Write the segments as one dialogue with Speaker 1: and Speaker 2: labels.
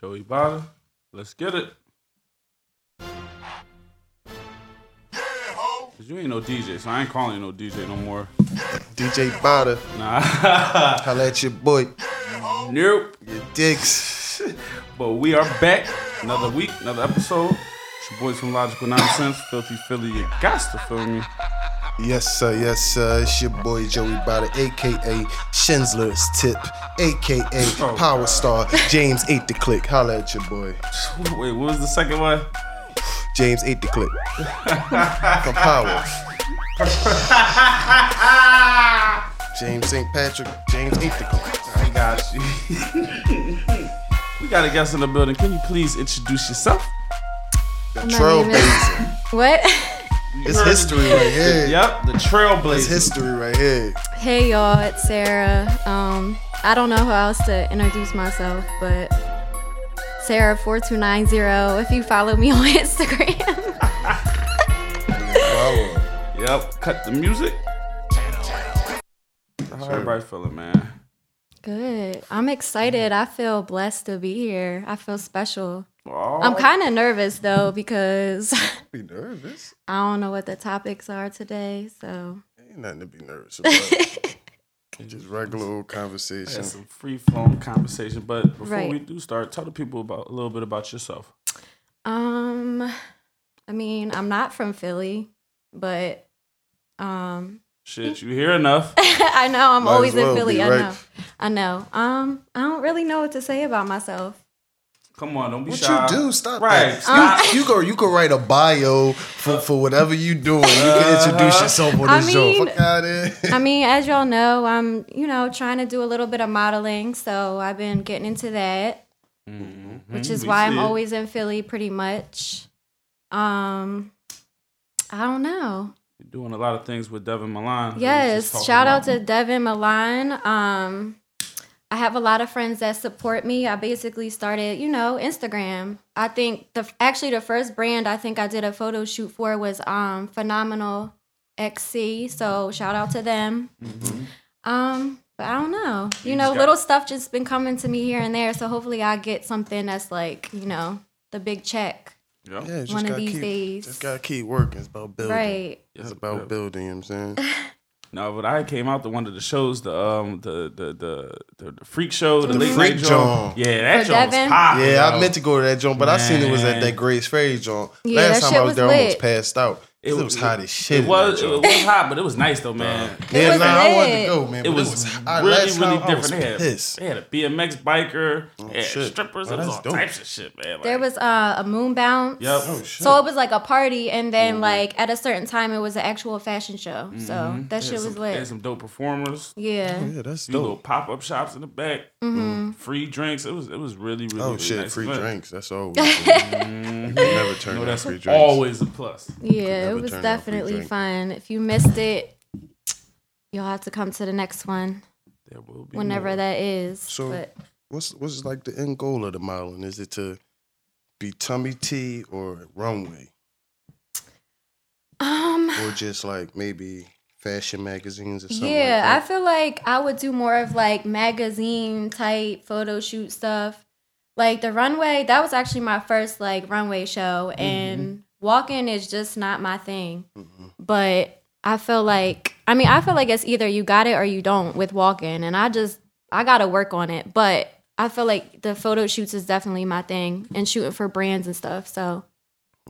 Speaker 1: Joey Bonner. Let's get it. Cause you ain't no DJ, so I ain't calling you no DJ no more.
Speaker 2: DJ Bada,
Speaker 1: Nah.
Speaker 2: holla at your boy,
Speaker 1: nope.
Speaker 2: your dicks.
Speaker 1: But we are back. Another week, another episode. It's your boys from Logical Nonsense, Filthy Philly. You got to feel me.
Speaker 2: yes sir, yes sir. It's your boy Joey Bada, aka Schindler's Tip, aka
Speaker 1: Oh,
Speaker 2: Power
Speaker 1: God.
Speaker 2: Star. James ate the click. Holla at your boy.
Speaker 1: Wait, what was the second one?
Speaker 2: James ate the click. From Power. James St. Patrick. James ate the click.
Speaker 1: I got you. we got a guest in the building. Can you please introduce yourself?
Speaker 2: The
Speaker 3: My name is-
Speaker 2: trailblazer.
Speaker 3: What?
Speaker 2: It's history right here.
Speaker 1: Yep, the
Speaker 2: It's
Speaker 1: trailblazer.
Speaker 2: history right here.
Speaker 3: hey y'all, it's Sarah. Um, I don't know how else to introduce myself, but Sarah four two nine zero. If you follow me on Instagram,
Speaker 2: Power.
Speaker 1: Yep, cut the music. How everybody feeling, man?
Speaker 3: good. I'm excited. I feel blessed to be here. I feel special.
Speaker 1: Oh,
Speaker 3: I'm kind of nervous though because
Speaker 2: Be nervous.
Speaker 3: I don't know what the topics are today. So
Speaker 2: Ain't nothing to be nervous about. Just regular old conversation.
Speaker 1: had some free flowing conversation, but before
Speaker 3: Right.
Speaker 1: we do start, tell the people about a little bit about yourself.
Speaker 3: Um, I mean, I'm not from Philly, but um,
Speaker 1: Shit, you hear enough?
Speaker 3: I know I'm
Speaker 2: Might as
Speaker 3: always
Speaker 2: well
Speaker 3: in Philly.
Speaker 2: be,
Speaker 3: I
Speaker 2: right?
Speaker 3: know. I know. Um, I don't really know what to say about myself.
Speaker 1: Come on, don't be
Speaker 2: What
Speaker 1: shy.
Speaker 2: you do? Stop
Speaker 1: Right,
Speaker 2: that.
Speaker 3: Um,
Speaker 2: You, you go. You go write a bio for, for whatever you doing. You can
Speaker 1: Uh-huh.
Speaker 2: introduce yourself on
Speaker 3: I
Speaker 2: this show.
Speaker 3: mean-
Speaker 2: Fuck out of
Speaker 3: I mean, as y'all know, I'm you know trying to do a little bit of modeling, so I've been getting into that, which is
Speaker 1: we
Speaker 3: why
Speaker 1: see
Speaker 3: I'm
Speaker 1: it.
Speaker 3: always in Philly, pretty much. Um, I don't know.
Speaker 1: You're doing a lot of things with Devin Milan. who we just
Speaker 3: Yes,
Speaker 1: talked
Speaker 3: shout out
Speaker 1: about.
Speaker 3: to Devin Milan. Um, I have a lot of friends that support me. I basically started, you know, Instagram. I think the actually the first brand I think I did a photo shoot for was um Phenomenal XC. So shout out to them. Um, but I don't know. You,
Speaker 1: Mm-hmm. You
Speaker 3: know,
Speaker 1: just got-
Speaker 3: little stuff just been coming to me here and there. So hopefully I get something that's like, you know, the big check.
Speaker 1: Yep.
Speaker 2: Yeah, just
Speaker 3: One of
Speaker 2: gotta
Speaker 3: these
Speaker 2: keep,
Speaker 3: days.
Speaker 2: Just gotta keep working. It's about building.
Speaker 3: Right.
Speaker 2: It's
Speaker 1: Yep,
Speaker 2: about
Speaker 1: yep.
Speaker 2: building. You know what I'm saying.
Speaker 1: No, but I came out to one of the shows, the um, the the the, the, the freak show, the,
Speaker 2: The
Speaker 1: late
Speaker 2: Freak
Speaker 1: night show.
Speaker 2: Joint.
Speaker 1: Yeah, that
Speaker 3: For
Speaker 1: show was
Speaker 3: Devin?
Speaker 1: popping.
Speaker 2: Yeah, I
Speaker 1: yo.
Speaker 2: meant to go to that joint, but I seen it was at
Speaker 1: Man.
Speaker 2: that Grace Ferry joint.
Speaker 3: Yeah,
Speaker 2: Last
Speaker 3: that
Speaker 2: time
Speaker 3: shit
Speaker 2: I was,
Speaker 3: was
Speaker 2: there, I almost
Speaker 3: lit.
Speaker 2: passed out. It, was, hot as shit.
Speaker 1: It was
Speaker 2: In
Speaker 1: it
Speaker 2: that
Speaker 1: was hot, but it was nice though, man.
Speaker 2: joint. yeah,
Speaker 3: was
Speaker 2: nah, I wanted to
Speaker 3: lit.
Speaker 2: go, man.
Speaker 1: It
Speaker 2: but
Speaker 1: was,
Speaker 2: hot.
Speaker 1: really,
Speaker 2: Last
Speaker 1: really
Speaker 2: time I was
Speaker 1: different. They had,
Speaker 2: pissed.
Speaker 1: they had a BMX biker, they had
Speaker 2: shit.
Speaker 1: strippers,
Speaker 2: Oh,
Speaker 1: it was
Speaker 2: that's
Speaker 1: all
Speaker 2: dope.
Speaker 1: types of shit, man. Like,
Speaker 3: There was uh, a moon bounce.
Speaker 1: Yep.
Speaker 2: Oh shit.
Speaker 3: So it was like a party, and then like at a certain time, it was an actual fashion show.
Speaker 2: Mm-hmm.
Speaker 3: So that
Speaker 1: they
Speaker 3: shit
Speaker 1: had
Speaker 3: was
Speaker 1: some, They had
Speaker 3: lit.
Speaker 1: some dope performers.
Speaker 3: Yeah.
Speaker 2: yeah, that's
Speaker 1: Few little
Speaker 2: dope.
Speaker 1: pop up shops in the back,
Speaker 3: Mm-hmm.
Speaker 1: free drinks. It was it was really really.
Speaker 2: Oh
Speaker 1: really
Speaker 2: shit,
Speaker 1: nice
Speaker 2: free
Speaker 1: event.
Speaker 2: drinks. That's always. good. You can never turn
Speaker 1: No,
Speaker 2: down
Speaker 1: that's
Speaker 2: free drinks.
Speaker 1: always a plus.
Speaker 3: Yeah,
Speaker 2: never
Speaker 3: it was
Speaker 2: turn down free
Speaker 3: definitely
Speaker 2: drink.
Speaker 3: fun. If you missed it, you'll have to come to the next one
Speaker 1: There will be
Speaker 3: whenever
Speaker 1: more.
Speaker 3: that is.
Speaker 2: So-
Speaker 3: but
Speaker 2: What's what's like the end goal of the modeling? Is it to be tummy tea or runway
Speaker 3: um,
Speaker 2: or just like maybe fashion magazines or something? like
Speaker 3: yeah,
Speaker 2: that?
Speaker 3: I feel like I would do more of like magazine type photo shoot stuff. Like the runway, that was actually my first like runway show,
Speaker 2: Mm-hmm.
Speaker 3: and walking is just not my thing. But I feel like, I mean, I feel like it's either you got it or you don't with walking, and I just I gotta work on it. But I feel like the photo shoots is definitely my thing, and shooting for brands and stuff. So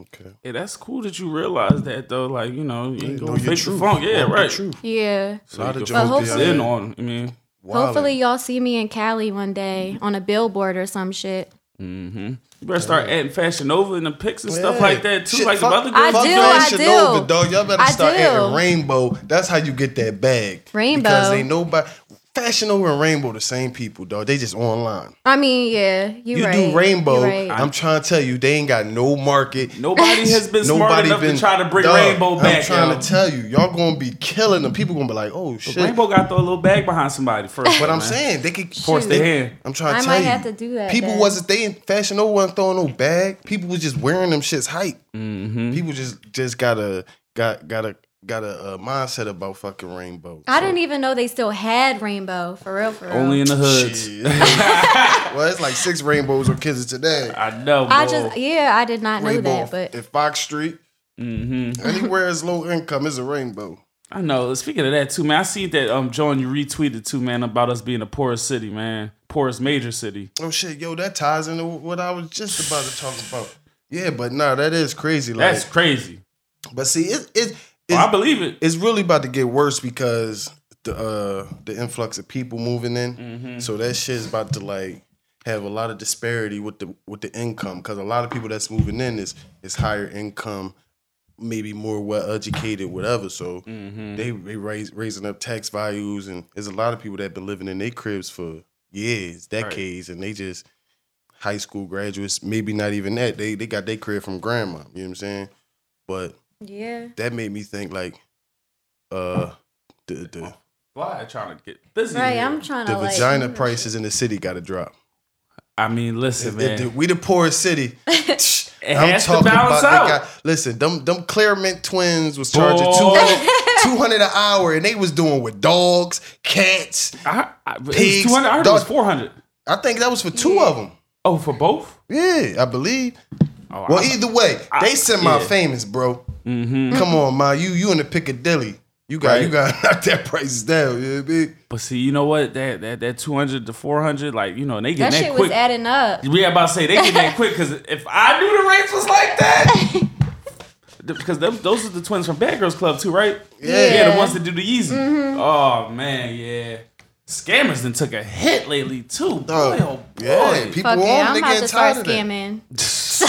Speaker 2: okay.
Speaker 1: Yeah, that's cool that you realize that though. Like you know, you ain't
Speaker 2: Know
Speaker 1: gonna
Speaker 2: your
Speaker 1: fake the
Speaker 2: truth.
Speaker 1: funk. Yeah,
Speaker 2: Walk the
Speaker 1: right.
Speaker 2: truth.
Speaker 3: yeah,
Speaker 1: So
Speaker 2: Lot
Speaker 1: you
Speaker 2: of
Speaker 1: can
Speaker 3: jokes
Speaker 1: focus
Speaker 3: be out
Speaker 1: in
Speaker 2: there.
Speaker 1: on. I mean,
Speaker 2: Wildin'.
Speaker 3: hopefully y'all see me in Cali one day on a billboard or some shit.
Speaker 1: hmm you better start adding fashion over in the pics and stuff
Speaker 2: Yeah.
Speaker 1: like that too.
Speaker 2: Shit,
Speaker 1: like
Speaker 2: fuck-
Speaker 1: the other girls.
Speaker 3: I
Speaker 2: fuck
Speaker 3: do,
Speaker 2: Fashion
Speaker 3: do.
Speaker 2: Nova, dog. Y'all better
Speaker 3: I
Speaker 2: start
Speaker 3: do.
Speaker 2: adding rainbow. That's how you get that bag. Because
Speaker 3: Rainbow.
Speaker 2: ain't nobody Fashion Nova and Rainbow the same people, dog. They just online.
Speaker 3: I mean, yeah, you,
Speaker 2: You
Speaker 3: right.
Speaker 2: do Rainbow.
Speaker 3: You right.
Speaker 2: I'm trying to tell you, they ain't got no market.
Speaker 1: Nobody has been smart
Speaker 2: Nobody
Speaker 1: enough
Speaker 2: been
Speaker 1: to try to bring
Speaker 2: Dog,
Speaker 1: Rainbow back.
Speaker 2: I'm trying
Speaker 1: yo.
Speaker 2: to tell you, y'all gonna be killing them. People gonna be like, oh shit.
Speaker 1: Rainbow got to throw a little bag behind somebody first.
Speaker 2: But I'm
Speaker 1: man.
Speaker 2: saying they could
Speaker 1: force their
Speaker 2: they-
Speaker 1: hand.
Speaker 2: I'm trying to
Speaker 3: I
Speaker 2: tell
Speaker 3: might
Speaker 2: you,
Speaker 3: have to do that
Speaker 2: People
Speaker 3: then.
Speaker 2: wasn't they in fashion. No one throwing no bag. People was just wearing them shits hype. People just just gotta got gotta got a, uh mindset about fucking rainbow.
Speaker 3: I didn't even know they still had rainbow for real. For real.
Speaker 1: Only in the hoods.
Speaker 2: Shit. well, it's like six rainbows or kids today.
Speaker 1: I know.
Speaker 3: I
Speaker 1: boy.
Speaker 3: just yeah, I did not know
Speaker 2: Rainbow
Speaker 3: that, but
Speaker 2: in Fox Street,
Speaker 1: Mhm.
Speaker 2: anywhere is low income is a rainbow.
Speaker 1: I know. Speaking of that too, man, I see that um John you retweeted too, man, about us being the poorest city, man, poorest major city.
Speaker 2: Oh shit, yo, that ties into what I was just about to talk about. Yeah, but nah, that is crazy. Like,
Speaker 1: That's crazy.
Speaker 2: but see, it it
Speaker 1: Well,
Speaker 2: it's-
Speaker 1: I believe it.
Speaker 2: it's really about to get worse because the uh the influx of people moving in. So that shit's about to like have a lot of disparity with the with the income because a lot of people that's moving in is is higher income, maybe more well educated, whatever. So
Speaker 1: Mm-hmm.
Speaker 2: they they raise raising up tax values and there's a lot of people that been living in their cribs for years, decades, and they just high school graduates, maybe not even that. They they got their crib from grandma. You know what I'm saying? But
Speaker 3: yeah,
Speaker 2: that made me think like uh the the,
Speaker 1: Why trying to get busy?
Speaker 3: right.
Speaker 1: here.
Speaker 3: I'm trying
Speaker 2: the
Speaker 3: to like
Speaker 2: vagina prices in the city gotta drop.
Speaker 1: I mean, listen,
Speaker 2: If-
Speaker 1: man.
Speaker 2: if we the poorest city. it
Speaker 1: has to balance out.
Speaker 2: listen, them them Claremont twins was charging 200, 200 an hour and they was doing with dogs, cats.
Speaker 1: I, I,
Speaker 2: Pigs,
Speaker 1: two hundred. I heard it was
Speaker 2: dog-
Speaker 1: four hundred.
Speaker 2: I think that was for two of them.
Speaker 1: Oh, for both.
Speaker 2: Yeah, I believe.
Speaker 1: Oh,
Speaker 2: Well,
Speaker 1: I-
Speaker 2: either way, they semi
Speaker 1: yeah. Mm-hmm.
Speaker 2: famous, bro. Come on, ma, you you in the Piccadilly. You got you got to knock that prices down. You know what I mean?
Speaker 1: But see, you know what? That that that two hundred to four hundred, like you know, and they get
Speaker 3: that
Speaker 1: that,
Speaker 3: shit was
Speaker 1: quick.
Speaker 3: adding up.
Speaker 1: we about to say they get that quick because if I knew the rates was like that, because those, those are the twins from Bad Girls Club too, right?
Speaker 2: Yeah.
Speaker 1: the ones that do the easy. Oh man, yeah. Scammers then took a hit lately too. Boy, oh boy.
Speaker 2: yeah, people
Speaker 3: Fuck
Speaker 2: on
Speaker 3: yeah, I'm
Speaker 2: they
Speaker 3: about
Speaker 2: getting
Speaker 3: to start
Speaker 2: tired of that.
Speaker 3: scamming.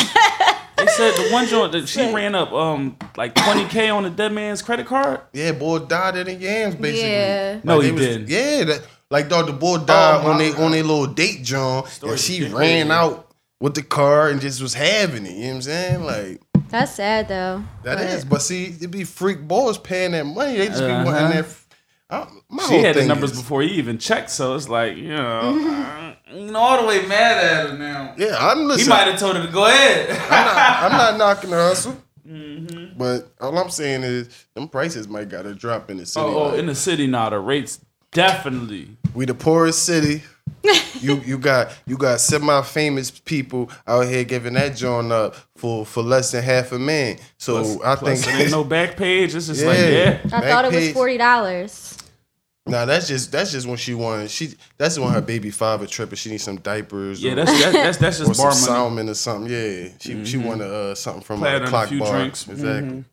Speaker 1: They said the one joint that she ran up um like twenty k on a dead man's credit card.
Speaker 2: Yeah, boy died in the yams basically.
Speaker 3: Yeah.
Speaker 2: Like,
Speaker 1: No,
Speaker 2: they
Speaker 1: he
Speaker 2: was-
Speaker 1: didn't. Oh,
Speaker 2: Yeah, that, like dog, the boy died
Speaker 1: my
Speaker 2: on they on their little date, John, and
Speaker 1: Story's
Speaker 2: she
Speaker 1: different.
Speaker 2: ran out with the car and just was having it. You know what I'm saying? Like
Speaker 3: That's sad though.
Speaker 2: that
Speaker 3: but-
Speaker 2: is, but see, it be freak boys paying that money. They just be
Speaker 1: Uh-huh.
Speaker 2: wanting that. f- I, my
Speaker 1: She
Speaker 2: whole
Speaker 1: had the
Speaker 2: thing
Speaker 1: numbers
Speaker 2: is-
Speaker 1: before he even checked, so it's like you know, I- you know, all the way mad at her now.
Speaker 2: Mm-hmm. Yeah, I'm
Speaker 1: He
Speaker 2: listening.
Speaker 1: might have told her to go ahead.
Speaker 2: I'm, not, I'm not knocking the hustle,
Speaker 3: Mm-hmm.
Speaker 2: but all I'm saying is them prices might gotta drop in the city.
Speaker 1: oh,
Speaker 2: like-
Speaker 1: in the city now, the rates definitely.
Speaker 2: We the poorest city. you you got you got semi famous people out here giving that joint up for for less than half a man. So I
Speaker 1: Plus,
Speaker 2: think
Speaker 1: it ain't no back page. It's just like yeah.
Speaker 3: I thought it was
Speaker 2: Backpage-
Speaker 3: forty dollars.
Speaker 2: Nah, that's just that's just when she wanted she that's when her baby father tripping. She needs some diapers.
Speaker 1: Yeah,
Speaker 2: or,
Speaker 1: that's that, that's that's
Speaker 2: or
Speaker 1: just
Speaker 2: some
Speaker 1: bar money.
Speaker 2: salmon or something. Yeah, she she wanted uh, something from
Speaker 1: Mm-hmm. Plaid
Speaker 2: a
Speaker 1: and a
Speaker 2: clock
Speaker 1: few
Speaker 2: bar.
Speaker 1: drinks. Mm-hmm.
Speaker 2: Exactly.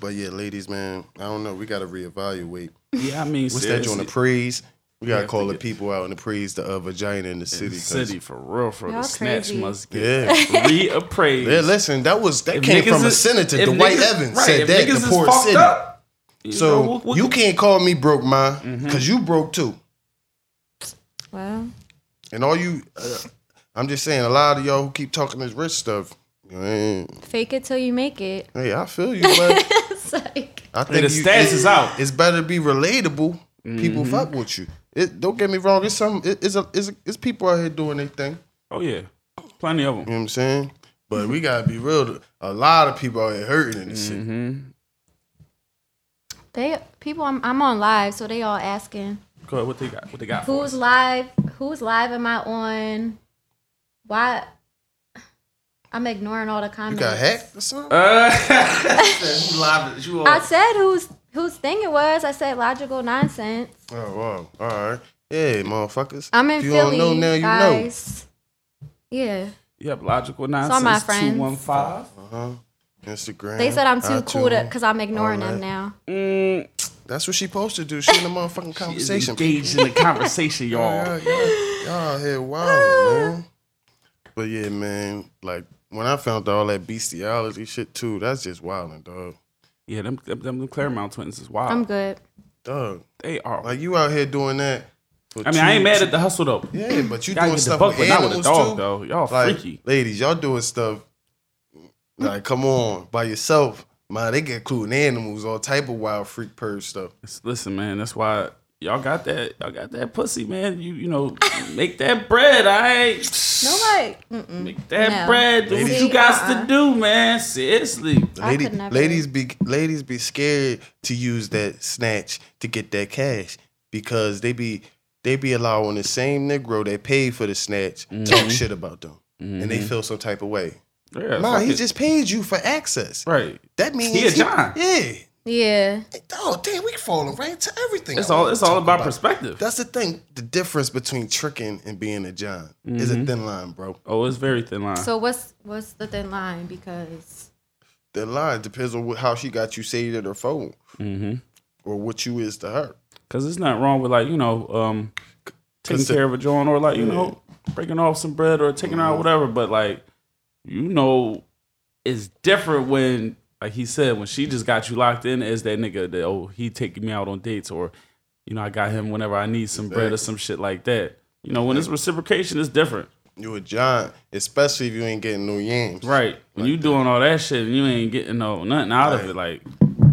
Speaker 2: But yeah, ladies, man, I don't know. We gotta reevaluate.
Speaker 1: Yeah, I mean,
Speaker 2: What's that joint? The
Speaker 1: seriously,
Speaker 2: praise. We gotta
Speaker 1: Yeah,
Speaker 2: call the
Speaker 1: forget-
Speaker 2: people out in the praise the uh, vagina in the city. 'cause-
Speaker 1: city for real, for the
Speaker 3: Y'all
Speaker 1: snatch
Speaker 3: crazy.
Speaker 1: must get
Speaker 2: Yeah.
Speaker 1: reappraised.
Speaker 2: Yeah, listen, that was that
Speaker 1: If
Speaker 2: came
Speaker 1: niggas
Speaker 2: from a
Speaker 1: is-
Speaker 2: senator,
Speaker 1: if
Speaker 2: Dwight
Speaker 1: niggas-
Speaker 2: Evans
Speaker 1: right,
Speaker 2: said
Speaker 1: if
Speaker 2: that
Speaker 1: niggas is
Speaker 2: the poor
Speaker 1: fucked
Speaker 2: city.
Speaker 1: up, you
Speaker 2: So
Speaker 1: know, Mm-hmm. we-
Speaker 2: you can't call me broke, ma, because you broke too.
Speaker 3: Well,
Speaker 2: And all you, uh, I'm just saying, a lot of y'all who keep talking this rich stuff. Hey,
Speaker 3: fake it till you make it.
Speaker 2: hey, I feel you, but
Speaker 3: It's like
Speaker 2: I think
Speaker 1: the
Speaker 2: you-
Speaker 1: stats
Speaker 2: it-
Speaker 1: is out. Mm-hmm.
Speaker 2: It's better to be relatable. People fuck with you. It, don't get me wrong. It's some. It, it's a. It's a, it's people out here doing their thing.
Speaker 1: oh yeah, plenty of
Speaker 2: You
Speaker 1: them.
Speaker 2: know what I'm saying? But we gotta be real. A lot of people out here hurting in this
Speaker 1: Mm-hmm.
Speaker 2: shit.
Speaker 3: they people. I'm, I'm on live, so they all asking
Speaker 1: Go ahead, what they got? What they got? For us?
Speaker 3: who's live. Who's live? Am I on? Why? I'm ignoring all the
Speaker 2: You
Speaker 3: comments.
Speaker 2: got hacked or something?
Speaker 1: Uh, you
Speaker 3: I
Speaker 1: all-
Speaker 3: said whose whose thing it was. I said logical nonsense.
Speaker 2: Oh wow! All right, yeah, motherfuckers.
Speaker 3: I'm in
Speaker 2: if you
Speaker 3: Philly,
Speaker 2: don't know now, you
Speaker 3: guys. Yeah,
Speaker 1: Yep, logical
Speaker 3: all my
Speaker 1: nonsense.
Speaker 3: friends.
Speaker 1: Two one five.
Speaker 2: know. Uh-huh. Instagram.
Speaker 3: they said I'm too cool to
Speaker 2: iTunes.
Speaker 3: because I'm ignoring
Speaker 2: all
Speaker 3: them
Speaker 2: that.
Speaker 3: now.
Speaker 1: Mm,
Speaker 2: That's what she supposed to do. She in the motherfucking
Speaker 1: is
Speaker 2: conversation.
Speaker 1: engaged in the conversation, y'all.
Speaker 2: Y'all, y'all, y'all out here wild, man. Oh. But yeah, man. Like when I found all that bestiality shit too, that's just wilding, dog.
Speaker 1: Yeah, them, them, them Claremont twins is wild.
Speaker 3: I'm good.
Speaker 2: Dog,
Speaker 1: they are.
Speaker 2: like you out here doing that. for
Speaker 1: I mean, I ain't
Speaker 2: two-
Speaker 1: mad at the hustle though.
Speaker 2: Yeah, but you
Speaker 1: Gotta
Speaker 2: doing
Speaker 1: get the
Speaker 2: stuff
Speaker 1: buck, but
Speaker 2: with
Speaker 1: not with a
Speaker 2: animals
Speaker 1: dog
Speaker 2: too.
Speaker 1: though. Y'all
Speaker 2: Like,
Speaker 1: freaky.
Speaker 2: ladies, y'all doing stuff. Like, come on, by yourself, man. They get including animals, all type of wild freak purge stuff.
Speaker 1: Listen, man, that's why y'all got that y'all got that pussy, man. You you know, make that bread, all right.
Speaker 3: No, like, mm-mm.
Speaker 1: Make that
Speaker 3: No.
Speaker 1: bread. Do what
Speaker 2: Ladies-
Speaker 1: you got
Speaker 3: Uh-uh.
Speaker 1: to do, man. Seriously.
Speaker 3: I
Speaker 2: Lady,
Speaker 3: could never.
Speaker 2: ladies be ladies be scared to use that snatch to get that cash because they be they be allowing the same Negro that paid for the snatch talk shit about them, and they feel some type of way.
Speaker 1: Mm-hmm. Yeah,
Speaker 2: Nah,
Speaker 1: fuck
Speaker 2: he
Speaker 1: it.
Speaker 2: just paid you for access.
Speaker 1: right.
Speaker 2: That means
Speaker 1: He a John.
Speaker 2: Yeah.
Speaker 3: yeah,
Speaker 2: Oh damn, we falling right into everything.
Speaker 1: It's
Speaker 2: I
Speaker 1: all
Speaker 2: wanna
Speaker 1: it's all
Speaker 2: talk
Speaker 1: about perspective.
Speaker 2: That's the thing. The difference between tricking and being a John is
Speaker 1: Mm-hmm.
Speaker 2: a thin line, bro.
Speaker 1: Oh, it's very thin line.
Speaker 3: so what's what's the thin line? Because
Speaker 2: The line depends on what, how she got you saved at her phone,
Speaker 1: Mm-hmm.
Speaker 2: or what you is to her.
Speaker 1: Cause it's not wrong with like you know, um, taking
Speaker 2: 'Cause the-
Speaker 1: care of a joint or like you know, breaking off some bread or taking
Speaker 2: Mm-hmm.
Speaker 1: out whatever. But like, you know, it's different when like he said when she just got you locked in as that nigga that oh he taking me out on dates or you know I got him whenever I need some bread or some shit like that. You know when it's reciprocation, it's different,
Speaker 2: You a John, especially if you ain't getting no yams.
Speaker 1: right? When you doing all that shit and you ain't getting no nothing out of
Speaker 2: Right.
Speaker 1: it, like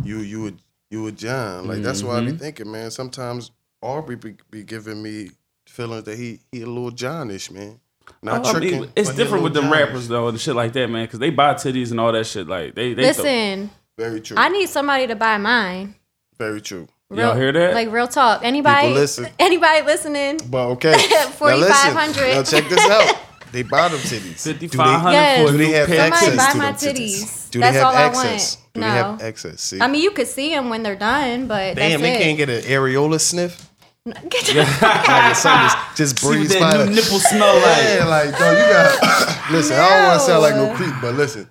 Speaker 2: You you a you a John. Like that's what I be
Speaker 1: Mm-hmm.
Speaker 2: thinking, man. Sometimes Aubrey be, be giving me feelings that he he a little Johnish, man. Not
Speaker 1: Oh, I mean,
Speaker 2: tricking.
Speaker 1: it's
Speaker 2: but he a
Speaker 1: different with them
Speaker 2: little Johnish.
Speaker 1: rappers though and shit like that, man. Cause they buy titties and all that shit. Like they, they throw-
Speaker 3: listen,
Speaker 2: Very true.
Speaker 3: I need somebody to buy mine.
Speaker 2: Very true.
Speaker 1: Y'all hear that?
Speaker 3: Like real talk. Anybody
Speaker 2: People listen.
Speaker 3: Anybody listening?
Speaker 2: But okay, now
Speaker 3: 4,500.
Speaker 2: listen. Now check this out. They bottom titties.
Speaker 1: Fifty
Speaker 2: Do they-
Speaker 1: five
Speaker 3: Yes.
Speaker 1: hundred for a
Speaker 2: Do they
Speaker 1: new
Speaker 2: have
Speaker 1: pair of
Speaker 2: access
Speaker 3: Somebody buy
Speaker 2: to
Speaker 3: my
Speaker 2: them titties?
Speaker 3: titties.
Speaker 2: Do
Speaker 3: That's
Speaker 2: they have
Speaker 3: all I want.
Speaker 2: access? Do
Speaker 3: No.
Speaker 2: they have access? See,
Speaker 3: I mean, you could see them when they're done, but
Speaker 2: damn, they
Speaker 3: that's
Speaker 2: can't
Speaker 3: it.
Speaker 2: get an areola sniff.
Speaker 3: Get the fuck
Speaker 2: Like
Speaker 3: out.
Speaker 2: if something just- just
Speaker 1: See what
Speaker 2: breeze by.
Speaker 1: that
Speaker 2: the-
Speaker 1: new nipple smell like.
Speaker 2: Yeah, like no, you got. listen, I don't want to sound like no
Speaker 3: No.
Speaker 2: creep, but listen,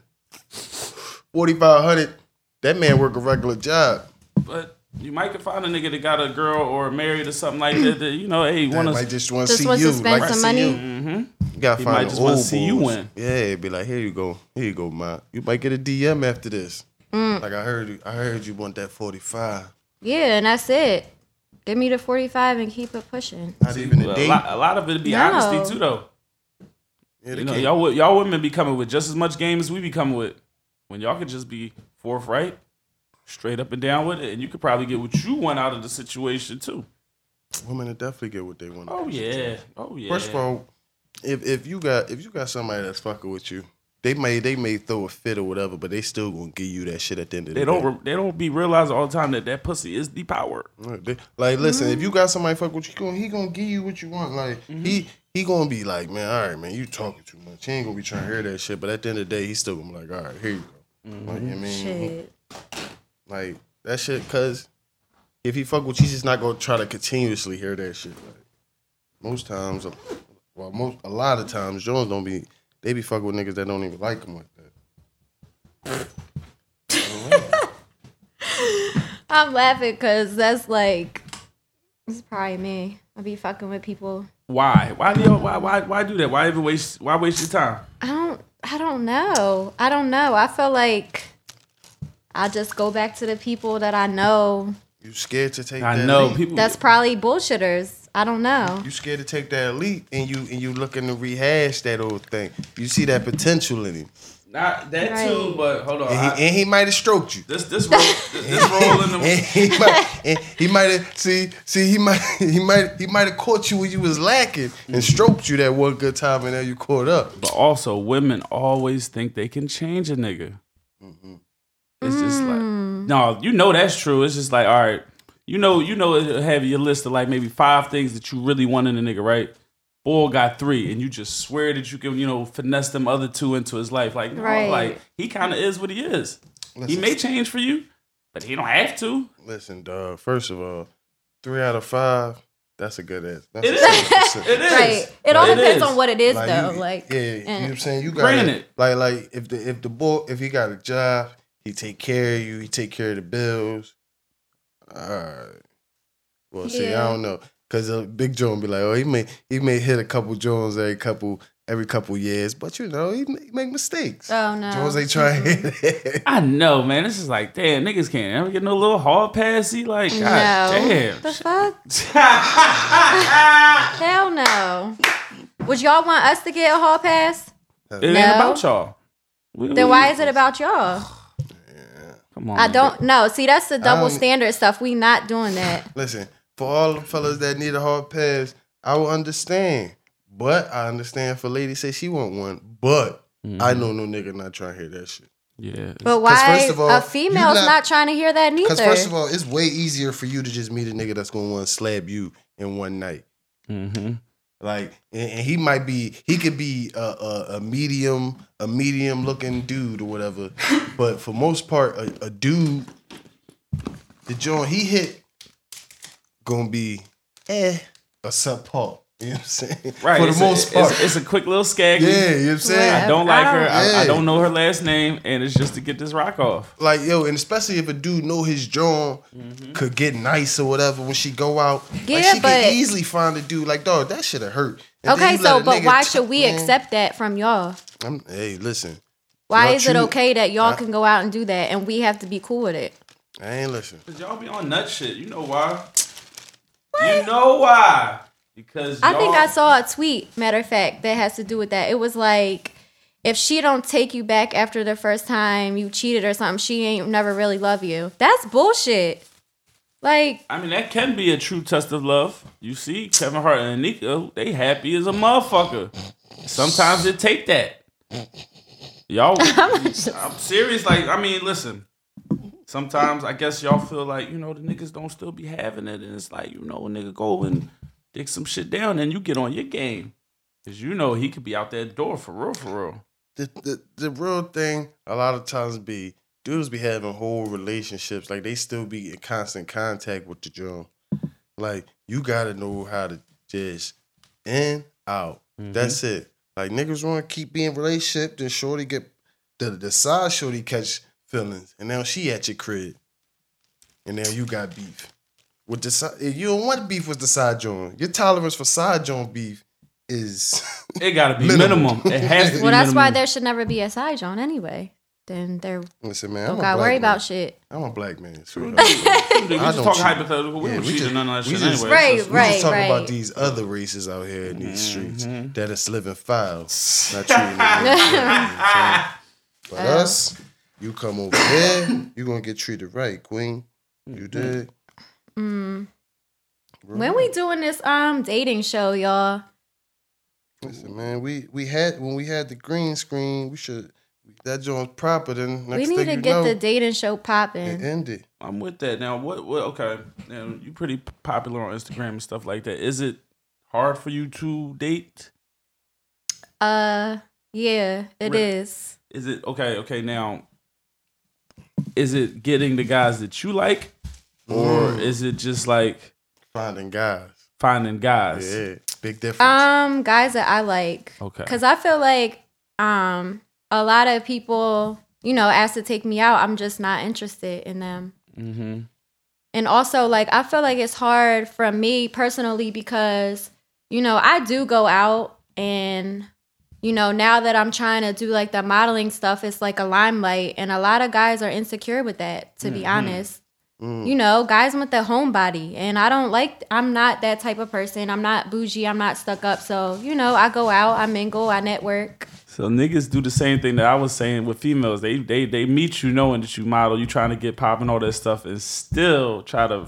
Speaker 2: forty five hundred. That man work a regular job.
Speaker 1: But you might can find a nigga that got a girl or married or something like that. That you know, hey,
Speaker 2: That
Speaker 1: want
Speaker 2: might
Speaker 1: to
Speaker 2: just want to
Speaker 3: Just
Speaker 2: see
Speaker 3: wants to
Speaker 2: you,
Speaker 3: spend
Speaker 2: like
Speaker 3: some
Speaker 2: see you.
Speaker 3: money.
Speaker 2: You gotta
Speaker 1: He
Speaker 2: find
Speaker 1: might
Speaker 2: the
Speaker 1: just wanna
Speaker 2: old
Speaker 1: see you
Speaker 2: boys.
Speaker 1: win.
Speaker 2: Yeah, be like, here you go, here you go, ma. You might get a DM after this.
Speaker 3: Mm.
Speaker 2: Like I heard, you, I heard you want that forty five.
Speaker 3: Yeah, and that's it. Give me the 45 and keep it pushing.
Speaker 2: Not even a
Speaker 1: a
Speaker 2: date.
Speaker 1: lot, a lot of it be
Speaker 3: No.
Speaker 1: honesty too, though.
Speaker 2: Yeah, they
Speaker 1: You know,
Speaker 2: can't-
Speaker 1: y'all wo- y'all women be coming with just as much game as we be coming with. When y'all could just be forthright, straight up and down with it, and you could probably get what you want out of the situation too.
Speaker 2: women will definitely get what they want.
Speaker 1: Oh yeah, oh yeah.
Speaker 2: First of all, if if you got if you got somebody that's fucking with you, they may they may throw a fit or whatever, but they still gonna give you that shit at the end of the
Speaker 1: they
Speaker 2: day.
Speaker 1: don't re- they don't be realizing all the time that that pussy is the power.
Speaker 2: Right, they- Like, listen, if you got somebody fuck with you, he gonna, he gonna give you what you want. Like, he he gonna be like, man, all right, man, you talking too much. He ain't gonna be trying to hear that shit. But at the end of the day, he still gonna be like, all right, here you go. Like, I mean,
Speaker 3: Mm-hmm. Shit.
Speaker 2: like that shit, cause if he fuck with you, he's just not gonna try to continuously hear that shit. Like, most times, well, most a lot of times, Jones don't be. They be fucking with niggas that don't even like them like that.
Speaker 3: I'm laughing because that's like, it's probably me. I be fucking with people.
Speaker 1: Why? Why do y'all, why why why do that? Why even waste why waste your time?
Speaker 3: I don't, I don't know. I don't know. I feel like I just go back to the people that I know.
Speaker 2: You scared to take?
Speaker 1: I
Speaker 2: that
Speaker 1: know
Speaker 2: leap.
Speaker 1: people
Speaker 3: That's probably bullshitters. I don't know.
Speaker 2: You scared to take that leap, and you and you looking to rehash that old thing. You see that potential in him,
Speaker 1: not that too,
Speaker 3: Right.
Speaker 1: but hold on.
Speaker 2: and
Speaker 1: I-
Speaker 2: he, and he might have stroked you.
Speaker 1: this this roll this, this roll in
Speaker 2: And
Speaker 1: the
Speaker 2: he might, and he might have see see he might he might he might have caught you when you was lacking and stroked you that one good time, and now you caught up.
Speaker 1: But also women always think they can change a nigga.
Speaker 2: Mm-hmm.
Speaker 1: It's just like
Speaker 3: Mm.
Speaker 1: no, you know that's true. It's just like all right. You know, you know it'll have your list of like maybe five things that you really want in a nigga, right? Boy got three, and you just swear that you can, you know, finesse them other two into his life. Like, no,
Speaker 3: Right.
Speaker 1: like he kind of is what he is. He
Speaker 2: Listen.
Speaker 1: may change for you, but he don't have to.
Speaker 2: Listen, dog. First of all, three out of five. That's a good ass. That's
Speaker 1: It
Speaker 2: a
Speaker 1: is.
Speaker 2: 70%.
Speaker 1: It is.
Speaker 3: Right. It all
Speaker 1: It
Speaker 3: depends
Speaker 1: is.
Speaker 3: on what it is, though.
Speaker 2: you-
Speaker 3: like, eh.
Speaker 2: yeah, you know what I'm
Speaker 3: and-
Speaker 2: saying. You got
Speaker 1: Granted.
Speaker 2: like like if the if the boy if he got a job, he take care of you. He take care of the bills. All right. Well, see,
Speaker 3: Yeah.
Speaker 2: I don't know, cause uh, Big Joe be like, oh, he may he may hit a couple Jones every couple every couple years, but you know he make, make mistakes.
Speaker 3: oh no.
Speaker 2: Jones ain't trying.
Speaker 1: I know, man. This is like, damn, niggas can't ever get no little hard passy. Like, god
Speaker 3: no.
Speaker 1: damn.
Speaker 3: The fuck? Hell no. Would y'all want us to get a hall pass?
Speaker 1: It ain't
Speaker 3: No.
Speaker 1: about y'all. We-
Speaker 3: Then
Speaker 1: we-
Speaker 3: why is it about y'all?
Speaker 1: Come on.
Speaker 3: I don't know. See, that's the double
Speaker 2: don't-
Speaker 3: standard stuff. We not doing that.
Speaker 2: Listen, for all the fellas that need a hard pass, I will understand. But I understand if a lady say she want one, but I know no nigga not trying to hear that shit.
Speaker 1: Yeah.
Speaker 3: But
Speaker 2: 'Cause
Speaker 3: why
Speaker 2: first of all,
Speaker 3: a
Speaker 2: you
Speaker 3: female's
Speaker 2: not-
Speaker 3: not, trying to hear that neither?
Speaker 2: Because first of all, it's way easier for you to just meet a nigga that's gonna want to slab you in one night.
Speaker 1: Mm-hmm.
Speaker 2: Like, and, and he might be, he could be a, a, a medium, a medium looking dude or whatever. but for most part, a, a dude, the joint he hit, gonna be eh a subpar. You know what I'm saying?
Speaker 1: Right.
Speaker 2: For the
Speaker 1: it's
Speaker 2: most
Speaker 1: a,
Speaker 2: part,
Speaker 1: it's, it's a quick little skag.
Speaker 2: yeah. You know what I'm saying?
Speaker 1: I don't
Speaker 3: I
Speaker 1: like her. I, I
Speaker 2: Yeah.
Speaker 1: don't know her last name, and it's just to get this rock off.
Speaker 2: like yo, and especially if a dude know his John could get nice or whatever when she go out,
Speaker 3: Yeah,
Speaker 2: like she
Speaker 3: but-
Speaker 2: could easily find a dude like dog. That should have hurt. And then
Speaker 3: okay,
Speaker 2: you let
Speaker 3: so
Speaker 2: a
Speaker 3: but
Speaker 2: nigga
Speaker 3: why
Speaker 2: t-
Speaker 3: should we
Speaker 2: man,
Speaker 3: accept that from y'all?
Speaker 2: I'm, hey, listen,
Speaker 3: Why
Speaker 2: Not
Speaker 3: is it
Speaker 2: you.
Speaker 3: okay that y'all
Speaker 2: I-
Speaker 3: can go out and do that and we have to be cool with it?
Speaker 2: I ain't listen.
Speaker 1: Cause y'all be on nut shit. You know why? You know why? Because
Speaker 3: I think I
Speaker 1: y'all-
Speaker 3: saw a tweet, matter of fact, that has to do with that. It was like if she don't take you back after the first time you cheated or something, she ain't never really love you. That's bullshit. Like
Speaker 1: I mean, that can be a true test of love. You see, Kevin Hart and Nico, they happy as a motherfucker. Sometimes it take that. Y'all, I'm serious. Like, I mean, listen. Sometimes I guess y'all feel like you know the niggas don't still be having it, and it's like you know a nigga go and dig some shit down, and you get on your game, cause you know he could be out that door for real, for real.
Speaker 2: The, the the real thing a lot of times be dudes be having whole relationships like they still be in constant contact with the John. Like you gotta know how to just in out. That's it. Like niggas want to keep being relationship, then shorty get the the side shorty catch feelings, and now she at your crib, and now you got beef with the side. You don't want beef with the side joint. Your tolerance for side joint beef is
Speaker 1: It gotta be minimum.
Speaker 2: Minimum.
Speaker 1: It has to be.
Speaker 3: well that's why
Speaker 1: minimum.
Speaker 3: there should never be a side on anyway. Then there
Speaker 2: listen, man. I'm
Speaker 3: don't
Speaker 2: a
Speaker 3: gotta
Speaker 2: black
Speaker 3: worry
Speaker 2: man.
Speaker 3: about shit.
Speaker 2: I'm a black man. sweetheart.
Speaker 1: Dude, we
Speaker 2: I
Speaker 1: just
Speaker 2: don't
Speaker 1: talking
Speaker 2: cheat.
Speaker 1: hypothetical. We
Speaker 2: Yeah,
Speaker 1: don't
Speaker 2: we
Speaker 1: cheat
Speaker 2: just-
Speaker 1: in none of that
Speaker 2: we
Speaker 1: shit
Speaker 2: just-
Speaker 1: anyway.
Speaker 3: Right,
Speaker 1: It's just-
Speaker 2: We just talking
Speaker 3: right.
Speaker 2: about these other races out here in these streets that is living foul, not treating them But
Speaker 3: Uh-huh.
Speaker 2: us, you come over here, you gonna get treated right, Queen. You did.
Speaker 3: When we doing this um dating show, y'all.
Speaker 2: Listen, man, we we had when we had the green screen, we should that joint proper. Then next
Speaker 3: we need
Speaker 2: thing
Speaker 3: to
Speaker 2: you
Speaker 3: get
Speaker 2: know,
Speaker 3: the dating show
Speaker 2: it
Speaker 3: popping.
Speaker 2: ended.
Speaker 1: I'm with that. Now, what? What? Okay, now you pretty popular on Instagram and stuff like that. Is it hard for you to date?
Speaker 3: Uh yeah, it
Speaker 1: Re-
Speaker 3: is.
Speaker 1: Is it okay? Okay, now, is it getting the guys that you like, or is it just like
Speaker 2: Finding guys,
Speaker 1: finding guys?
Speaker 2: yeah, big difference.
Speaker 3: Um guys that I like.
Speaker 1: Okay.
Speaker 3: Cause I feel like um a lot of people, you know, ask to take me out. I'm just not interested in them.
Speaker 1: Mm-hmm.
Speaker 3: And also like I feel like it's hard for me personally because, you know, I do go out and you know, now that I'm trying to do like the modeling stuff, it's like a limelight. And a lot of guys are insecure with that, to be honest.
Speaker 2: Mm.
Speaker 3: You know, guys want the homebody. And I don't like, I'm not that type of person. I'm not bougie. I'm not stuck up. So, you know, I go out, I mingle, I network.
Speaker 1: So niggas do the same thing that I was saying with females. They they they meet you knowing that you model, you trying to get pop and all that stuff, and still try to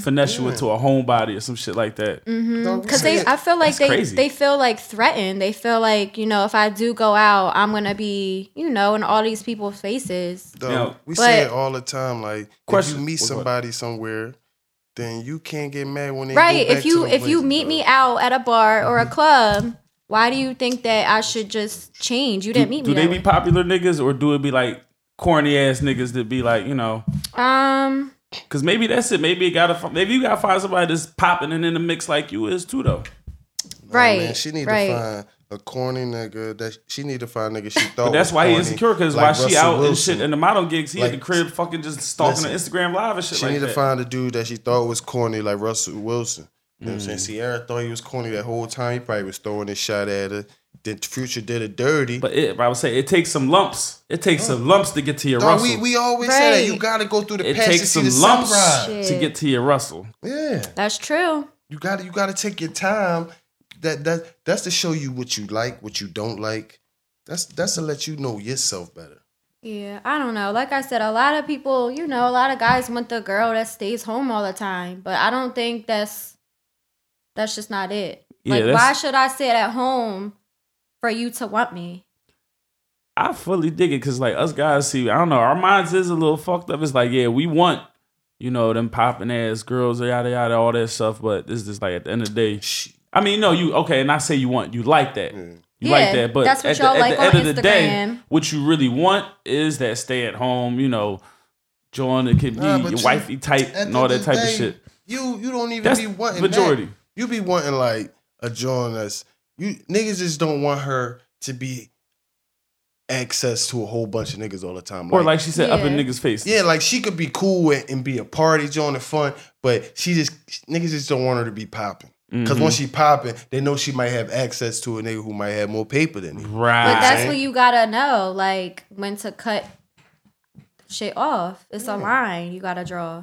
Speaker 1: finesse you into a homebody or some shit like that.
Speaker 3: Because they, I feel like
Speaker 1: That's
Speaker 3: they,
Speaker 1: crazy.
Speaker 3: they feel like threatened. They feel like, you know, if I do go out, I'm going to be, you know, in all these people's faces.
Speaker 2: Dog,
Speaker 1: Now-
Speaker 2: we say it
Speaker 3: But-
Speaker 2: all the time. Like,
Speaker 1: Question-
Speaker 2: if you meet
Speaker 1: What's what?
Speaker 2: somebody somewhere, then you can't get mad when they go
Speaker 3: right
Speaker 2: back
Speaker 3: if
Speaker 2: to
Speaker 3: you
Speaker 2: them
Speaker 3: if you
Speaker 2: places,
Speaker 3: meet
Speaker 2: dog.
Speaker 3: me out at a bar or
Speaker 1: Mm-hmm.
Speaker 3: a club why do you think that i should just change you
Speaker 1: Do,
Speaker 3: didn't meet
Speaker 1: do
Speaker 3: me
Speaker 1: they
Speaker 3: that
Speaker 1: be
Speaker 3: way.
Speaker 1: popular niggas or do it be like corny ass niggas that be like you know?
Speaker 3: um
Speaker 1: Because maybe that's it. Maybe you gotta fi- maybe you gotta find somebody that's popping and in the mix like you is too though.
Speaker 3: right
Speaker 2: Man, she need
Speaker 3: right
Speaker 2: to find a corny nigga that she need to find a nigga she thought.
Speaker 1: But that's
Speaker 2: was
Speaker 1: why he
Speaker 2: Oh, corny,
Speaker 1: insecure. Because
Speaker 2: like
Speaker 1: while she
Speaker 2: Russell
Speaker 1: out
Speaker 2: Wilson.
Speaker 1: and shit in the model gigs, he at the
Speaker 2: Like,
Speaker 1: crib fucking just stalking her
Speaker 2: listen,
Speaker 1: Instagram live and shit
Speaker 2: she
Speaker 1: like
Speaker 2: need
Speaker 1: that.
Speaker 2: to find a dude that she thought was corny, like Russell Wilson. You know what I'm
Speaker 1: Mm.
Speaker 2: saying? Sierra thought he was corny that whole time. He probably was throwing his shot at her. Then Future did it dirty.
Speaker 1: but it, I would say it takes some lumps. It takes some lumps to get to your
Speaker 2: Dog,
Speaker 1: Russell.
Speaker 2: Oh. we, we always say that you
Speaker 3: Right.
Speaker 2: gotta go through the
Speaker 1: it
Speaker 2: past to
Speaker 1: takes
Speaker 2: see
Speaker 1: some
Speaker 2: the
Speaker 1: lumps
Speaker 2: sunrise.
Speaker 1: to get to your Russell.
Speaker 2: Yeah.
Speaker 3: that's true
Speaker 2: You gotta you gotta take your time. That that that's to show you what you like, what you don't like. That's that's to let you know yourself better.
Speaker 3: Yeah, I don't know. Like I said, a lot of people, you know, a lot of guys want the girl that stays home all the time, but I don't think that's that's just not it.
Speaker 1: Yeah,
Speaker 3: like,
Speaker 1: that's-
Speaker 3: why should I sit at home for you to want me?
Speaker 1: I fully dig it because like us guys see, I don't know, our minds is a little fucked up. It's like, yeah, we want, you know, them popping ass girls, yada yada, all that stuff. But this is like at the end of the day. I mean, no, you okay, and I say you want, you like that. You like
Speaker 3: Yeah,
Speaker 1: that. But
Speaker 3: that's what
Speaker 1: at, the,
Speaker 3: y'all
Speaker 1: at
Speaker 3: like
Speaker 1: the end
Speaker 3: on
Speaker 1: of the day,
Speaker 3: Instagram.
Speaker 1: what you really want is that stay at home, you know, join the kid,
Speaker 2: Nah, but
Speaker 1: your
Speaker 2: you-
Speaker 1: wifey type
Speaker 2: At
Speaker 1: and
Speaker 2: the
Speaker 1: all
Speaker 2: end
Speaker 1: that
Speaker 2: of
Speaker 1: type
Speaker 2: the
Speaker 1: of
Speaker 2: day,
Speaker 1: shit.
Speaker 2: You you don't even
Speaker 1: That's
Speaker 2: be wanting
Speaker 1: majority.
Speaker 2: That. You be wanting like a join us. You niggas just don't want her to be access to a whole bunch of niggas all the time.
Speaker 1: Or like she said, up in
Speaker 3: Yeah.
Speaker 1: niggas' face.
Speaker 2: yeah, like she could be cool and, and be a party join the fun, but she just niggas just don't want her to be popping. Because
Speaker 1: Mhm.
Speaker 2: once she popping, they know she might have access to a nigga who might have more paper than you.
Speaker 1: Right.
Speaker 3: But that's
Speaker 2: Right.
Speaker 3: what you gotta know, like when to cut shit off. It's a line you gotta draw.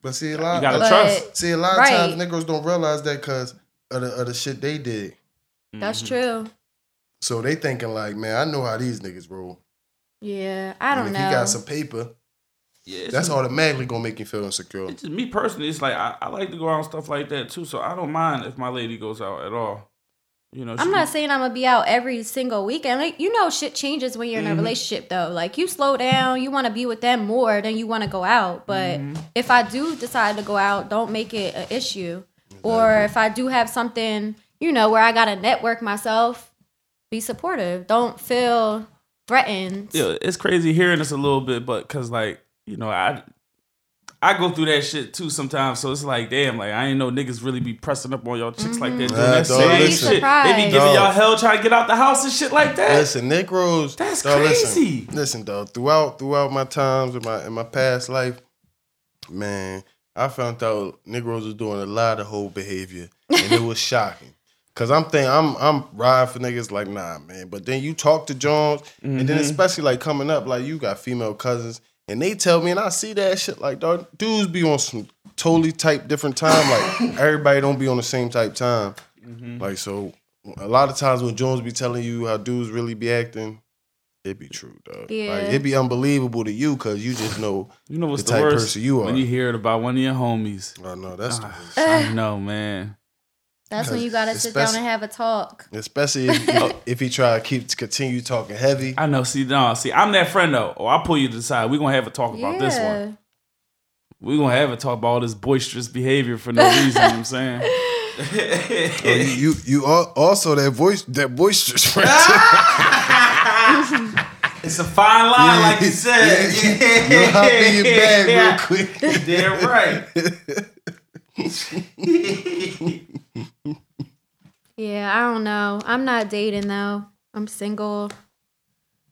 Speaker 2: But see a lot,
Speaker 1: you gotta
Speaker 3: But-
Speaker 1: trust.
Speaker 2: see a lot
Speaker 3: Right.
Speaker 2: of times niggas don't realize that because of the, of the shit they did.
Speaker 3: That's
Speaker 2: Mm-hmm.
Speaker 1: Mhm.
Speaker 3: true.
Speaker 2: So they thinking like, man, I know how these niggas roll.
Speaker 3: Yeah, I don't
Speaker 2: and if
Speaker 3: know.
Speaker 2: you got some paper,
Speaker 1: Yeah, it's
Speaker 2: that's
Speaker 1: just-
Speaker 2: automatically gonna make you feel insecure.
Speaker 1: It's just me personally. It's like I, I like to go out and stuff like that too. So I don't mind if my lady goes out at all. You know, she-
Speaker 3: I'm not saying I'm gonna be out every single weekend. Like you know, shit changes when you're in a
Speaker 2: Mm-hmm.
Speaker 1: Mhm.
Speaker 3: relationship, though. Like you slow down, you want to be with them more than you want to go out. But
Speaker 2: Mm-hmm.
Speaker 1: Mhm.
Speaker 3: if I do decide to go out, don't make it an issue. Or if I do have something, you know, where I gotta network myself, be supportive. Don't feel threatened.
Speaker 1: Yeah, it's crazy hearing this a little bit, but cause like you know I. I go through that shit too sometimes, so it's like, damn, like I ain't know niggas really be pressing up on y'all chicks like that doing
Speaker 2: Mm-hmm. Nah,
Speaker 1: that
Speaker 2: dog,
Speaker 1: same
Speaker 2: listen.
Speaker 1: shit. They be
Speaker 3: Surprise.
Speaker 1: giving y'all
Speaker 2: Dog.
Speaker 1: hell trying to get out the house and shit like that.
Speaker 2: Listen, Nick Rose.
Speaker 1: That's
Speaker 2: dog,
Speaker 1: crazy.
Speaker 2: Listen, listen, dog. Throughout throughout my times in my in my past life, man, I found out Nick Rose was doing a lot of whole behavior, and it was shocking. Cause I'm thinking I'm I'm riding for niggas like nah, man. But then you talk to Jones, and then especially like coming up, like you got female cousins, and they tell me, and I see that shit like dog, dudes be on some totally type different time. Like everybody don't be on the same type time. Like so, a lot of times when Jones be telling you how dudes really be acting, it be true, dog.
Speaker 3: Yeah.
Speaker 2: Like it be unbelievable to you because you just know.
Speaker 1: You know what's
Speaker 2: the
Speaker 1: the,
Speaker 2: type
Speaker 1: worst?
Speaker 2: person you are.
Speaker 1: When you hear it about one of your homies.
Speaker 2: Oh no, that's the
Speaker 1: Ah,
Speaker 2: worst.
Speaker 1: I know, man.
Speaker 3: That's when you gotta sit down
Speaker 2: Especially-
Speaker 3: and have a talk.
Speaker 2: especially if, if he try to keep to continue talking heavy.
Speaker 1: I know. See, no, see, I'm that friend though. Oh, I'll pull you to the side. We're gonna have a talk about
Speaker 3: yeah.
Speaker 1: this one. We're gonna have a talk about all this boisterous behavior for no reason, you know what I'm saying?
Speaker 2: Oh, you, you you al- also that voice that boisterous friend.
Speaker 1: It's a fine line, like you said.
Speaker 2: Yeah. Know how to be in bed real quick.
Speaker 1: Damn right.
Speaker 3: Yeah, I don't know. I'm not dating though. I'm single.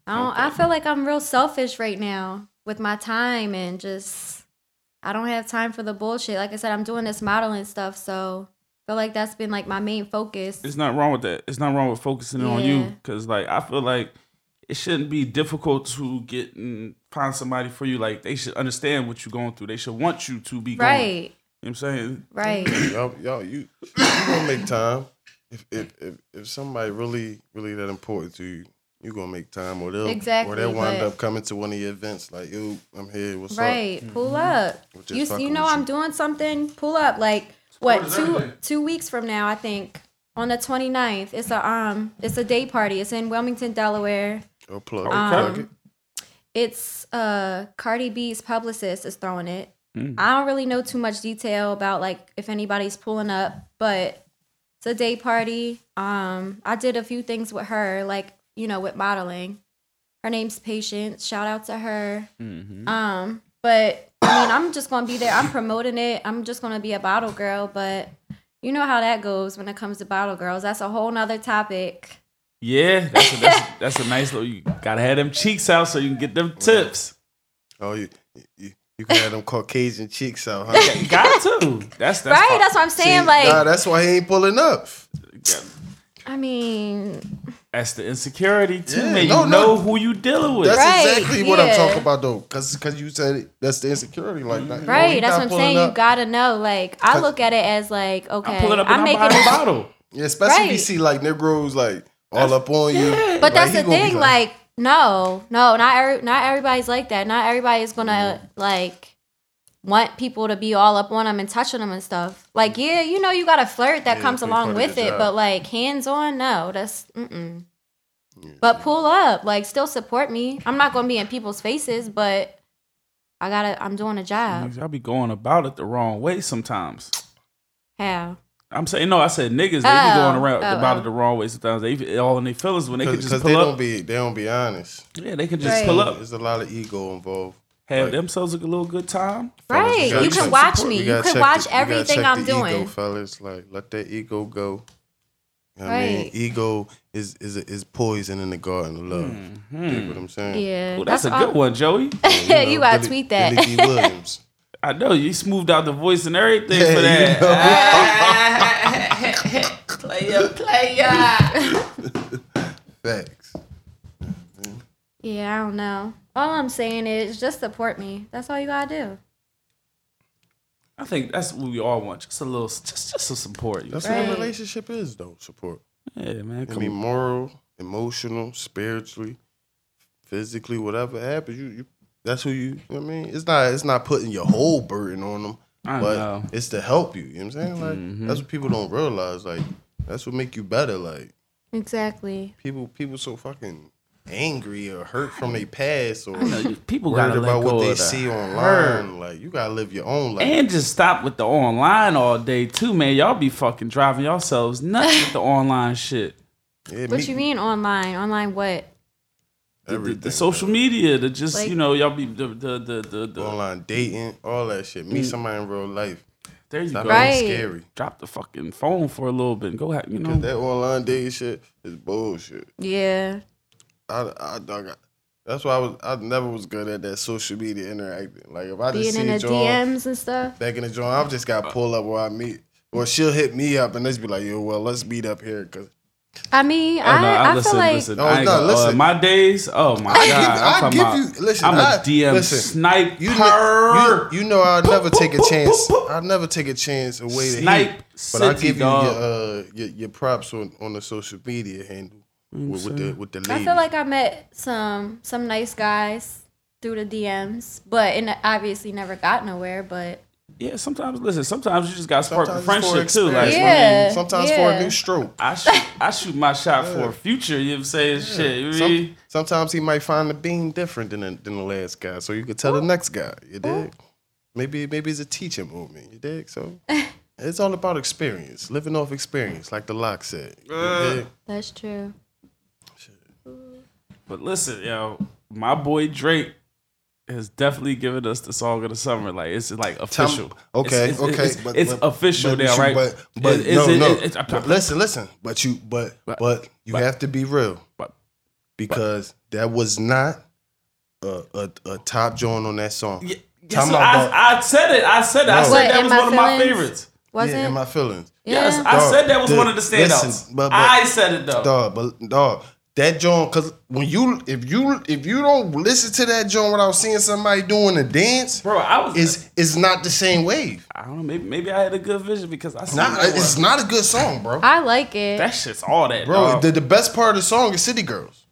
Speaker 3: I don't I feel like I'm real selfish right now with my time and just I don't have time for the bullshit. Like I said, I'm doing this modeling stuff, so I feel like that's been like my main focus.
Speaker 1: It's not wrong with that. It's not wrong with focusing on
Speaker 3: Yeah.
Speaker 1: you, cause like I feel like it shouldn't be difficult to get and find somebody for you. Like they should understand what you're going through. They should want you to be going. You know
Speaker 3: Right.
Speaker 1: what I'm saying?
Speaker 3: Right.
Speaker 2: y'all, y'all, you you gonna make time. If if if, if somebody really really that important to you, you gonna make time, or they'll or
Speaker 3: Exactly,
Speaker 2: they'll wind
Speaker 3: but-
Speaker 2: up coming to one of your events. Like yo, I'm here. What's
Speaker 3: Right. Pull up.
Speaker 2: We're Mm-hmm. just
Speaker 3: You
Speaker 2: fucking
Speaker 3: you know
Speaker 2: with
Speaker 3: I'm
Speaker 2: you.
Speaker 3: doing something. Pull up. Like what
Speaker 1: is
Speaker 3: two
Speaker 1: everything.
Speaker 3: two weeks from now I think on the 29th. It's a um it's a day party. It's in Wilmington, Delaware.
Speaker 2: up? Or plug,
Speaker 1: Um,
Speaker 2: plug it.
Speaker 3: it's uh Cardi B's publicist is throwing it. I don't really know too much detail about like if anybody's pulling up, but it's a day party. Um I did a few things with her, like, you know, with modeling. Her name's Patience. Shout out to her.
Speaker 1: Mm-hmm.
Speaker 3: Um, but I mean, I'm just gonna be there. I'm promoting it. I'm just gonna be a bottle girl, but you know how that goes when it comes to bottle girls. That's a whole nother topic.
Speaker 1: Yeah, that's a, that's, a, that's a nice little. You gotta have them cheeks out so you can get them tips.
Speaker 2: Oh, you you, you can have them Caucasian chicks out, huh?
Speaker 1: You got to. That's that's
Speaker 3: right?
Speaker 1: part-
Speaker 3: That's what I'm saying.
Speaker 2: See,
Speaker 3: like
Speaker 2: nah, that's why he ain't pulling up.
Speaker 3: I mean,
Speaker 1: That's the insecurity too,
Speaker 2: Yeah,
Speaker 1: man. You
Speaker 2: no,
Speaker 1: know
Speaker 2: no.
Speaker 1: who you dealing with.
Speaker 2: That's
Speaker 3: Right,
Speaker 2: exactly what I'm
Speaker 3: yeah.
Speaker 2: talking about though, because you said it, that's the insecurity, like like,
Speaker 3: Right,
Speaker 2: you
Speaker 3: that's
Speaker 2: not
Speaker 3: what I'm
Speaker 2: pulling
Speaker 3: saying.
Speaker 2: up.
Speaker 3: You gotta know. Like, I
Speaker 2: Cause-
Speaker 3: look at it as like, okay,
Speaker 1: I'm pulling up and I'm,
Speaker 3: making.
Speaker 1: buying a bottle.
Speaker 2: yeah, especially if you
Speaker 3: Right.
Speaker 2: see like Negroes like all up on you.
Speaker 3: But that's
Speaker 2: he
Speaker 3: the
Speaker 2: gonna be
Speaker 3: thing. Like, no, no, not every, not everybody's like that. Not everybody's gonna like want people to be all up on them and touching them and stuff. Like, yeah, you know, you got a flirt that
Speaker 2: Yeah,
Speaker 3: comes
Speaker 2: big
Speaker 3: along
Speaker 2: part of
Speaker 3: with
Speaker 2: the
Speaker 3: it,
Speaker 2: job.
Speaker 3: but like hands on, no, that's mm-mm.
Speaker 2: Yeah.
Speaker 3: But pull up, like, still support me. I'm not gonna be in people's faces, but I gotta. I'm doing a job.
Speaker 1: Niggas, Y'all be going about it the wrong way sometimes.
Speaker 2: Mm-hmm.
Speaker 3: How?
Speaker 1: I'm saying no. I said niggas. They be
Speaker 3: Oh,
Speaker 1: going around
Speaker 3: oh,
Speaker 1: about
Speaker 3: oh.
Speaker 1: it the wrong way sometimes. They be all in their feelings when they could
Speaker 2: because
Speaker 1: just
Speaker 2: they
Speaker 1: pull
Speaker 2: don't
Speaker 1: up.
Speaker 2: be they don't be honest.
Speaker 1: yeah, they could just
Speaker 3: Right.
Speaker 1: pull up,
Speaker 2: There's a lot of ego involved.
Speaker 1: have
Speaker 2: Like-
Speaker 1: themselves a little good time.
Speaker 2: Fellas,
Speaker 3: Right.
Speaker 2: gotta
Speaker 3: You
Speaker 2: check-
Speaker 3: can watch me.
Speaker 2: you
Speaker 3: You
Speaker 2: gotta
Speaker 3: can
Speaker 2: check
Speaker 3: watch
Speaker 2: the- you gotta
Speaker 3: everything
Speaker 2: check
Speaker 3: I'm
Speaker 2: the Ego,
Speaker 3: doing.
Speaker 2: fellas, like let that ego go. You know what I mean,
Speaker 3: Right.
Speaker 2: ego is is is poison in the garden of love.
Speaker 1: Mm-hmm.
Speaker 2: Dig what I'm saying?
Speaker 3: Yeah.
Speaker 1: Well, that's, a good
Speaker 3: all-
Speaker 1: one, Joey.
Speaker 2: Yeah,
Speaker 3: You gotta tweet that.
Speaker 2: Billy D. Williams.
Speaker 1: I know you smoothed out the voice and everything for
Speaker 2: Yeah, you
Speaker 1: that.
Speaker 2: know.
Speaker 4: player, player.
Speaker 2: Facts.
Speaker 3: Yeah, I don't know. All I'm saying is just support me. That's all you gotta do.
Speaker 1: I think that's what we all want. Just a little, just just some support. You
Speaker 2: That's
Speaker 1: know?
Speaker 2: what a
Speaker 3: Right.
Speaker 2: relationship is, though. Support.
Speaker 1: Yeah, man.
Speaker 2: I
Speaker 1: Come
Speaker 2: mean,
Speaker 1: on.
Speaker 2: moral, emotional, spiritually, physically, whatever happens, you, you that's who you. you know what I mean, it's not it's not putting your whole burden on them,
Speaker 1: I
Speaker 2: but
Speaker 1: know. Mm-hmm.
Speaker 2: it's to help you. You know what I'm saying? Like that's what people don't realize. Like that's what make you better. Like
Speaker 3: Exactly.
Speaker 2: people people so fucking angry or hurt from their past or
Speaker 1: I know, people
Speaker 2: worried
Speaker 1: gotta let go
Speaker 2: about what they
Speaker 1: of the
Speaker 2: see online.
Speaker 1: hurt.
Speaker 2: Like you gotta live your own life.
Speaker 1: And just stop with the online all day too, man. Y'all be fucking driving yourselves nuts with the online shit.
Speaker 2: Yeah,
Speaker 3: What
Speaker 2: meet
Speaker 3: you mean online? Online what?
Speaker 1: The, the- the
Speaker 2: Everything,
Speaker 1: social media, the just
Speaker 3: Like-
Speaker 1: you know, y'all be the the the the, the
Speaker 2: online dating, all that shit. Meet somebody in real life.
Speaker 1: there Mm. you
Speaker 2: Stop
Speaker 1: go.
Speaker 2: being
Speaker 3: Right.
Speaker 2: scary.
Speaker 1: Drop the fucking phone for a little bit and go ha- you know.
Speaker 2: Cause that online dating shit is bullshit.
Speaker 3: Yeah.
Speaker 2: I, I, dog, I- that's why I was I never was good at that social media interacting. Like if I just
Speaker 3: Being in
Speaker 2: see
Speaker 3: the
Speaker 2: a joint
Speaker 3: DMs and stuff.
Speaker 2: back in the joint, I've just got pull up where I meet. Or she'll hit me up and let's be like, yo, well, let's meet up here. Cause
Speaker 3: I mean,
Speaker 1: Oh,
Speaker 3: I,
Speaker 1: no,
Speaker 3: I, feel like
Speaker 2: Oh,
Speaker 1: I ain't
Speaker 2: no,
Speaker 1: gonna- uh,
Speaker 2: listen.
Speaker 1: my days, oh my
Speaker 2: I give-
Speaker 1: god,
Speaker 2: I
Speaker 1: I'm talking
Speaker 2: give
Speaker 1: about-
Speaker 2: you- listen,
Speaker 1: I'm a
Speaker 2: I-
Speaker 1: DM
Speaker 2: listen,
Speaker 1: sniper.
Speaker 2: you, ne- you, you know I'll never take a chance. I'll never take a chance away to
Speaker 1: Snipe
Speaker 2: hate, But I'll
Speaker 1: City,
Speaker 2: give you your,
Speaker 1: dog.
Speaker 2: uh, your your props on, on the social media handle with, with the with the
Speaker 3: I
Speaker 2: ladies.
Speaker 3: feel like I met some some nice guys through the DMs, but and obviously never got nowhere. But
Speaker 1: yeah, sometimes listen, sometimes you just gotta spark a
Speaker 2: Sometimes it's for
Speaker 1: friendship too. Like
Speaker 2: experience,
Speaker 3: Yeah.
Speaker 2: man. Sometimes for a
Speaker 3: yeah.
Speaker 2: new stroke.
Speaker 1: I shoot I shoot my shot for a future, you know what I'm saying? Shit. You
Speaker 2: Some-
Speaker 1: mean?
Speaker 2: sometimes he might find the beam different than the, than the last guy, so you could tell the next guy. You dig? Maybe maybe it's a teaching moment. You dig? So it's all about experience, living off experience, like the lock said. You
Speaker 1: Uh,
Speaker 2: dig?
Speaker 3: that's true.
Speaker 1: But listen, yo, my boy Drake has definitely given us the song of the summer. Like it's like
Speaker 2: Tell me-
Speaker 1: official.
Speaker 2: okay,
Speaker 1: It's- it's,
Speaker 2: okay,
Speaker 1: It's, it's official
Speaker 2: but
Speaker 1: now,
Speaker 2: you-
Speaker 1: right?
Speaker 2: But but
Speaker 1: It- it's-
Speaker 2: no,
Speaker 1: it-
Speaker 2: no.
Speaker 1: it- it's- I'm-
Speaker 2: But listen, listen. But you but
Speaker 1: But-
Speaker 2: but, you
Speaker 1: but-
Speaker 2: have to be real
Speaker 1: but-
Speaker 2: because that was not a a, a top joint on that song.
Speaker 1: Yeah,
Speaker 2: Tell
Speaker 1: yes,
Speaker 2: me about-
Speaker 1: I, I said it. I said it. I
Speaker 2: No.
Speaker 1: said
Speaker 2: What,
Speaker 1: that
Speaker 3: in
Speaker 1: was
Speaker 3: my
Speaker 1: one of my
Speaker 3: feelings?
Speaker 1: favorites.
Speaker 3: Was
Speaker 2: yeah,
Speaker 3: it?
Speaker 2: in my feelings.
Speaker 1: Yes,
Speaker 3: Yeah.
Speaker 1: I
Speaker 2: Dog,
Speaker 1: said that was
Speaker 2: the-
Speaker 1: one of the standouts.
Speaker 2: listen, but- but-
Speaker 1: I said it though.
Speaker 2: Dog, but dog, that joint, cause when you if you if you don't listen to that joint without seeing somebody doing a dance,
Speaker 1: Bro, I was
Speaker 2: is is not the same wave.
Speaker 1: I don't know, maybe maybe I had a good vision because I seen
Speaker 2: Not,
Speaker 1: that,
Speaker 2: it's
Speaker 1: one.
Speaker 2: not a good song, bro.
Speaker 3: I like it.
Speaker 1: that shit's all that,
Speaker 2: Bro,
Speaker 1: dog.
Speaker 2: the, the best part of the song is City Girls.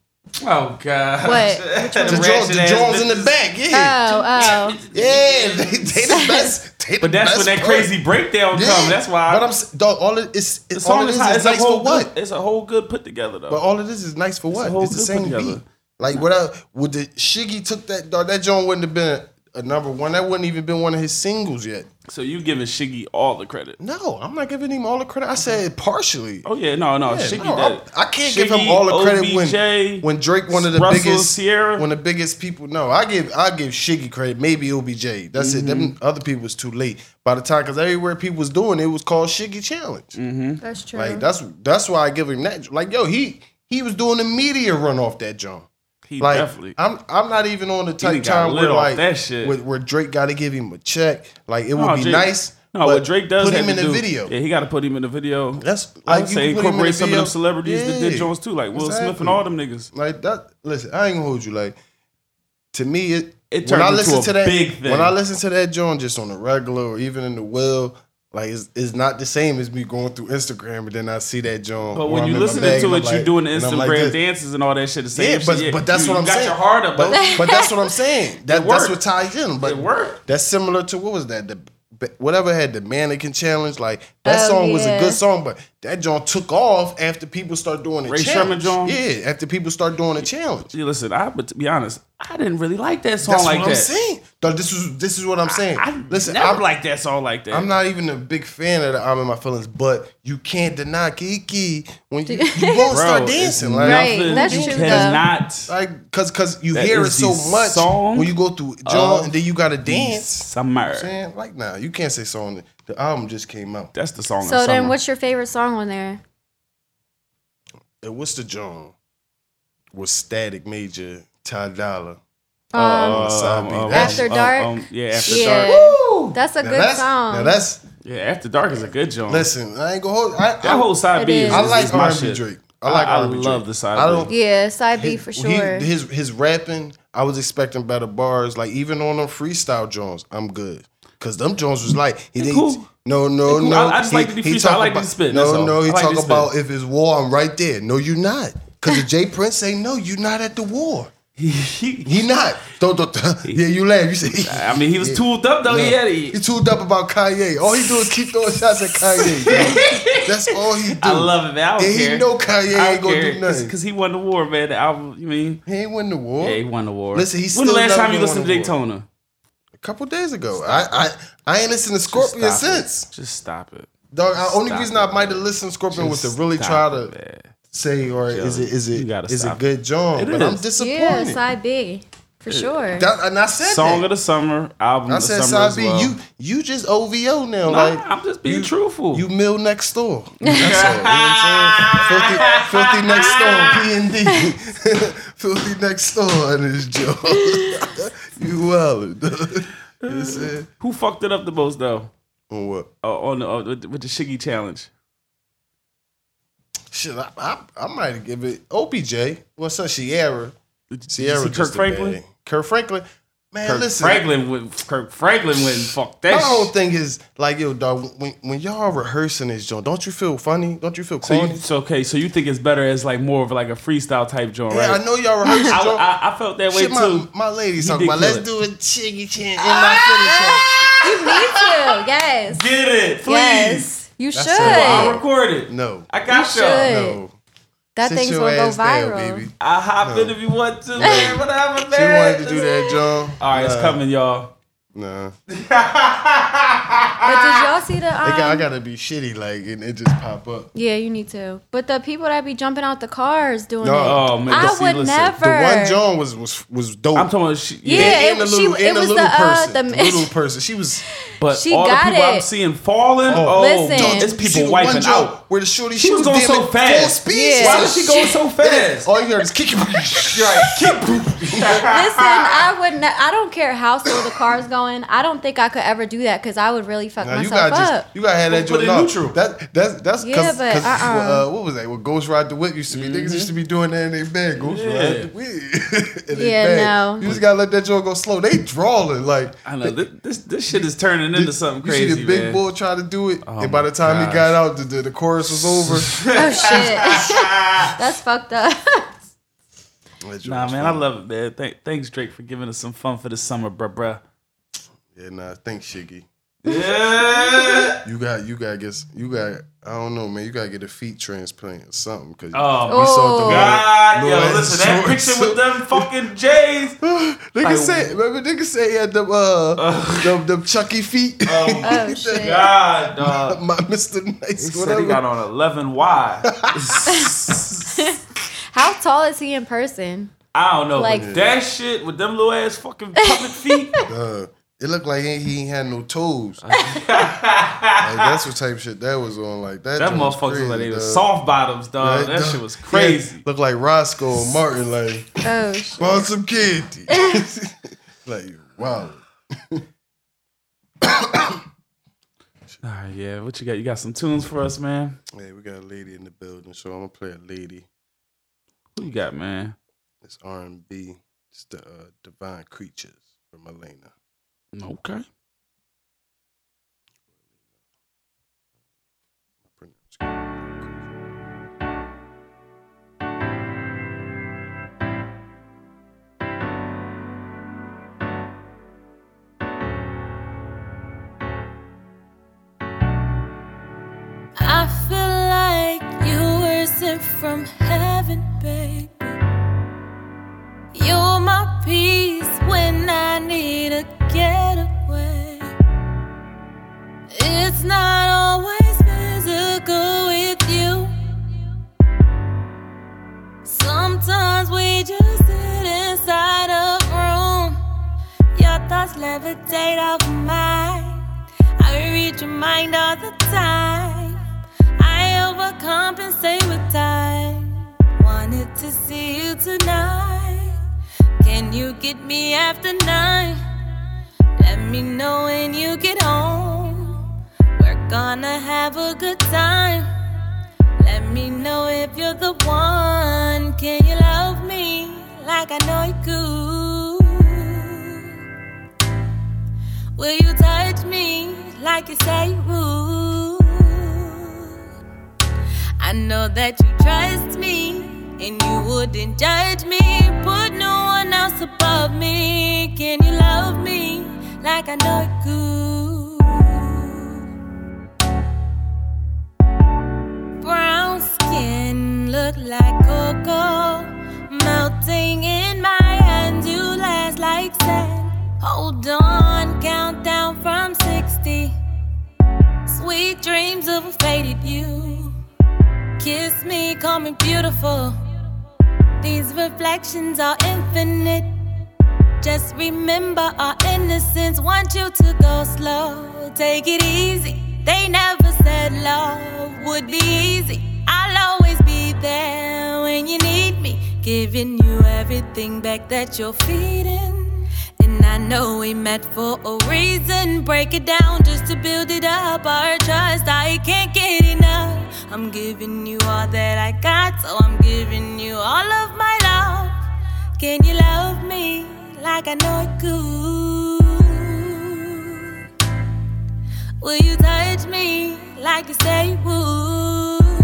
Speaker 1: oh god.
Speaker 3: What? Which
Speaker 1: The ratchet
Speaker 2: The Jones, the
Speaker 1: ass
Speaker 2: Jones in the
Speaker 1: bitches.
Speaker 2: back, yeah,
Speaker 3: oh, oh.
Speaker 2: yeah, they, they the best. They
Speaker 1: But
Speaker 2: the
Speaker 1: that's when
Speaker 2: best
Speaker 1: that
Speaker 2: part.
Speaker 1: crazy breakdown
Speaker 2: Yeah.
Speaker 1: comes. That's why. I,
Speaker 2: But I'm s- dog. All it is,
Speaker 1: the
Speaker 2: it's all
Speaker 1: song
Speaker 2: it
Speaker 1: is
Speaker 2: is,
Speaker 1: hot.
Speaker 2: is
Speaker 1: It's a
Speaker 2: nice for
Speaker 1: whole
Speaker 2: what?
Speaker 1: good. It's a whole good put together though.
Speaker 2: But all of this is nice for what?
Speaker 1: whole
Speaker 2: It's, the
Speaker 1: good put
Speaker 2: same
Speaker 1: together.
Speaker 2: beat. Like what without with the Shiggy took that dog, that joint wouldn't have been a number one. That wouldn't even been one of his singles yet.
Speaker 1: so you giving Shiggy all the credit?
Speaker 2: No, I'm not giving him all the credit. I said partially.
Speaker 1: Oh yeah, no, no,
Speaker 2: Yeah,
Speaker 1: Shiggy
Speaker 2: no,
Speaker 1: did. it.
Speaker 2: I, I can't give
Speaker 1: Shiggy,
Speaker 2: him all the credit
Speaker 1: OBJ,
Speaker 2: when when Drake one of the
Speaker 1: Russell,
Speaker 2: biggest
Speaker 1: Sierra.
Speaker 2: one of the biggest people. No, I give I give Shiggy credit. Maybe OBJ. That's it. Them
Speaker 1: Mm-hmm.
Speaker 2: other people was too late by the time because everywhere people was doing it was called Shiggy Challenge.
Speaker 1: Mm-hmm.
Speaker 3: That's true.
Speaker 2: Like that's that's why I give him that. Like yo, he he was doing a media run off that joint.
Speaker 1: he
Speaker 2: Like
Speaker 1: definitely.
Speaker 2: I'm I'm not even on the
Speaker 1: done
Speaker 2: type
Speaker 1: got
Speaker 2: time
Speaker 1: lit
Speaker 2: where
Speaker 1: off
Speaker 2: like
Speaker 1: that shit.
Speaker 2: Where, where Drake got to give him a check. Like it would
Speaker 1: No,
Speaker 2: be
Speaker 1: Drake-
Speaker 2: nice.
Speaker 1: no,
Speaker 2: but
Speaker 1: what Drake does
Speaker 2: put
Speaker 1: have
Speaker 2: him
Speaker 1: to
Speaker 2: in
Speaker 1: do-
Speaker 2: a video.
Speaker 1: Yeah, he got to put him in the video.
Speaker 2: That's
Speaker 1: I
Speaker 2: like
Speaker 1: would
Speaker 2: you
Speaker 1: say
Speaker 2: can put him in
Speaker 1: incorporate
Speaker 2: the
Speaker 1: some of
Speaker 2: video.
Speaker 1: them celebrities that did
Speaker 2: Yeah,
Speaker 1: Jones too, like Will Smith
Speaker 2: exactly.
Speaker 1: and all them niggas.
Speaker 2: Like that. Listen, I ain't gonna hold you. Like to me, it
Speaker 1: It
Speaker 2: when
Speaker 1: turned
Speaker 2: I
Speaker 1: into
Speaker 2: listen
Speaker 1: a
Speaker 2: to that
Speaker 1: big thing.
Speaker 2: when I listen to that joint just on the regular or even in the will, Like it's, it's not the same as me going through Instagram and then I see that John.
Speaker 1: But when you listening to it, you doing the Instagram dances and all that shit. The same
Speaker 2: Yeah, but,
Speaker 1: shit.
Speaker 2: but that's
Speaker 1: you,
Speaker 2: what I'm
Speaker 1: you got
Speaker 2: saying.
Speaker 1: Your heart up,
Speaker 2: but,
Speaker 1: but
Speaker 2: but that's what I'm saying. That,
Speaker 1: worked.
Speaker 2: that's what ties in. But
Speaker 1: It worked.
Speaker 2: That's similar to what was that? The whatever had the mannequin challenge. Like that
Speaker 3: Oh,
Speaker 2: song was a
Speaker 3: yeah.
Speaker 2: good song, but that John took off after people start doing the
Speaker 1: Ray Sherman
Speaker 2: challenge.
Speaker 1: John?
Speaker 2: Yeah, after people start doing the challenge.
Speaker 1: Gee, listen, I but to be honest, I didn't really like that song
Speaker 2: That's
Speaker 1: like
Speaker 2: what
Speaker 1: that.
Speaker 2: I'm saying. Though This is this is what I'm saying.
Speaker 1: I
Speaker 2: Listen,
Speaker 1: never
Speaker 2: I'm,
Speaker 1: liked that song like that.
Speaker 2: I'm not even a big fan of the I'm in my feelings, but you can't deny Kiki when you, you won't
Speaker 1: Bro,
Speaker 2: start
Speaker 1: it's
Speaker 2: dancing. Like,
Speaker 3: Right,
Speaker 1: nothing
Speaker 3: that's
Speaker 1: you
Speaker 3: true, though.
Speaker 1: cannot
Speaker 2: like cause cause you
Speaker 1: That
Speaker 2: hear it
Speaker 1: is
Speaker 2: so
Speaker 1: the
Speaker 2: much
Speaker 1: song
Speaker 2: when you go through John
Speaker 1: of
Speaker 2: and then you
Speaker 3: Oh,
Speaker 2: gotta
Speaker 1: be
Speaker 2: dance.
Speaker 1: summer.
Speaker 2: Man, like now nah, you can't say song. The album just came out.
Speaker 1: That's the song.
Speaker 3: So
Speaker 1: of
Speaker 3: then,
Speaker 1: summer.
Speaker 3: what's your favorite song on there?
Speaker 2: And what's the John? Was Static Major Ty Dolla? Uh,
Speaker 3: Um,
Speaker 1: Uh,
Speaker 2: Side B.
Speaker 3: After Dark?
Speaker 1: um, yeah, after
Speaker 3: Yeah.
Speaker 1: dark.
Speaker 3: That's a
Speaker 2: oh. Now
Speaker 3: good
Speaker 2: that's,
Speaker 3: song.
Speaker 2: Now that's
Speaker 1: Yeah, after dark is a good joint.
Speaker 2: listen. I ain't gonna hold. I,
Speaker 1: that
Speaker 2: I,
Speaker 1: whole side
Speaker 3: It
Speaker 1: B. Is,
Speaker 3: is.
Speaker 2: I
Speaker 1: is- is
Speaker 2: like
Speaker 1: my
Speaker 2: R&B
Speaker 1: shit.
Speaker 2: Drake. I like
Speaker 1: I,
Speaker 2: R&B Drake.
Speaker 1: love the side
Speaker 2: I
Speaker 1: B.
Speaker 2: don't-
Speaker 3: yeah, side B
Speaker 2: His-
Speaker 3: for
Speaker 2: he-
Speaker 3: sure.
Speaker 2: his his rapping, I was expecting better bars. Like even on them freestyle Jones, I'm good. Cause them Jones was like he
Speaker 1: They
Speaker 2: didn't.
Speaker 1: cool.
Speaker 2: No, no,
Speaker 1: They cool.
Speaker 2: no.
Speaker 1: I- I just like that he freestyle. I
Speaker 2: talk
Speaker 1: like that
Speaker 2: about-
Speaker 1: he spit, that's
Speaker 2: No,
Speaker 1: all.
Speaker 2: no. He
Speaker 1: I like that he
Speaker 2: talk
Speaker 1: spit.
Speaker 2: about if it's war, I'm right there. No, you not. Cause if Jay Prince say no, you not at the war. He not. Don't, don't, yeah, you laugh. You say.
Speaker 1: I mean, he was tooled up though. He had
Speaker 2: He
Speaker 1: it.
Speaker 2: tooled up about Kanye. All he do is keep throwing shots at Kanye. yo. That's all he do.
Speaker 1: I love it. Man. I don't
Speaker 2: And
Speaker 1: care.
Speaker 2: he know Kanye
Speaker 1: I
Speaker 2: ain't
Speaker 1: don't
Speaker 2: gonna
Speaker 1: care
Speaker 2: do nothing.
Speaker 1: because he won the war, man. The album. You mean?
Speaker 2: He ain't win the war.
Speaker 1: Yeah, he won the war.
Speaker 2: Listen, he's
Speaker 1: when the
Speaker 2: still
Speaker 1: last
Speaker 2: never
Speaker 1: time you
Speaker 2: gonna
Speaker 1: listened to
Speaker 2: win the war.
Speaker 1: Daytona?
Speaker 2: couple days ago. I, I I ain't listened to Scorpion
Speaker 1: Stop it.
Speaker 2: since.
Speaker 1: Just stop it.
Speaker 2: Dog, the only
Speaker 1: Stop
Speaker 2: reason
Speaker 1: it,
Speaker 2: I might have listened to Scorpion was
Speaker 1: Just
Speaker 2: to really
Speaker 1: stop
Speaker 2: try
Speaker 1: it,
Speaker 2: to
Speaker 1: man.
Speaker 2: say, or is it is
Speaker 1: You
Speaker 2: it
Speaker 1: gotta
Speaker 2: is
Speaker 1: stop
Speaker 2: it good, John?
Speaker 1: It
Speaker 2: But I'm
Speaker 1: is.
Speaker 2: disappointed.
Speaker 3: yeah, side B for sure.
Speaker 2: That- and I said
Speaker 1: Song
Speaker 2: that.
Speaker 1: of the summer album.
Speaker 2: I
Speaker 1: of the
Speaker 2: said,
Speaker 1: summer
Speaker 2: Side
Speaker 1: as
Speaker 2: B,
Speaker 1: well.
Speaker 2: you you just OVO now,
Speaker 1: Nah,
Speaker 2: like
Speaker 1: I'm just being
Speaker 2: you-
Speaker 1: truthful.
Speaker 2: You mill next door. That's all. You know what I'm saying? Filthy, filthy next door, P and D. filthy next door and his Joe. you wild.
Speaker 1: Who fucked it up the most though?
Speaker 2: On what?
Speaker 1: Uh, on the, uh, with, the- with the Shiggy challenge.
Speaker 2: Shit, I, I, I might give it OBJ. What's up, Sierra?
Speaker 1: Did- did you
Speaker 2: Sierra
Speaker 1: see
Speaker 2: just
Speaker 1: Kirk
Speaker 2: a
Speaker 1: Franklin.
Speaker 2: bad- Kirk Franklin. Man,
Speaker 1: Kirk
Speaker 2: listen.
Speaker 1: Franklin would. Kirk Franklin went and fucked that.
Speaker 2: My whole
Speaker 1: shit.
Speaker 2: thing is like, yo, dog. When, when y'all rehearsing this joint, don't you feel funny? Don't you feel
Speaker 1: So, you,
Speaker 2: corny?
Speaker 1: so okay, so you think it's better as like more of like a freestyle type joint,
Speaker 2: yeah,
Speaker 1: right?
Speaker 2: I know y'all rehearsing.
Speaker 1: I,
Speaker 2: joint.
Speaker 1: I, I felt that way
Speaker 2: Shit, my,
Speaker 1: too.
Speaker 2: my lady's
Speaker 1: You
Speaker 2: talking
Speaker 1: did
Speaker 2: about.
Speaker 1: kill
Speaker 2: Let's
Speaker 1: it.
Speaker 2: do a chiggy chin in my finish.
Speaker 3: you need to, yes,
Speaker 1: Get it, please.
Speaker 3: yes, you should.
Speaker 2: That's it.
Speaker 1: I'll record it.
Speaker 2: No,
Speaker 1: I got
Speaker 3: You
Speaker 1: you.
Speaker 3: should.
Speaker 2: no.
Speaker 3: That
Speaker 2: Sit
Speaker 3: thing's
Speaker 2: your
Speaker 3: gonna go
Speaker 2: ass down,
Speaker 3: viral.
Speaker 2: baby.
Speaker 1: I'll hop
Speaker 2: No.
Speaker 1: in if you want to, man. Whatever,
Speaker 2: She
Speaker 1: man.
Speaker 2: wanted to do that, Uh, John.
Speaker 1: All right, it's coming, y'all.
Speaker 2: Nah,
Speaker 3: But did y'all see the?
Speaker 2: I,
Speaker 3: Um,
Speaker 2: got, I gotta be shitty, like, and it just pop up.
Speaker 3: yeah, you need to. But the people that be jumping out the cars doing
Speaker 2: No.
Speaker 3: it,
Speaker 1: Oh man,
Speaker 3: I
Speaker 1: see,
Speaker 3: would
Speaker 1: listen.
Speaker 3: never.
Speaker 2: The one John was was was dope.
Speaker 1: I'm talking about she,
Speaker 3: Yeah,
Speaker 1: yeah,
Speaker 3: it- she- it was the, uh, the-
Speaker 2: the little person. She was.
Speaker 1: but
Speaker 3: she
Speaker 1: all
Speaker 3: got
Speaker 1: the people I'm
Speaker 3: it.
Speaker 1: seeing falling. Oh,
Speaker 3: Listen.
Speaker 2: Dog,
Speaker 1: it's
Speaker 2: you see
Speaker 1: people
Speaker 2: the
Speaker 1: wiping
Speaker 2: one John
Speaker 1: out.
Speaker 2: where the shorty
Speaker 1: She was going
Speaker 2: damn
Speaker 1: so
Speaker 2: it Full
Speaker 1: fast.
Speaker 2: speed.
Speaker 3: Yeah.
Speaker 1: Why was she going so fast?
Speaker 2: All you heard is kick. Right,
Speaker 3: Listen, I would. Ne- I don't care how slow the car's going. I don't think I could ever do that because I would really fuck
Speaker 2: Now, you
Speaker 3: myself
Speaker 2: gotta
Speaker 3: up.
Speaker 2: just you gotta have that
Speaker 1: Put
Speaker 2: joint
Speaker 1: it
Speaker 2: no,
Speaker 1: neutral.
Speaker 2: That that's that's
Speaker 3: Yeah,
Speaker 2: cause,
Speaker 3: but,
Speaker 2: 'cause,
Speaker 3: uh-uh.
Speaker 2: uh, what was that? What Ghost Ride the Whip used to be. Niggas used to be doing that in their bed. Ghost Ride
Speaker 1: Mm-hmm. Yeah.
Speaker 2: the Whip. in
Speaker 3: Yeah,
Speaker 2: their bag.
Speaker 3: no.
Speaker 2: You just gotta let that joint go slow. They drawling like.
Speaker 1: I know this, this this shit is turning into something crazy,
Speaker 2: you see the big
Speaker 1: man. Oh
Speaker 2: bull try to do it, and by
Speaker 1: my
Speaker 2: the time
Speaker 1: gosh.
Speaker 2: he got out, the, the, the chorus was over.
Speaker 3: Oh shit, that's fucked up.
Speaker 2: That joint
Speaker 1: Nah,
Speaker 2: was
Speaker 1: man, I
Speaker 2: funny.
Speaker 1: love it, man. Th- thanks, Drake, for giving us some fun for the summer, bruh, bruh.
Speaker 2: Yeah, nah, thanks, Shiggy.
Speaker 1: Yeah.
Speaker 2: You got, you got, guess, you got. I don't know, man. You gotta get a feet transplant or something, cause
Speaker 1: Oh.
Speaker 3: Oh.
Speaker 2: the
Speaker 1: God,
Speaker 2: little
Speaker 1: yo,
Speaker 2: ass
Speaker 1: listen, that
Speaker 2: shorts.
Speaker 1: picture with them fucking J's.
Speaker 2: Nigga
Speaker 1: Like-
Speaker 2: say, remember nigga say he had them uh, them, them Chucky feet.
Speaker 3: Oh shit.
Speaker 1: God, dog.
Speaker 2: My Mr. Nice,
Speaker 1: He said
Speaker 2: whatever.
Speaker 1: he got on 11 Y.
Speaker 3: How tall is he in person?
Speaker 1: I don't know,
Speaker 3: Like-
Speaker 1: but that shit with them little ass fucking puppet feet.
Speaker 2: Uh, it looked like he, he ain't had no toes. like, that's what type of shit that was on. Like that.
Speaker 1: That
Speaker 2: joint was
Speaker 1: motherfuckers
Speaker 2: crazy,
Speaker 1: like they was
Speaker 2: dog.
Speaker 1: soft bottoms, dog.
Speaker 2: Right,
Speaker 1: that
Speaker 2: dog?
Speaker 1: shit was
Speaker 2: Yeah,
Speaker 1: crazy.
Speaker 2: looked like Roscoe and Martin. Like
Speaker 3: Oh shit.
Speaker 2: bought some candy. like wow.
Speaker 1: All right, yeah. What you got? You got some tunes for us, man?
Speaker 2: Hey, we got a lady in the building, so I'm gonna play a lady.
Speaker 1: Who you got, man?
Speaker 2: It's R and B. It's the uh, Divine Creatures from Elena.
Speaker 1: Okay.
Speaker 5: I feel like you were sent from heaven, baby. You're my peace when I need a getaway. It's not always physical with you. Sometimes we just sit inside a room. Your thoughts levitate off mine. I read your mind all the time. I overcompensate with time. Wanted to see you tonight. Can you get me after nine? Let me know when you get home. We're gonna have a good time. Let me know if you're the one. Can you love me like I know you could? Will you touch me like you say you would? I know that you trust me and you wouldn't judge me. Put no one else above me. Can you love me like I know you could? Brown skin look like cocoa melting in my hands. You last like sand. Hold on, count down from 60. Sweet dreams of a faded you. Kiss me, call me beautiful. These reflections are infinite. Just remember our innocence. Want you to go slow, take it easy. They never said love would be easy. I'll always be there when you need me, giving you everything back that you're feeding. And I know we met for a reason. Break it down just to build it up. Our trust, I can't get enough. I'm giving you all that I got, so I'm giving you all of my love. Can you love me like I know it could? Will you touch me like you say you would?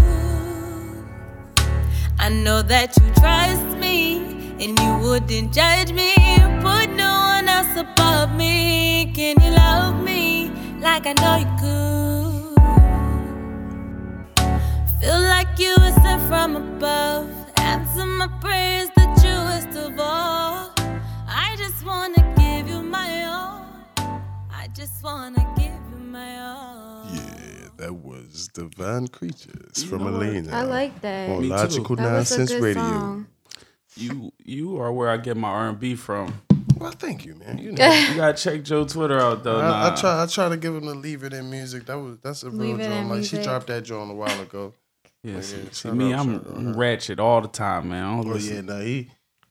Speaker 5: I know that you trust me and you wouldn't judge me. Put no one else above me. Can you love me like I know you could? Feel like you were sent from above. Answer my prayers, the truest of all. I just wanna give you my all. I just wanna give you my all.
Speaker 2: Yeah, that was Divine Creatures from
Speaker 1: know what?
Speaker 2: Elena.
Speaker 3: I like that.
Speaker 2: on
Speaker 1: Me too.
Speaker 2: Logical
Speaker 3: that was a
Speaker 2: Nonsense
Speaker 3: good
Speaker 2: Radio.
Speaker 3: song.
Speaker 1: You you are where I get my R and B from.
Speaker 2: Well, thank you, man. You know,
Speaker 1: You gotta check Joe Twitter out though.
Speaker 2: I,
Speaker 1: nah.
Speaker 2: I try. I try to give him the leave it in music. That was that's a real
Speaker 3: Leave It
Speaker 2: joint. Like
Speaker 3: In
Speaker 2: she
Speaker 3: Music.
Speaker 2: dropped that joint a while ago.
Speaker 1: Yeah, see,
Speaker 2: Oh, yeah,
Speaker 1: see
Speaker 2: shout
Speaker 1: me,
Speaker 2: out,
Speaker 1: I'm,
Speaker 2: shout out,
Speaker 1: I'm
Speaker 2: huh?
Speaker 1: ratchet all the time, man. I don't
Speaker 2: Oh
Speaker 1: listen.
Speaker 2: yeah, no, he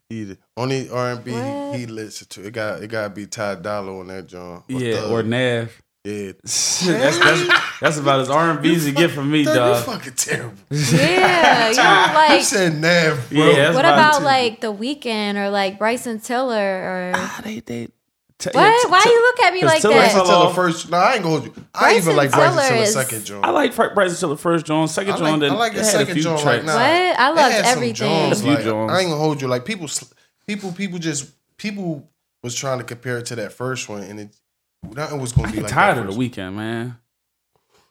Speaker 2: he the only R and B
Speaker 3: What?
Speaker 2: he listened to. It got it got to be Ty Dolla on that joint.
Speaker 1: Yeah,
Speaker 2: Thug.
Speaker 1: or Nav.
Speaker 2: yeah.
Speaker 1: that's, that's that's about as R and B as you get from me,
Speaker 2: Thug, you
Speaker 1: dog.
Speaker 2: fucking terrible.
Speaker 3: Yeah, you don't
Speaker 2: you
Speaker 3: like.
Speaker 2: said Nav, bro.
Speaker 1: Yeah, that's
Speaker 3: What
Speaker 1: why-
Speaker 3: about like The Weeknd or like Bryson Tiller or
Speaker 1: Ah, they they? T- yeah,
Speaker 3: what?
Speaker 1: t-
Speaker 3: Why
Speaker 1: t-
Speaker 3: you look at me
Speaker 1: 'cause
Speaker 3: like
Speaker 1: Tiller's
Speaker 3: that?
Speaker 1: a-
Speaker 2: Till
Speaker 1: Hello.
Speaker 2: the first. No, I ain't gonna. I
Speaker 3: Bryson
Speaker 2: even like Bryson
Speaker 3: Tiller
Speaker 2: till the
Speaker 3: is-
Speaker 2: second joint.
Speaker 1: I like Fr- Bryson Tiller first John, second
Speaker 2: I
Speaker 1: John.
Speaker 2: like,
Speaker 1: Then
Speaker 2: I like the
Speaker 1: it had a
Speaker 2: second
Speaker 1: few
Speaker 2: joint right
Speaker 1: tracks.
Speaker 2: now.
Speaker 3: What? I
Speaker 2: It
Speaker 3: loved
Speaker 2: had some
Speaker 3: everything.
Speaker 1: A
Speaker 2: joints,
Speaker 1: few
Speaker 2: like,
Speaker 1: joints.
Speaker 2: I ain't gonna hold you. Like people, sl- people, people just people was trying to compare it to that first one, and it nothing was gonna
Speaker 1: I
Speaker 2: be
Speaker 1: get
Speaker 2: like
Speaker 1: tired
Speaker 2: that
Speaker 1: of the
Speaker 2: first
Speaker 1: weekend, man.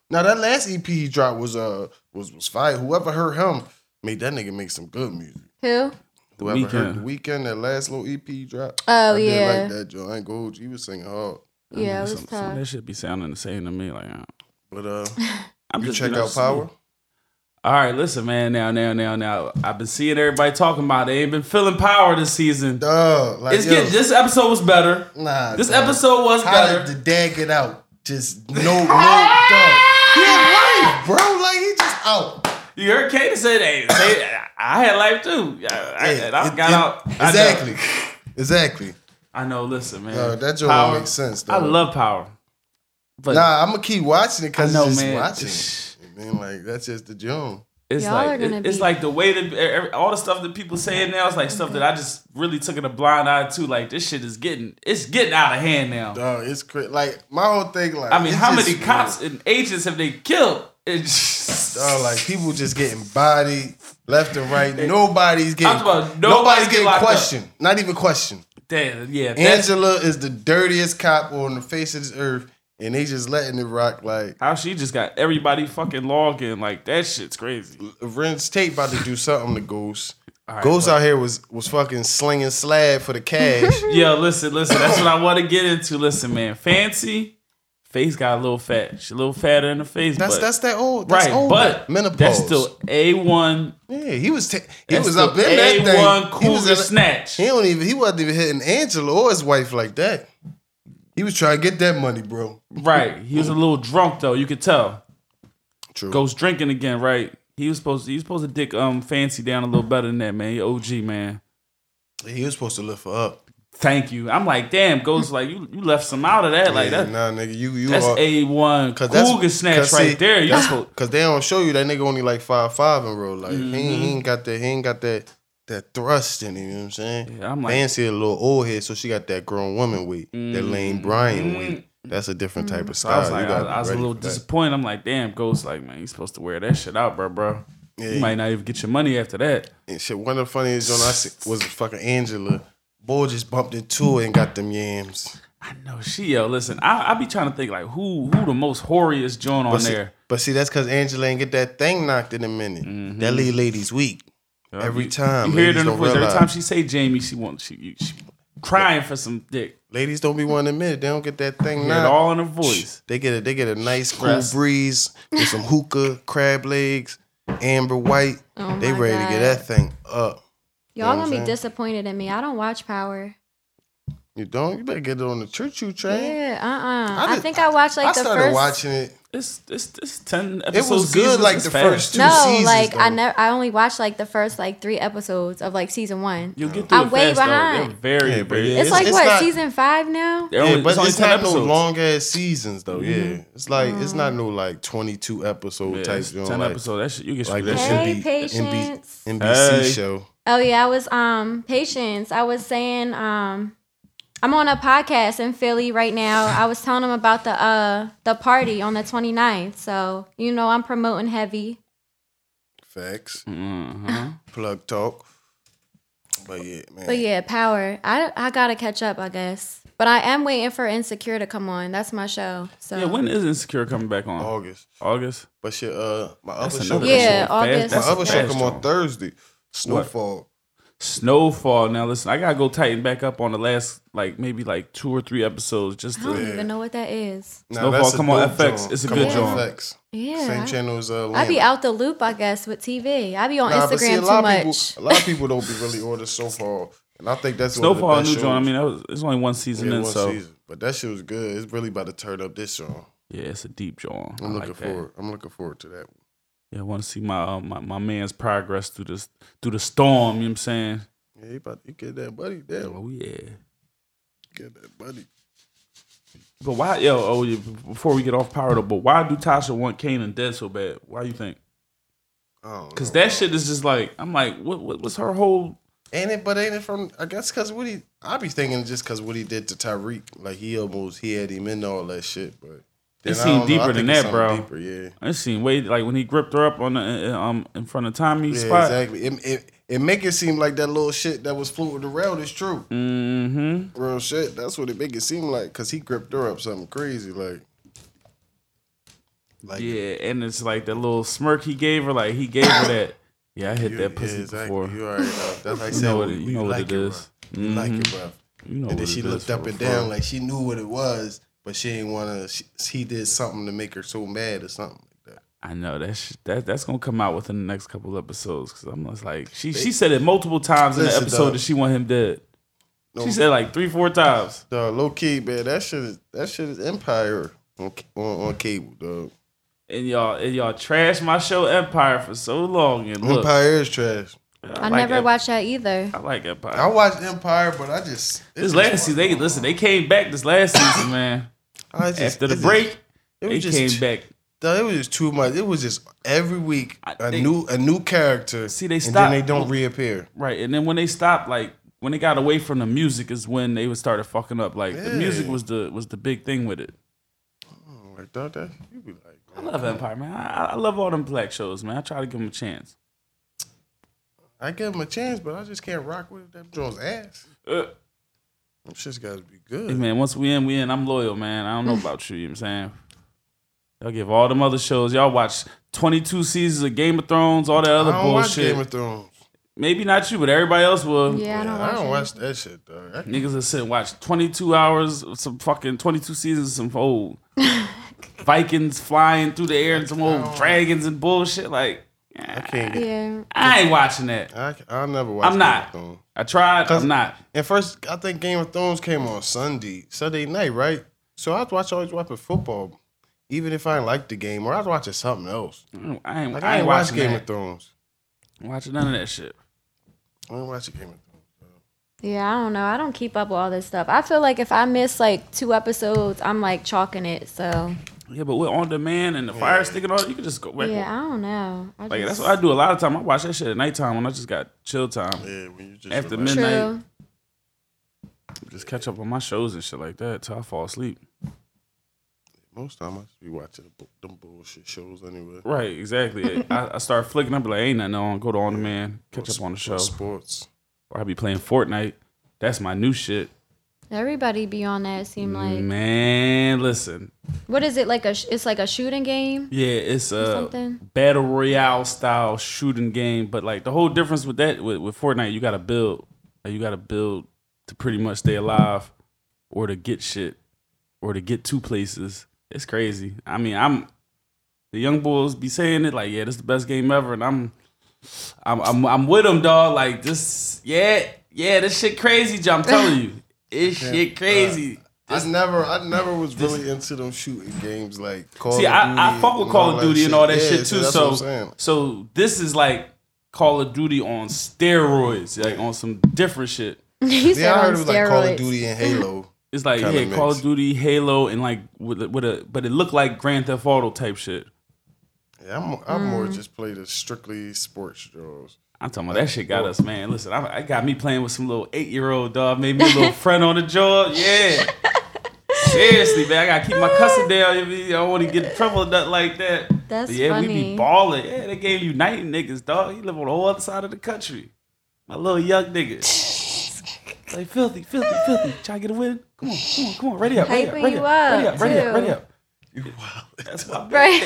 Speaker 2: Now that last EP he dropped was uh was was fire. Whoever heard him made that nigga make some good music.
Speaker 3: Who?
Speaker 2: Whoever heard
Speaker 1: Weeknd.
Speaker 2: the weekend that last little EP he dropped.
Speaker 3: Oh,
Speaker 2: I
Speaker 3: yeah.
Speaker 2: did like that joint. I ain't gonna hold you. He was singing hard,
Speaker 3: Yeah, it
Speaker 1: Some-
Speaker 3: was
Speaker 1: some of
Speaker 3: tough.
Speaker 1: That should be sounding the same to me. Like uh,
Speaker 2: but uh,
Speaker 1: I'm
Speaker 2: you
Speaker 1: just
Speaker 2: check
Speaker 1: you know,
Speaker 2: out
Speaker 1: just-
Speaker 2: Power.
Speaker 1: All right, listen, man. Now, now, now, now. I've been seeing everybody talking about. It. They ain't been feeling power this season.
Speaker 2: Duh, like
Speaker 1: It's
Speaker 2: yo,
Speaker 1: good. This episode was better.
Speaker 2: nah.
Speaker 1: This
Speaker 2: dog.
Speaker 1: episode was
Speaker 2: How
Speaker 1: better.
Speaker 2: did the dad get out? Just no, no, dog. He alive, bro. Like he just out.
Speaker 1: You heard Katie say that. Say, I had life too. I, I,
Speaker 2: Yeah,
Speaker 1: I
Speaker 2: it-
Speaker 1: got
Speaker 2: it-
Speaker 1: out. I know.
Speaker 2: Exactly, exactly.
Speaker 1: I know. Listen, man.
Speaker 2: Dog, that joint
Speaker 1: power.
Speaker 2: don't make sense. Though.
Speaker 1: I love power. But
Speaker 2: Nah, I'm gonna keep watching it
Speaker 1: I
Speaker 2: because
Speaker 1: know,
Speaker 2: just
Speaker 1: man.
Speaker 2: watching. it.
Speaker 1: It's
Speaker 2: I mean, like that's just the joint.
Speaker 3: Y'all are
Speaker 1: like
Speaker 3: gonna
Speaker 1: it- it's
Speaker 3: be-
Speaker 1: like the way that e, every, all the stuff that people saying now is like stuff that I just really took in a blind eye to. Like this shit is getting it's getting out of hand now.
Speaker 2: Dog, it's crazy. Like my whole thing, like
Speaker 1: I mean,
Speaker 2: it's
Speaker 1: how
Speaker 2: just
Speaker 1: many cops and agents have they killed? It's
Speaker 2: Dog, like people just getting bodied left and right. Nobody's getting
Speaker 1: I'm talking about nobody
Speaker 2: nobody's
Speaker 1: get
Speaker 2: getting
Speaker 1: locked up.
Speaker 2: questioned. Not even questioned.
Speaker 1: damn, yeah. That's,
Speaker 2: Angela is the dirtiest cop on the face of this earth, and they just letting it rock. Like
Speaker 1: how she just got everybody fucking logging like that shit's crazy.
Speaker 2: Rince Tate about to do something to Ghost.
Speaker 1: All right,
Speaker 2: Ghost out here was was fucking slinging slab for the cash.
Speaker 1: Yo, listen, listen. That's what I want to get into. Listen, man. Fancy face got a little fat. She a little fatter in the face.
Speaker 2: That's
Speaker 1: but,
Speaker 2: that's that old. That's
Speaker 1: right.
Speaker 2: old.
Speaker 1: but
Speaker 2: menopause.
Speaker 1: That's still a one.
Speaker 2: yeah, he was ta- he
Speaker 1: That's
Speaker 2: was up in
Speaker 1: still
Speaker 2: that thing.
Speaker 1: A1
Speaker 2: he was
Speaker 1: cougar
Speaker 2: in-
Speaker 1: snatch.
Speaker 2: He don't even he wasn't even hitting Angela or his wife like that. He was trying to get that money, bro.
Speaker 1: Right. He was a little drunk though. You could tell.
Speaker 2: True.
Speaker 1: Goes drinking again. Right. He was supposed. To, he was supposed to dick um fancy down a little better than that, man. He OG man.
Speaker 2: He was supposed to lift her up.
Speaker 1: Thank you. I'm like, damn. Goes like you. You left some out of that. Like
Speaker 2: Yeah,
Speaker 1: that.
Speaker 2: Nah, nigga, you you
Speaker 1: That's
Speaker 2: are
Speaker 1: a one cougar snatch right there. You supposed-
Speaker 2: because they don't show you that nigga only like five five in real life. He,
Speaker 1: Mm-hmm.
Speaker 2: ain't, he ain't got that. He ain't got that. That thrust in him, you know what I'm saying?
Speaker 1: Yeah, I'm like-
Speaker 2: Fancy a little old head, so she got that grown woman weight, that Lane Bryant weight. That's a different type of
Speaker 1: Mm-hmm. So I
Speaker 2: style.
Speaker 1: was like,
Speaker 2: You
Speaker 1: I,
Speaker 2: gotta
Speaker 1: I
Speaker 2: be
Speaker 1: was a
Speaker 2: ready
Speaker 1: little
Speaker 2: for that.
Speaker 1: disappointed. I'm like, damn, Ghost, like, man, you supposed to wear that shit out, bro, bro.
Speaker 2: Yeah,
Speaker 1: You might not even get your money after that.
Speaker 2: And shit, one of the funniest joints I see was fucking Angela. Boy just bumped into her and got them yams.
Speaker 1: I know she, yo, listen, I, I be trying to think, like, who who the most horriest joint on
Speaker 2: But see,
Speaker 1: there?
Speaker 2: but see, that's because Angela ain't get that thing knocked in a minute. That lead lady's weak.
Speaker 1: Mm-hmm.
Speaker 2: Every
Speaker 1: You-
Speaker 2: time.
Speaker 1: You hear it
Speaker 2: ladies
Speaker 1: in the
Speaker 2: don't
Speaker 1: voice. Every
Speaker 2: realize.
Speaker 1: time she say Jamie, she wants, she, you- she crying for some dick.
Speaker 2: Ladies don't be one admit it. They don't get that thing
Speaker 1: Hear it
Speaker 2: knocked.
Speaker 1: all in her voice.
Speaker 2: They get a they get a nice cool
Speaker 1: Press.
Speaker 2: breeze with some hookah, crab legs, amber white.
Speaker 3: Oh
Speaker 2: they
Speaker 3: my
Speaker 2: ready to get
Speaker 3: God.
Speaker 2: that thing up. know
Speaker 3: Y'all
Speaker 2: what I'm
Speaker 3: gonna
Speaker 2: saying?
Speaker 3: be disappointed in me. I don't watch Power.
Speaker 2: You don't. You better get it on the choo choo train.
Speaker 3: Yeah, uh, uh
Speaker 2: Eh. I
Speaker 3: I,
Speaker 2: did-
Speaker 3: think I watched like
Speaker 2: I
Speaker 3: the
Speaker 2: started
Speaker 3: first.
Speaker 2: watching it.
Speaker 1: It's, it's, it's 10
Speaker 2: It
Speaker 1: episodes.
Speaker 2: was good like the first two
Speaker 3: no,
Speaker 2: seasons.
Speaker 3: like I
Speaker 2: though.
Speaker 3: never. I only watched like the first like three episodes of like season one.
Speaker 1: You'll get through
Speaker 3: I'm
Speaker 1: it
Speaker 3: way
Speaker 1: fast, though.
Speaker 3: behind.
Speaker 1: They're very,
Speaker 2: Yeah, but
Speaker 1: very.
Speaker 2: yeah,
Speaker 3: It's,
Speaker 2: It's-
Speaker 3: like
Speaker 2: it's
Speaker 3: what
Speaker 2: not-
Speaker 3: season five now.
Speaker 1: they're
Speaker 2: Yeah,
Speaker 1: only-
Speaker 2: but it's,
Speaker 1: only 10
Speaker 2: not no
Speaker 1: episodes. Mm-hmm.
Speaker 2: long ass seasons though. Yeah, it's like it's not
Speaker 3: Mm.
Speaker 2: no like twenty two episode
Speaker 1: Yeah,
Speaker 2: type.
Speaker 1: it's
Speaker 2: You know,
Speaker 1: 10
Speaker 2: like,
Speaker 1: episodes. That shit, you get
Speaker 2: like
Speaker 1: screwed
Speaker 2: that
Speaker 1: up.
Speaker 3: Hey,
Speaker 2: should be NB,
Speaker 3: patience.
Speaker 2: NBC
Speaker 1: Hey.
Speaker 2: show.
Speaker 3: Oh yeah, I was um patience. I was saying um I'm on a podcast in Philly right now. I was telling them about the uh the party on the 29th. So, you know, I'm promoting heavy.
Speaker 2: Facts.
Speaker 1: Mhm.
Speaker 2: Plug talk. But yeah, man.
Speaker 3: But yeah, power. I I got to catch up, I guess. But I am waiting for Insecure to come on. That's my show. So
Speaker 1: Yeah, when is Insecure coming back on?
Speaker 2: August.
Speaker 1: August.
Speaker 2: But shit, uh, my
Speaker 1: That's
Speaker 2: other show.
Speaker 1: another
Speaker 3: Yeah,
Speaker 1: show. Fast-
Speaker 3: August.
Speaker 2: My
Speaker 1: that's a
Speaker 2: other show
Speaker 1: fast
Speaker 2: come
Speaker 1: one.
Speaker 2: on Thursday. Snowfall.
Speaker 1: Snowfall. Now listen, I gotta go tighten back up on the last like maybe like two or three episodes just
Speaker 3: I
Speaker 1: to
Speaker 3: don't even know what that is.
Speaker 2: Now,
Speaker 1: Snowfall,
Speaker 2: that's a
Speaker 1: come on,
Speaker 2: dope
Speaker 1: FX.
Speaker 2: joint.
Speaker 1: It's a
Speaker 2: Come
Speaker 1: good
Speaker 2: on,
Speaker 1: joint.
Speaker 2: FX. Same
Speaker 3: Yeah.
Speaker 2: channel as uh,
Speaker 3: I, I be
Speaker 2: Lambert.
Speaker 3: out the loop, I guess, with TV. I be on
Speaker 2: Nah, but see, a
Speaker 3: Instagram
Speaker 2: lot
Speaker 3: too
Speaker 2: of
Speaker 3: much.
Speaker 2: People, a lot of people don't be really on the Snowfall, and I think that's
Speaker 1: Snowfall
Speaker 2: one of
Speaker 1: and
Speaker 2: the
Speaker 1: New
Speaker 2: best
Speaker 1: Joint. I
Speaker 2: shows.
Speaker 1: mean, that was, it's only one season
Speaker 2: Yeah,
Speaker 1: in,
Speaker 2: one
Speaker 1: so
Speaker 2: season. But that shit was good. It's really about to turn up this song.
Speaker 1: yeah, it's a deep joint. I
Speaker 2: I'm looking
Speaker 1: like that.
Speaker 2: forward. I'm looking forward to that. one.
Speaker 1: Yeah, I want to see my, uh, my my man's progress through this through the storm. You know what I'm saying?
Speaker 2: Yeah, you about to get that buddy down.
Speaker 1: Oh yeah.
Speaker 2: Get that buddy.
Speaker 1: But why, yo? Oh, yeah, before we get off power though, but why do Tasha want Kanan dead so bad? Why you think? Because
Speaker 2: Because
Speaker 1: that shit is just like I'm like, what, what what's her whole?
Speaker 2: ain't it, but ain't it from? I guess because what he, I be thinking just because what he did to Tyreek, like he almost he had him into all that shit. But then
Speaker 1: It
Speaker 2: I
Speaker 1: seem
Speaker 2: don't know. I
Speaker 1: deeper
Speaker 2: think
Speaker 1: than
Speaker 2: it's
Speaker 1: that,
Speaker 2: something
Speaker 1: bro.
Speaker 2: Deeper, yeah.
Speaker 1: I seen way like when he gripped her up on the uh, um in front of Tommy's
Speaker 2: Yeah,
Speaker 1: spot.
Speaker 2: exactly. It, it it make it seem like that little shit that was floating around is true.
Speaker 1: Mm-hmm.
Speaker 2: Real shit. That's what it make it seem like. Cause he gripped her up something crazy. Like, like
Speaker 1: Yeah, and it's like that little smirk he gave her, like he gave her that. Yeah, I hit
Speaker 2: you-
Speaker 1: that pussy
Speaker 2: yeah, exactly.
Speaker 1: before.
Speaker 2: You already know. That's like
Speaker 1: You
Speaker 2: said,
Speaker 1: know what
Speaker 2: we-
Speaker 1: it- you
Speaker 2: we
Speaker 1: know what
Speaker 2: like
Speaker 1: it
Speaker 2: bruh.
Speaker 1: is.
Speaker 2: We Like it,
Speaker 1: Mhm.
Speaker 2: bro.
Speaker 1: You know
Speaker 2: And then
Speaker 1: what
Speaker 2: she
Speaker 1: it is
Speaker 2: looked
Speaker 1: for
Speaker 2: up and
Speaker 1: real.
Speaker 2: down like she knew what it was, but she didn't want to. He did something to make her so mad or something like that.
Speaker 1: I know that sh- that that's gonna come out within the next couple episodes because I'm just like she she said it multiple times in the
Speaker 2: Listen,
Speaker 1: episode
Speaker 2: dog.
Speaker 1: that she want him dead.
Speaker 2: No.
Speaker 1: She said like three four times.
Speaker 2: Dog, low key, man. That shit is that shit is empire on ca- on, on cable, dog.
Speaker 1: And y'all and y'all trashed my show Empire for so long and look,
Speaker 2: Empire is trash.
Speaker 3: I,
Speaker 1: like
Speaker 3: never
Speaker 1: Em-
Speaker 3: watched that either.
Speaker 1: I like Empire.
Speaker 2: I watched Empire, but I just
Speaker 1: this last season, they listen. They came back this last season, man.
Speaker 2: I just-
Speaker 1: After the
Speaker 2: it just-
Speaker 1: break,
Speaker 2: it
Speaker 1: they
Speaker 2: was just
Speaker 1: came
Speaker 2: too-
Speaker 1: back.
Speaker 2: dog, it was just too much. It was just every week
Speaker 1: I-
Speaker 2: a
Speaker 1: they-
Speaker 2: new a new character.
Speaker 1: See, they
Speaker 2: and then they
Speaker 1: stopped.
Speaker 2: don't reappear.
Speaker 1: Right, and then when they stopped, like when they got away from the music, is when they would started fucking up. Like the music
Speaker 2: Yeah.
Speaker 1: was the was the big thing with it.
Speaker 2: I'm Like dog, that you be like,
Speaker 1: I love Empire, man. I, I love all them black shows, man. I try to give them a chance.
Speaker 2: I give him a chance, but I just can't rock with that Jones ass.
Speaker 1: Uh,
Speaker 2: Them shit's gotta be
Speaker 1: hey,
Speaker 2: good.
Speaker 1: man, once we in, we in. I'm loyal, man. I don't know about you, you know what I'm saying? Y'all give all them other shows. Y'all watch 22 seasons of Game of Thrones, all that
Speaker 2: I
Speaker 1: other
Speaker 2: don't watch
Speaker 1: bullshit.
Speaker 2: Game of Thrones.
Speaker 1: Maybe not you, but everybody else will.
Speaker 3: Yeah, I don't
Speaker 2: I
Speaker 3: watch
Speaker 2: don't
Speaker 3: it.
Speaker 2: watch that shit, dog. I
Speaker 1: Niggas will sit and watch 22 hours, of some fucking 22 seasons, of some old Vikings flying through the air and some old dragons and bullshit. Like,
Speaker 2: I can't get.
Speaker 3: Yeah.
Speaker 1: I ain't watching that.
Speaker 2: I, I'll never watch.
Speaker 1: I'm not.
Speaker 2: Game of Thrones.
Speaker 1: I tried.
Speaker 2: Cause-
Speaker 1: I'm not.
Speaker 2: And first, I think Game of Thrones came on Sunday, Sunday night, right? So I'd watch always watching football, even if I didn't like the game, or I'd watch something else.
Speaker 1: I ain't, I ain't,
Speaker 2: Like I ain't watch
Speaker 1: watching
Speaker 2: Game
Speaker 1: that.
Speaker 2: of Thrones.
Speaker 1: Watching none of that shit.
Speaker 2: I ain't watch Game of Thrones.
Speaker 3: Yeah, I don't know. I don't keep up with all this stuff. I feel like if I miss like two episodes, I'm like chalking it. So
Speaker 1: Yeah, but we're on demand and the fire stick and all. that, You can just go back.
Speaker 3: yeah, I don't know. I
Speaker 1: Like that's
Speaker 3: just-
Speaker 1: what I do a lot of time. I watch that shit at nighttime when I just got chill time.
Speaker 2: Yeah, when you just
Speaker 1: After
Speaker 2: relax.
Speaker 1: midnight,
Speaker 3: True.
Speaker 1: just catch up on my shows and shit like that till I fall asleep.
Speaker 2: most time I just be watching the bu- them bullshit shows anyway.
Speaker 1: Right, exactly. I, I start flicking. I be like, ain't nothing on. Go to on demand, catch up on the show.
Speaker 2: Sports.
Speaker 1: Or I be playing Fortnite. That's my new shit.
Speaker 3: Everybody be on that. It seem like
Speaker 2: Mm.
Speaker 1: Man, listen.
Speaker 3: what is it like a? sh- It's like a shooting game.
Speaker 1: Yeah, it's a
Speaker 3: something?
Speaker 1: battle royale style shooting game, but like the whole difference with that with, with Fortnite, you got to build. Like, you got to build to pretty much stay alive, or to get shit, or to get two places. It's crazy. I mean, I'm the young boys be saying it like, yeah, this is the best game ever, and I'm, I'm, I'm, I'm with them, dog. Like this, yeah, yeah, this shit crazy. John, I'm telling you, it's shit crazy.
Speaker 2: I never, I never was really into them shooting games like Call
Speaker 1: See,
Speaker 2: of Duty.
Speaker 1: I, I fuck with
Speaker 2: and
Speaker 1: Call of Duty and all that
Speaker 2: Yeah,
Speaker 1: shit too.
Speaker 2: that's
Speaker 1: So,
Speaker 2: what I'm saying.
Speaker 1: so this is like Call of Duty on steroids, like on some different shit.
Speaker 3: He said
Speaker 2: yeah, I
Speaker 3: on
Speaker 2: heard it was like Call of
Speaker 3: steroids.
Speaker 2: Duty and Halo.
Speaker 1: It's like
Speaker 2: Kinda
Speaker 1: yeah, Call of
Speaker 2: mixed.
Speaker 1: Duty, Halo, and like with a, with a but it looked like Grand Theft Auto type shit.
Speaker 2: Yeah, I'm, I'm
Speaker 3: Mm.
Speaker 2: more just play the strictly sports shows.
Speaker 1: I'm talking about that shit got us, man. Listen, I, I got me playing with some little eight year old dog, made me a little friend on the job. Yeah, seriously, man, I gotta keep my cussing down. you know, I don't want to get in trouble or nothing like that.
Speaker 3: That's
Speaker 1: But yeah, we be
Speaker 3: funny.
Speaker 1: balling. Yeah, they game uniting niggas, dog. He live on the whole other side of the country. My little young nigga. like filthy, filthy, filthy. Try to get a win. Come on, come on, come on. Ready up, ready up,
Speaker 3: Hyping
Speaker 1: ready
Speaker 3: you
Speaker 1: up, ready
Speaker 3: up,
Speaker 1: up, ready up, ready
Speaker 3: too.
Speaker 1: up. That's my
Speaker 3: Right.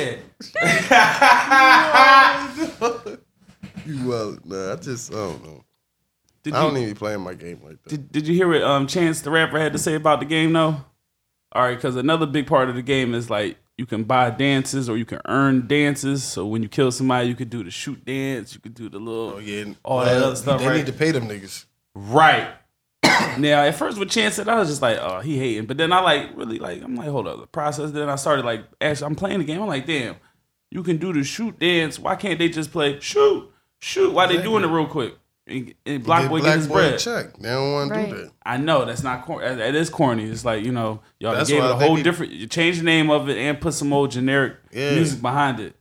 Speaker 1: man.
Speaker 2: You well, nah, I just I don't know.
Speaker 1: Did
Speaker 2: I
Speaker 1: you-
Speaker 2: don't even be playing my game like that.
Speaker 1: Did, did you hear what um, Chance the Rapper had to say about the game, though? All right, because another big part of the game is like you can buy dances or you can earn dances. So when you kill somebody, you could do the shoot dance, you could do the little.
Speaker 2: Oh yeah,
Speaker 1: All that
Speaker 2: uh,
Speaker 1: other stuff,
Speaker 2: They
Speaker 1: right?
Speaker 2: need to pay them niggas.
Speaker 1: Right. now, at first with Chance, said, I was just like, oh, he hating. But then I like really like I'm like, hold up, the process. Then I started like, actually, I'm playing the game. I'm like, damn, you can do the shoot dance. Why can't they just play shoot, shoot? Why they doing it real quick? And, and Block
Speaker 2: Get
Speaker 1: Boy get his bread.
Speaker 2: check. They don't want
Speaker 3: Right.
Speaker 2: to do that.
Speaker 1: I know that's not corny. That is corny. It's like you know, y'all
Speaker 2: That's
Speaker 1: gave
Speaker 2: why
Speaker 1: it a
Speaker 2: I think
Speaker 1: whole
Speaker 2: he-
Speaker 1: different. You change the name of it and put some old generic
Speaker 2: Yeah.
Speaker 1: music behind it,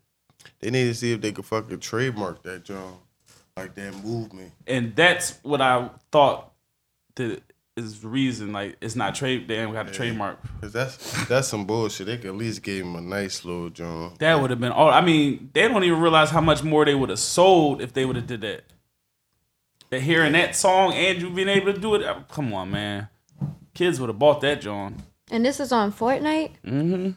Speaker 2: They need to see if they could fucking trademark that John, like that movement.
Speaker 1: and that's what I thought that is the reason. Like it's not trade. They ain't got a trademark.
Speaker 2: Cause that's that's some bullshit. They could at least give him a nice little John.
Speaker 1: That would have been all. I mean, they don't even realize how much more they would have sold if they would have did that. That hearing that song and you being able to do it. uh, Come on, man. Kids would have bought that, John.
Speaker 3: And this is on Fortnite.
Speaker 2: Mm.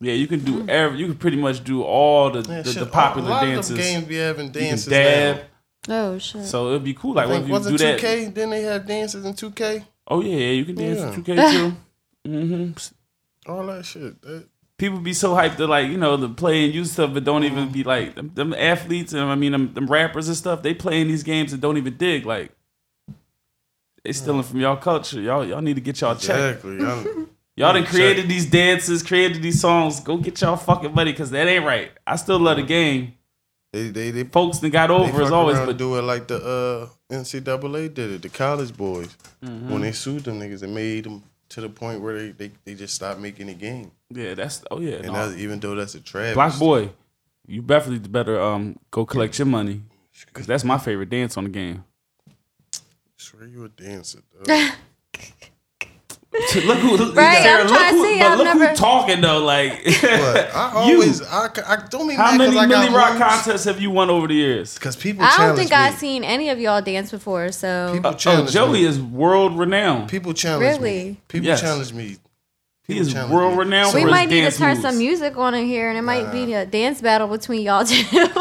Speaker 1: Yeah, you can do every. You can pretty much do all the
Speaker 2: Mm-hmm. Yeah,
Speaker 1: the,
Speaker 2: shit,
Speaker 1: the
Speaker 2: a-
Speaker 1: popular
Speaker 2: a lot
Speaker 1: dances.
Speaker 2: Of them games be having
Speaker 1: You can
Speaker 2: dances
Speaker 1: dab.
Speaker 2: now.
Speaker 3: Oh shit.
Speaker 1: So it'd be cool. Like,
Speaker 2: Like,
Speaker 1: what if you
Speaker 2: wasn't
Speaker 1: do that?
Speaker 2: 2K? Didn't they have dances in 2K?
Speaker 1: Oh yeah, yeah, you can dance
Speaker 2: Yeah.
Speaker 1: to 2K too. hmm
Speaker 2: All that shit. That,
Speaker 1: People be so hyped to like you know to play and use stuff, but don't
Speaker 2: Mm-hmm.
Speaker 1: even be like them, them athletes and I mean them, them rappers and stuff. They playing these games and don't even dig. Like they stealing from y'all culture. Y'all y'all need to get y'all checked.
Speaker 2: Mm. exactly. I'm-
Speaker 1: Y'all done
Speaker 2: Check.
Speaker 1: created these dances, created these songs. Go get y'all fucking money, cause that ain't right. I still love the game.
Speaker 2: they they they
Speaker 1: Folks that got
Speaker 2: Mm. They
Speaker 1: over as
Speaker 2: fuck
Speaker 1: always,
Speaker 2: around
Speaker 1: but
Speaker 2: and do it like the uh, NCAA did it, the college boys.
Speaker 1: Mm-hmm.
Speaker 2: When they sued them niggas, it made them to the point where they, they, they just stopped making the game.
Speaker 1: yeah, that's oh yeah. no.
Speaker 2: And that's, even though that's a trash.
Speaker 1: Black boy, you definitely better um go collect your money because that's my favorite dance on the game.
Speaker 2: swear you a dancer. dog.
Speaker 1: Look who, look,
Speaker 3: Right,
Speaker 1: Sarah,
Speaker 3: I'm
Speaker 1: look
Speaker 3: trying to
Speaker 1: who,
Speaker 3: see,
Speaker 1: but
Speaker 3: I've
Speaker 1: look
Speaker 3: never-
Speaker 1: who talking though. Like
Speaker 2: But I
Speaker 1: You.
Speaker 2: always, I, c- I don't even.
Speaker 1: How
Speaker 2: act
Speaker 1: many
Speaker 2: like
Speaker 1: Millie
Speaker 2: I
Speaker 1: Rock contests have you won over the years?
Speaker 2: Because people
Speaker 3: I don't
Speaker 2: challenge
Speaker 3: think
Speaker 2: me.
Speaker 3: I've seen any of y'all dance before, so
Speaker 2: People
Speaker 1: Oh,
Speaker 2: challenge
Speaker 1: Joey
Speaker 2: me.
Speaker 1: is world renowned.
Speaker 2: People challenge me.
Speaker 3: Really?
Speaker 2: People
Speaker 1: Yes.
Speaker 2: challenge me.
Speaker 1: He
Speaker 2: People
Speaker 1: is
Speaker 2: challenge
Speaker 1: world
Speaker 2: me.
Speaker 1: renowned.
Speaker 2: So
Speaker 1: for
Speaker 3: we
Speaker 1: his
Speaker 3: might need to
Speaker 1: dance
Speaker 3: turn
Speaker 1: moves.
Speaker 3: some music on in here, and it might be
Speaker 2: Uh.
Speaker 3: a dance battle between y'all two.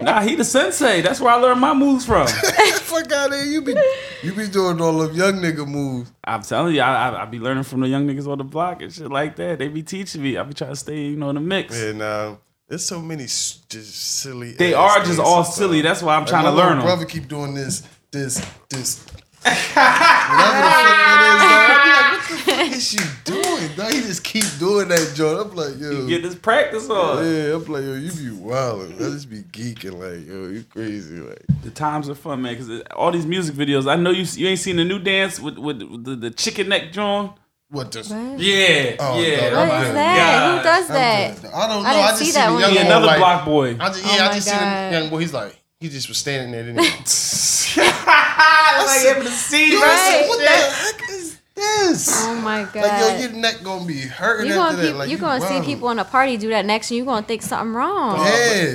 Speaker 1: Nah, he the sensei. That's where I learned my moves from.
Speaker 2: Fuck out of here. You be, you be doing all of young nigga moves.
Speaker 1: I'm telling you, I, I, I be learning from the young niggas on the block and shit like that. They be teaching me. I be trying to stay, you know, in the mix.
Speaker 2: And uh, there's so many s- just silly.
Speaker 1: They
Speaker 2: ass
Speaker 1: are just
Speaker 2: things
Speaker 1: all
Speaker 2: sometimes.
Speaker 1: silly. That's why I'm
Speaker 2: Like,
Speaker 1: trying
Speaker 2: my
Speaker 1: to
Speaker 2: little
Speaker 1: learn them.
Speaker 2: brother keep doing this, this, this. Whatever the fuck that is, dog. I'm like, what the fuck is you doing? Dog? He just keep doing that, John. I'm like, yo.
Speaker 1: Get this practice on.
Speaker 2: Yeah, I'm like, yo, you be wilding. I just be geeking, like, yo, you crazy, like.
Speaker 1: The times are fun, man. Because all these music videos, I know you you ain't seen the new dance with with, with the, the chicken neck joint.
Speaker 2: What the?
Speaker 3: What?
Speaker 1: Yeah,
Speaker 2: Oh,
Speaker 1: yeah.
Speaker 2: no,
Speaker 1: oh
Speaker 3: What
Speaker 1: my
Speaker 3: is that?
Speaker 1: God.
Speaker 3: Who does that?
Speaker 2: I don't know.
Speaker 3: I
Speaker 2: I,
Speaker 3: didn't
Speaker 2: just
Speaker 3: see
Speaker 2: see
Speaker 3: that
Speaker 2: the
Speaker 3: one
Speaker 2: young
Speaker 1: He
Speaker 3: yet.
Speaker 2: boy,
Speaker 1: another
Speaker 2: like,
Speaker 1: block boy.
Speaker 2: I just,
Speaker 3: Oh
Speaker 2: yeah, I
Speaker 3: my
Speaker 2: just
Speaker 3: God.
Speaker 2: see the young boy. He's like, he just was standing there. Didn't he?
Speaker 1: I able to see
Speaker 2: Yo, I
Speaker 1: that.
Speaker 2: said,
Speaker 3: Right.
Speaker 2: what the heck is this?
Speaker 3: Oh my god!
Speaker 2: Like, yo, your neck gonna be hurting
Speaker 3: you
Speaker 2: after
Speaker 3: gonna
Speaker 2: that.
Speaker 3: peop-
Speaker 2: like,
Speaker 3: you gonna see
Speaker 2: wildin'.
Speaker 3: people in a party do that next, and you gonna think something wrong.
Speaker 2: Yeah,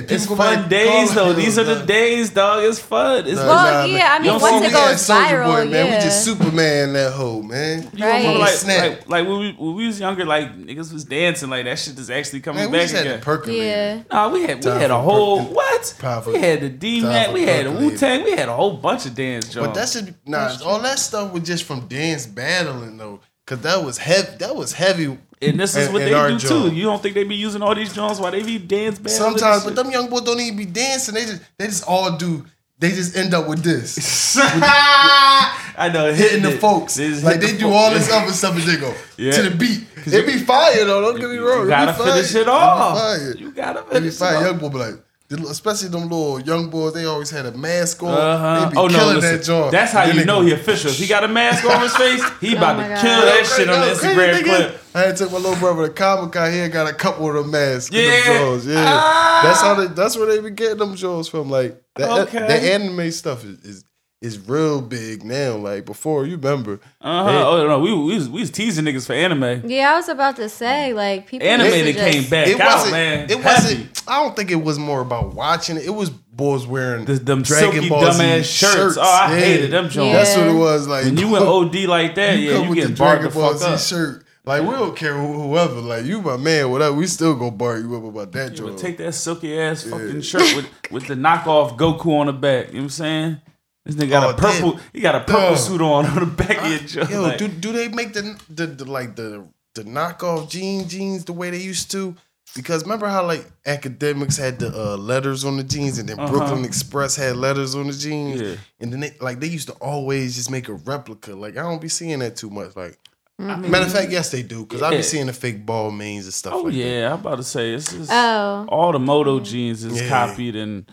Speaker 1: It's
Speaker 2: people gonna
Speaker 1: fun days
Speaker 2: call
Speaker 1: though.
Speaker 2: us,
Speaker 1: These are the
Speaker 2: dog.
Speaker 1: days, dog. It's fun. It's
Speaker 2: Nah,
Speaker 1: fun.
Speaker 3: Well,
Speaker 2: nah,
Speaker 3: yeah,
Speaker 2: man.
Speaker 3: I mean,
Speaker 2: Yo,
Speaker 1: once
Speaker 2: we
Speaker 1: it
Speaker 2: had
Speaker 3: goes
Speaker 2: Soulja
Speaker 3: viral,
Speaker 2: man, we
Speaker 3: yeah.
Speaker 2: just Superman that hoe, man.
Speaker 1: You don't remember,
Speaker 3: Right.
Speaker 1: like,
Speaker 2: Snap.
Speaker 1: like, like when, we, when we was younger, like niggas was dancing, like that shit is actually coming
Speaker 2: Man, we
Speaker 1: back
Speaker 2: just had
Speaker 1: again.
Speaker 2: to percolate.
Speaker 3: Yeah.
Speaker 1: nah, we had we
Speaker 2: Time
Speaker 1: had a
Speaker 2: for
Speaker 1: whole
Speaker 2: perk-
Speaker 1: what?
Speaker 2: time for-
Speaker 1: we had the D Mac,
Speaker 2: for
Speaker 1: we had the
Speaker 2: percolating.
Speaker 1: Wu Tang, we had a whole bunch of dance jobs.
Speaker 2: But that's just nah. All that stuff was just from dance battling though, cause that was heavy. That was heavy.
Speaker 1: and this is
Speaker 2: and-
Speaker 1: what
Speaker 2: and
Speaker 1: they
Speaker 2: our
Speaker 1: do
Speaker 2: job.
Speaker 1: too. You don't think they be using all these joints while they be dance battling?
Speaker 2: Sometimes, but
Speaker 1: and
Speaker 2: them young boys don't even be dancing. They just they just all do. They just end up with this
Speaker 1: shit? I know
Speaker 2: hitting the
Speaker 1: it.
Speaker 2: folks.
Speaker 1: They just
Speaker 2: Like
Speaker 1: hit
Speaker 2: they
Speaker 1: the
Speaker 2: do
Speaker 1: folk.
Speaker 2: all this other stuff and they go
Speaker 1: Yeah.
Speaker 2: to the beat. It be fire though. Don't get me wrong.
Speaker 1: You gotta
Speaker 2: it be fire.
Speaker 1: finish it off.
Speaker 2: It be fire.
Speaker 1: You gotta
Speaker 2: It be
Speaker 1: finish it
Speaker 2: fire.
Speaker 1: off.
Speaker 2: Young boy be like. the little- Especially them little young boys, they always had a mask on.
Speaker 1: Uh-huh.
Speaker 2: They be
Speaker 1: Oh no,
Speaker 2: killing that
Speaker 1: listen.
Speaker 2: joint.
Speaker 1: That's how
Speaker 2: Then
Speaker 1: you
Speaker 2: they
Speaker 1: know
Speaker 2: go-
Speaker 1: he official. If he got a mask on his face, he about
Speaker 3: Oh my
Speaker 1: to
Speaker 3: God.
Speaker 1: kill that
Speaker 2: Crazy,
Speaker 1: shit on the
Speaker 2: no, crazy
Speaker 1: Instagram
Speaker 2: nigga.
Speaker 1: clip.
Speaker 2: I had took my little brother to Comic Con. He had got a couple of them masks. Yeah,
Speaker 1: Yeah. Ah.
Speaker 2: them jaws. yeah. That's how they. That's where they be getting them jaws from. Like that,
Speaker 1: Okay.
Speaker 2: that anime stuff is, is is real big now. Like before, you remember?
Speaker 1: Uh huh. Oh no, we, we was we was teasing niggas for anime.
Speaker 3: Yeah, I was about to say like people. used to
Speaker 1: Animated
Speaker 3: just-
Speaker 1: came back
Speaker 2: It
Speaker 1: out,
Speaker 2: wasn't.
Speaker 1: man.
Speaker 2: It wasn't. I don't think it was more about watching it. It was boys wearing
Speaker 1: The- them silky
Speaker 2: Z
Speaker 1: dumbass shirts. Oh, I hated them joints.
Speaker 2: That's
Speaker 3: Yeah.
Speaker 2: what it was. Like
Speaker 1: When you went OD like that,
Speaker 2: you
Speaker 1: yeah,
Speaker 2: come
Speaker 1: you
Speaker 2: with
Speaker 1: getting
Speaker 2: the
Speaker 1: barred
Speaker 2: Dragon
Speaker 1: the
Speaker 2: Ball
Speaker 1: fuck
Speaker 2: Z
Speaker 1: up.
Speaker 2: shirt. Like we don't care who, whoever. Like you, my man, whatever. We still gonna bar you up about that
Speaker 1: You would
Speaker 2: joint.
Speaker 1: take that silky ass fucking shirt with, with the knockoff Goku on the back. You know what I'm saying? This nigga got
Speaker 2: Oh,
Speaker 1: a purple.
Speaker 2: damn.
Speaker 1: He got a purple
Speaker 2: Duh.
Speaker 1: suit on on the back of your joint.
Speaker 2: Yo,
Speaker 1: like,
Speaker 2: do do they make the, the, the like the the knockoff jean jeans the way they used to? Because remember how like academics had the uh, letters on the jeans, and then Brooklyn Express had letters on the jeans,
Speaker 1: Uh-huh. Yeah.
Speaker 2: and then they like they used to always just make a replica. Like I don't be seeing that too much. Like
Speaker 1: I mean,
Speaker 2: matter of fact, yes they do, because I
Speaker 1: Yeah.
Speaker 2: be seeing the fake ball mains and stuff.
Speaker 1: oh
Speaker 2: like that.
Speaker 1: yeah, I'm about to say it's just
Speaker 3: Oh.
Speaker 1: all the moto jeans is
Speaker 2: Yeah.
Speaker 1: copied and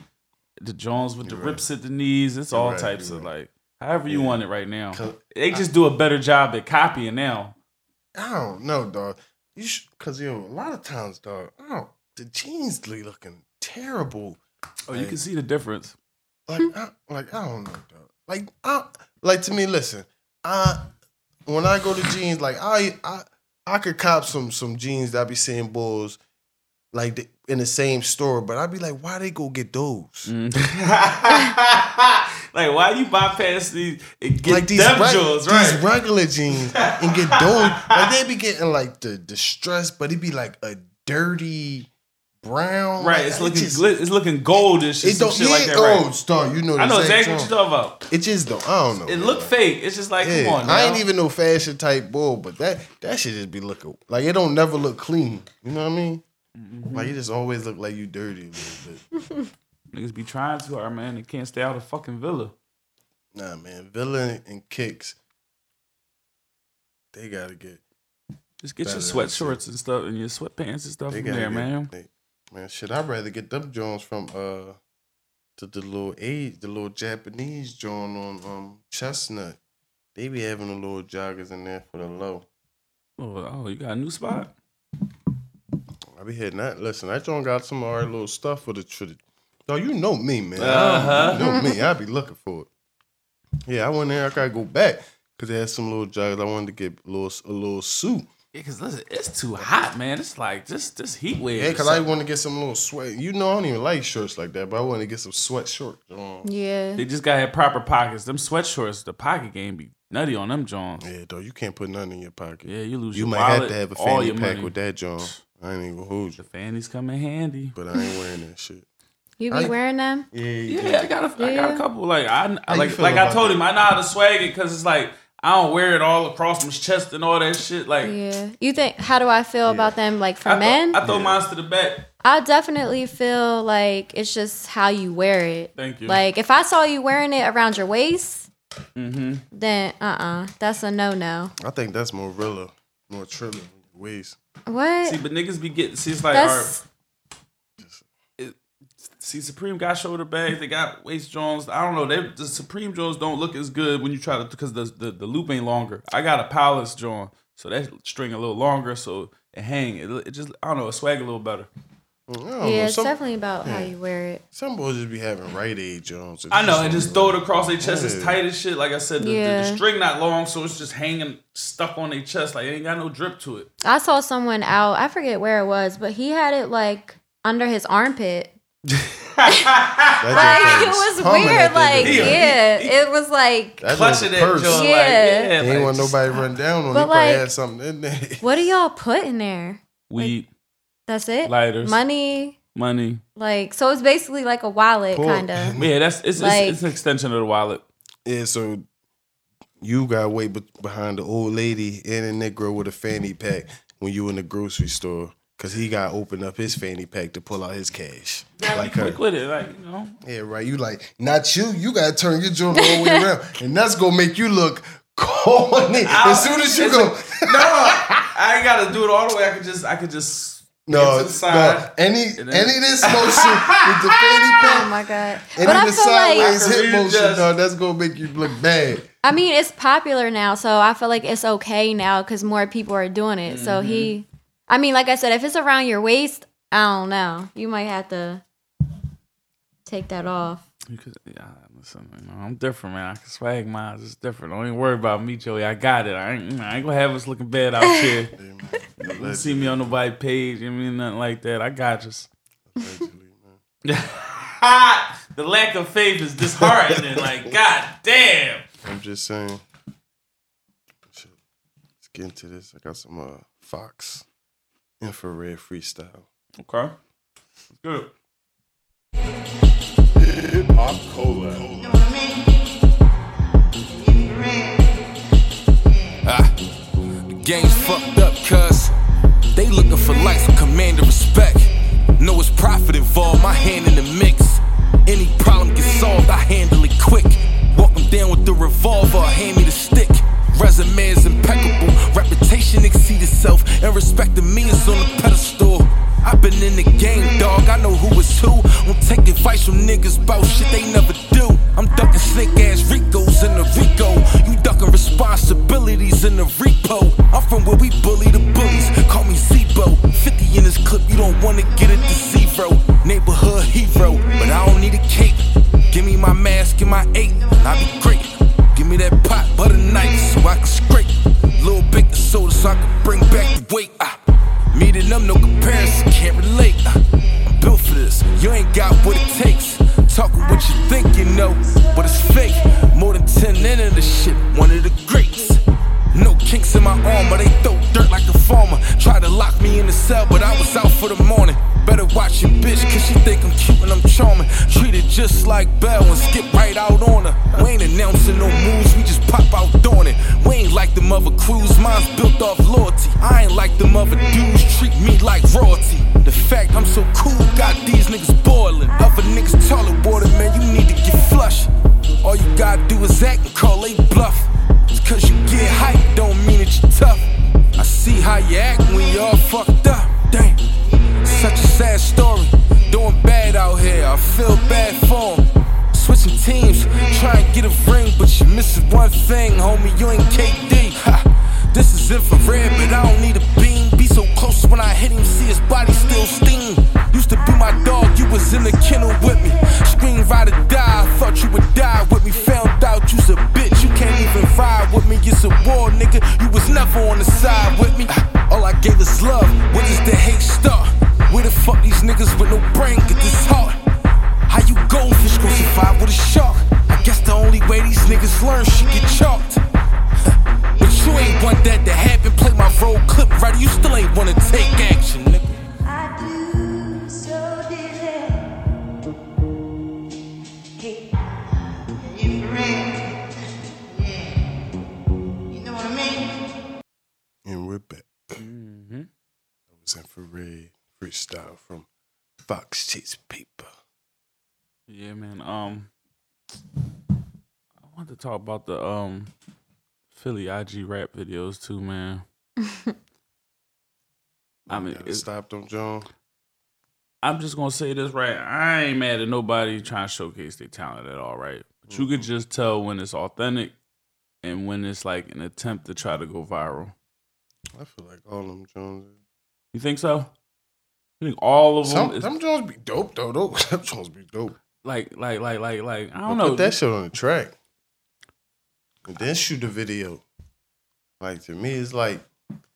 Speaker 1: the Jones with the rips at the knees. It's all
Speaker 2: right,
Speaker 1: types
Speaker 2: you're
Speaker 1: of like however you want it right now.
Speaker 2: 'Cause
Speaker 1: They just do a better job at copying now.
Speaker 2: I don't know, dog. You should, cause yo, a lot of times, dog. I don't, the jeans be looking terrible.
Speaker 1: Oh, you can see the difference.
Speaker 2: like I, like I don't know, dog. Like I like to me. Listen, I when I go to jeans, like I I I could cop some some jeans that I be seeing boys like the, in the same store, but I'd be like, why they go get those?
Speaker 1: like why you bypass these and get
Speaker 2: like these,
Speaker 1: them
Speaker 2: reg-
Speaker 1: jewels,
Speaker 2: these
Speaker 1: right?
Speaker 2: regular jeans and get those. like they be getting like the distress, but it'd be like a dirty brown.
Speaker 1: Right,
Speaker 2: like,
Speaker 1: it's
Speaker 2: it
Speaker 1: looking
Speaker 2: just-
Speaker 1: glit- it's looking goldish.
Speaker 2: It
Speaker 1: It's some
Speaker 2: don't.
Speaker 1: shit
Speaker 2: yeah,
Speaker 1: like that,
Speaker 2: oh,
Speaker 1: right?
Speaker 2: star, you know.
Speaker 1: I know
Speaker 2: the same
Speaker 1: exactly what
Speaker 2: song.
Speaker 1: you're talking about.
Speaker 2: It just don't. I don't know.
Speaker 1: It
Speaker 2: dog.
Speaker 1: look fake. It's just like,
Speaker 2: Yeah,
Speaker 1: come on,
Speaker 2: I
Speaker 1: now.
Speaker 2: ain't even no fashion type bull, but that that shit just be looking like it don't never look clean. You know what I mean?
Speaker 1: Mm-hmm.
Speaker 2: Like you just always look like you dirty a little bit.
Speaker 1: niggas be trying too hard, man. They can't stay out of fucking villa.
Speaker 2: nah, man, villain and kicks, they gotta get.
Speaker 1: Just get your
Speaker 2: Better than
Speaker 1: sweatshorts and stuff and your sweatpants and stuff
Speaker 2: They
Speaker 1: from
Speaker 2: gotta
Speaker 1: there,
Speaker 2: get,
Speaker 1: man.
Speaker 2: they- man, shit, I'd rather get them Jones from uh, the, the little age, the little Japanese John on um Chestnut. They be having the little joggers in there for the low.
Speaker 1: Oh, oh, you got a new spot?
Speaker 2: I be hitting that. Listen, I don't got some of our little stuff for the trip. No, you know me, man.
Speaker 1: Uh-huh.
Speaker 2: You know me. I be looking for it. Yeah, I went there. I gotta go back because they had some little joggers. I wanted to get a little a little suit.
Speaker 1: because listen, it's too hot, man. It's like this this heat wave.
Speaker 2: Yeah,
Speaker 1: is
Speaker 2: because I
Speaker 1: something.
Speaker 2: want to get some little sweat. You know, I don't even like shorts like that, but I wanted to get some sweat shorts. Um,
Speaker 3: Yeah.
Speaker 1: they just gotta have proper pockets. Them sweatshorts, the pocket game be nutty on them, John.
Speaker 2: yeah, though, you can't put nothing in your pocket.
Speaker 1: Yeah, you lose.
Speaker 2: you
Speaker 1: your
Speaker 2: might
Speaker 1: wallet,
Speaker 2: have to have a
Speaker 1: all
Speaker 2: fanny
Speaker 1: your
Speaker 2: pack
Speaker 1: money.
Speaker 2: with that, John. I ain't even gonna hold
Speaker 1: The
Speaker 2: you,
Speaker 1: fannies come in handy.
Speaker 2: but I ain't wearing that shit.
Speaker 3: You
Speaker 2: I-
Speaker 3: be wearing them?
Speaker 2: Yeah,
Speaker 1: Yeah, I got a, I got a
Speaker 3: Yeah.
Speaker 1: couple. Like I, I
Speaker 2: you
Speaker 1: like
Speaker 2: feel
Speaker 1: like I
Speaker 2: about
Speaker 1: told
Speaker 2: that?
Speaker 1: him, I know how to swag it because it's like I don't wear it all across my chest and all that shit. Like
Speaker 3: Yeah. You think how do I feel about them like for
Speaker 1: I,
Speaker 3: men?
Speaker 1: throw, I throw mine to the back.
Speaker 3: I definitely feel like it's just how you wear it.
Speaker 1: Thank you.
Speaker 3: Like if I saw you wearing it around your waist,
Speaker 1: Mm-hmm.
Speaker 3: then uh uh that's a no no.
Speaker 2: I think that's more Rilla, more Trilla ways.
Speaker 3: What?
Speaker 1: See, but niggas be getting. See, it's like all right,
Speaker 3: that's
Speaker 1: see, Supreme got shoulder bags. They got waist joints. I don't know. They the Supreme joints don't look as good when you try to because the, the the loop ain't longer. I got a palace joint, so that string a little longer, so it hang. It, it just I don't know. It swag a little better.
Speaker 2: I don't
Speaker 3: yeah,
Speaker 2: know.
Speaker 3: it's
Speaker 2: Some,
Speaker 3: definitely about how you wear it.
Speaker 2: some boys just be having right aid Jones.
Speaker 1: I know, and just throw it across their chest. It's
Speaker 2: Yeah.
Speaker 1: tight as shit. Like I said, the, the- the,
Speaker 3: Yeah.
Speaker 1: string not long, so it's just hanging stuck on their chest. Like it ain't got no drip to it.
Speaker 3: I saw someone out, I forget where it was, but he had it like under his armpit.
Speaker 2: That
Speaker 3: It was weird, like
Speaker 1: He-
Speaker 3: yeah. It was like
Speaker 1: Clutching that joint. Like,
Speaker 3: Yeah.
Speaker 1: yeah
Speaker 2: They ain't
Speaker 1: like,
Speaker 2: want
Speaker 1: just
Speaker 2: nobody run down on.
Speaker 3: But
Speaker 2: They probably
Speaker 3: like-
Speaker 2: had something in there.
Speaker 3: what do y'all put in there?
Speaker 1: Weed,
Speaker 3: That's it?
Speaker 1: lighters, money.
Speaker 3: Money, like so it's basically like a wallet
Speaker 2: Cool.
Speaker 3: kind of.
Speaker 1: Yeah, that's it's,
Speaker 3: Like-
Speaker 1: it's, it's an extension of the wallet.
Speaker 2: Yeah, so you got way be- behind the old lady and a Negro with a fanny pack when you in the grocery store because he got to open up his fanny pack to pull out his cash. Like her.
Speaker 1: Quick with it, like you know.
Speaker 2: Yeah, right. You like, not you. You got to turn your joint all the way around. And that's going to make you look corny as soon as you
Speaker 1: it's
Speaker 2: go.
Speaker 1: No, I ain't gotta do it all the way. I could just, I could just.
Speaker 2: No,
Speaker 1: to the
Speaker 2: no,
Speaker 1: side.
Speaker 2: any any of
Speaker 1: And then-
Speaker 2: this motion with the fanny
Speaker 3: Oh
Speaker 2: pack,
Speaker 3: my god.
Speaker 2: any
Speaker 3: but
Speaker 2: of
Speaker 3: I
Speaker 2: the
Speaker 3: feel like
Speaker 1: I
Speaker 2: sideways
Speaker 1: can
Speaker 2: hip
Speaker 1: read
Speaker 2: motion,
Speaker 1: just-
Speaker 2: no, that's gonna make you look bad.
Speaker 3: I mean it's popular now, so I feel like it's okay now because more people are doing it. So he,
Speaker 2: Mm-hmm.
Speaker 3: I mean, like I said, if it's around your waist, I don't know. You might have to take that off.
Speaker 1: You could, yeah, listen, you know, I'm different, man. I can swag mine. It's different. Don't even worry about me, Joey. I got it. I ain't, I ain't gonna have us looking bad out here. you don't see me on nobody page. You mean nothing like that? I got you. the lack of faith is disheartening. like, god damn.
Speaker 2: I'm just saying. Shit. Let's get into this. I got some uh, Fox infrared freestyle.
Speaker 1: Okay. Good.
Speaker 6: Game's fucked up, cuz they looking for likes with command and respect. Know it's profit involved, my hand in the mix. Any problem gets solved, I handle it quick. Walk 'em down with the revolver, hand me the stick. Resume is impeccable, reputation exceeds itself, and respect to me is on the pedestal. I've been in the game, dog. I know who is who. Won't take advice from niggas about shit they never do. I'm ducking sick ass Ricos in the Rico. You ducking responsibilities in the repo. I'm from where we bully the bullies. Call me Zebo. 50 in this clip, you don't wanna get it to zero. Neighborhood hero, but I don't need a cake. Give me my mask and my eight, and I be great. Give me that pot, butter knife, so I can scrape. Little bit of soda, so I can bring back the weight. Ah. Me to them, no comparison, can't relate. Uh, I'm built for this, you ain't got what it takes. Talking what you think you know, but it's fake. More than 10 in of this shit, one of the greats. No kinks in my armor, they throw dirt like a farmer. Try to lock me in the cell, but I was out for the morning. Better watch your bitch, cause she think I'm cute and I'm charming. Treat it just like Belle and skip right out on her. We ain't announcing no moves, we just pop out doing it. We ain't like them other crews, mine's built off loyalty. I ain't like them other dudes, treat me like royalty. The fact I'm so cool got these niggas boiling. Other niggas toilet water, man, you need to get flush. All you gotta do is act and call a bluff. Just cause you get hyped don't mean that you tough. I see how you act when you're all fucked up. Damn, such a sad story. Doing bad out here, I feel bad for 'em. Switching teams, try and get a ring, but you missing one thing, homie. You ain't KD. Ha, this is infrared, but I don't need a beam. Be so close when I hit him, see his body still steam. Used to be my dog, you was in the kennel with me. Scream ride or die, I thought you would die with me. Found out you's a bitch, you can't even ride with me. It's you get chalked. But you ain't want that to happen. Play my role clip right. You still ain't wanna take action, nigga.
Speaker 7: I do so dearly. Hey, you for real? Yeah. You know what I mean?
Speaker 2: And we're back. That was infrared freestyle from Fox Chase Paper.
Speaker 1: Yeah, man. Um, I want to talk about the um Philly IG rap videos too, man. I mean,
Speaker 2: Gotta
Speaker 1: it's,
Speaker 2: stop them, John.
Speaker 1: I'm just gonna say this right. I ain't mad at nobody trying to showcase their talent at all, right? But you
Speaker 2: Mm-hmm.
Speaker 1: could just tell when it's authentic and when it's like an attempt to try to go viral.
Speaker 2: I feel like all them Jones.
Speaker 1: You think so? You think all of them?
Speaker 2: Some
Speaker 1: Is,
Speaker 2: them Jones be dope though. though. Them Jones be dope.
Speaker 1: like, like, like, like, like. I don't
Speaker 2: But
Speaker 1: know.
Speaker 2: Put that shit on the track. And then shoot the video. Like to me, it's like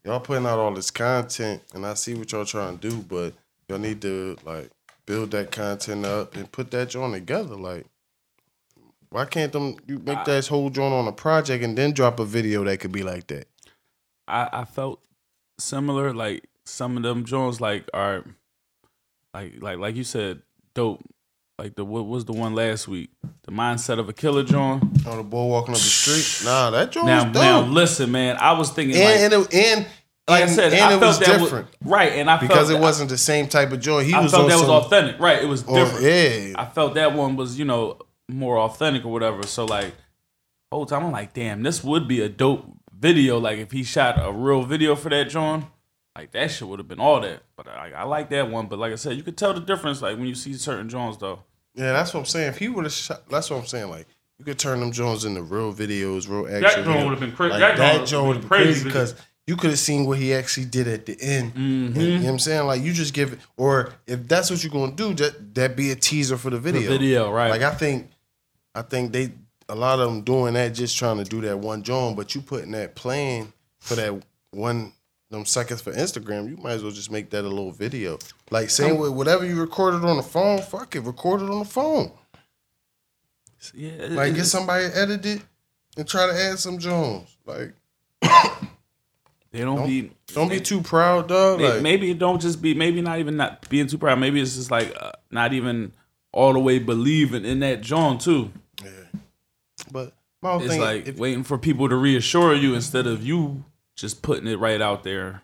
Speaker 2: y'all putting out all this content, and I see what y'all trying to do, but y'all need to like build that content up and put that joint together. Like, why can't them you
Speaker 1: Ah.
Speaker 2: make that whole joint on a project and then drop a video that could be like that?
Speaker 1: I, I felt similar. Like some of them Jones, like are like like like you said, dope. Like the what was the one last week? The mindset of a killer, John.
Speaker 2: On the boy walking up the street. Nah, that joint
Speaker 1: Now,
Speaker 2: was Oh, dope.
Speaker 1: now listen, man. I was thinking, like,
Speaker 2: and, and, it, and
Speaker 1: like
Speaker 2: and-
Speaker 1: I said,
Speaker 2: and
Speaker 1: I
Speaker 2: it
Speaker 1: felt
Speaker 2: was
Speaker 1: that
Speaker 2: different.
Speaker 1: was right, and I
Speaker 2: because
Speaker 1: felt
Speaker 2: it wasn't the same type of joint. He
Speaker 1: I
Speaker 2: was
Speaker 1: felt
Speaker 2: on
Speaker 1: that was
Speaker 2: some,
Speaker 1: authentic, right? It was
Speaker 2: on-
Speaker 1: different.
Speaker 2: yeah,
Speaker 1: I felt that one was, you know, more authentic or whatever. So like whole time I'm like, damn, this would be a dope video. Like if he shot a real video for that John, like that shit would have been all that. But I, I like that one. But like I said, you could tell the difference like when you see certain Johns though.
Speaker 2: yeah. That's what I'm saying. If he would have shot, that's what I'm saying. Like you could turn them joints into real videos, real action.
Speaker 1: That John
Speaker 2: video.
Speaker 1: would have been crazy.
Speaker 2: Like,
Speaker 1: that
Speaker 2: that
Speaker 1: John would
Speaker 2: joint would
Speaker 1: have
Speaker 2: be
Speaker 1: been
Speaker 2: crazy
Speaker 1: crazy
Speaker 2: because you could have seen what he actually did at the end. And,
Speaker 1: Mm-hmm.
Speaker 2: you know what I'm saying? Like you just give it, or if that's what you're gonna do, that that be a teaser for the video.
Speaker 1: video, right.
Speaker 2: Like I think, I think they a lot of them doing that just trying to do that one joint, but you putting that plan for that one them seconds for Instagram, you might as well just make that a little video. Like same with whatever you recorded on the phone, fuck it, record it on the phone.
Speaker 1: yeah, it-
Speaker 2: Like
Speaker 1: it-
Speaker 2: get somebody to edit it and try to add some Jones. Like
Speaker 1: they don't,
Speaker 2: don't-
Speaker 1: be
Speaker 2: don't be too proud, dog.
Speaker 1: May-
Speaker 2: Like,
Speaker 1: maybe it don't just be maybe not even not being too proud. Maybe it's just like uh, not even all the way believing in that John too.
Speaker 2: But my whole
Speaker 1: It's
Speaker 2: thing,
Speaker 1: like
Speaker 2: if,
Speaker 1: waiting for people to reassure you instead of you just putting it right out there.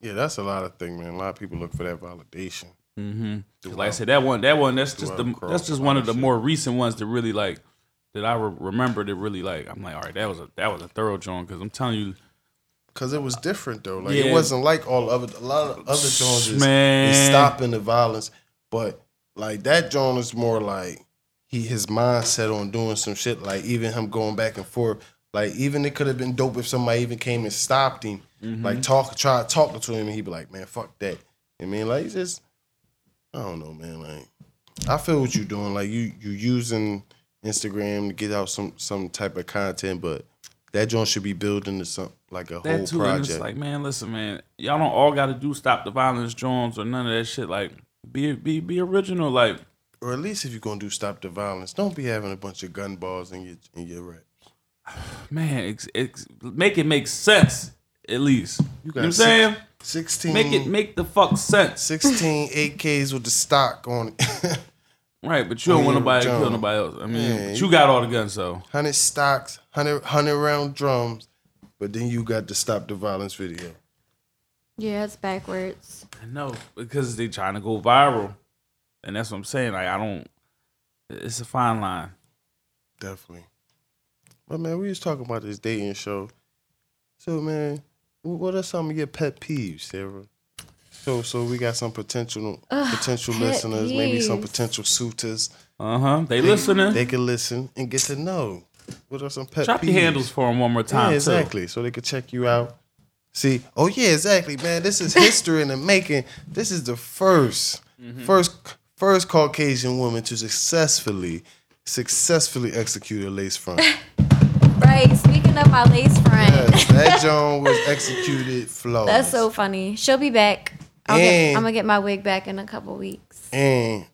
Speaker 2: yeah, that's a lot of thing, man. A lot of people look for that validation.
Speaker 1: 'Cause like I said, that one, that one, that's just
Speaker 2: I
Speaker 1: the
Speaker 2: crawl
Speaker 1: that's just one of the more recent ones that really like that I re- remember that really like I'm like all right that was a that was a thorough joint because I'm telling you
Speaker 2: Cause it was different though. Like
Speaker 1: Yeah.
Speaker 2: it wasn't like all other a lot of other Jones is, is
Speaker 1: Man.
Speaker 2: stopping the violence, but like that Jones is more like he his mindset on doing some shit. Like even him going back and forth. Like even it could have been dope if somebody even came and stopped him.
Speaker 1: Mm-hmm.
Speaker 2: Like talk, try talking to him, and he'd be like, "Man, fuck that." I mean, like it's just I don't know, man. Like I feel what you're doing. Like you you using Instagram to get out some some type of content, but that joint should be building to some like a
Speaker 1: that
Speaker 2: whole
Speaker 1: too and
Speaker 2: project.
Speaker 1: it's like man listen man y'all don't all got to do stop the violence joints or none of that shit like be be be original like
Speaker 2: or at least if you're gonna do stop the violence, don't be having a bunch of gun balls in your in your rap.
Speaker 1: man ex, ex, make it make sense at least you, know what I'm
Speaker 2: six-
Speaker 1: saying
Speaker 2: Sixteen
Speaker 1: make it make the fuck sense
Speaker 2: 16 8Ks with the stock on it.
Speaker 1: right but you don't want
Speaker 2: Mm,
Speaker 1: nobody to kill
Speaker 2: John.
Speaker 1: nobody else I mean
Speaker 2: Yeah,
Speaker 1: but
Speaker 2: you-
Speaker 1: you got all the guns though
Speaker 2: 100 stocks, 100, 100 round drums, but then you got the stop the violence video.
Speaker 3: Yeah, it's backwards.
Speaker 1: I know because they trying to go viral, and that's what I'm saying. Like I don't. It's a fine line.
Speaker 2: Definitely. But man, we was talking about this dating show. So man, wh- what are some of your pet peeves, Sarah? So so we got some potential potential
Speaker 3: pet
Speaker 2: listeners, maybe some
Speaker 3: peeves.
Speaker 2: potential suitors.
Speaker 1: Uh huh. They listening.
Speaker 2: They can listen and get to know. What are some pet
Speaker 1: Drop
Speaker 2: peeves?
Speaker 1: your handles for them one more time.
Speaker 2: Yeah,
Speaker 1: too.
Speaker 2: exactly. So they could check you out. See, oh yeah, exactly, man. This is history in the making. This is the 1st
Speaker 1: Mm-hmm.
Speaker 2: first, first Caucasian woman to successfully, successfully execute a lace front.
Speaker 3: Right. Speaking of my lace front,
Speaker 2: Yes, that Joan was executed flawless.
Speaker 3: that's so funny. She'll be back. I'll get,
Speaker 2: And-
Speaker 3: I'm gonna get my wig back in a couple weeks.
Speaker 2: And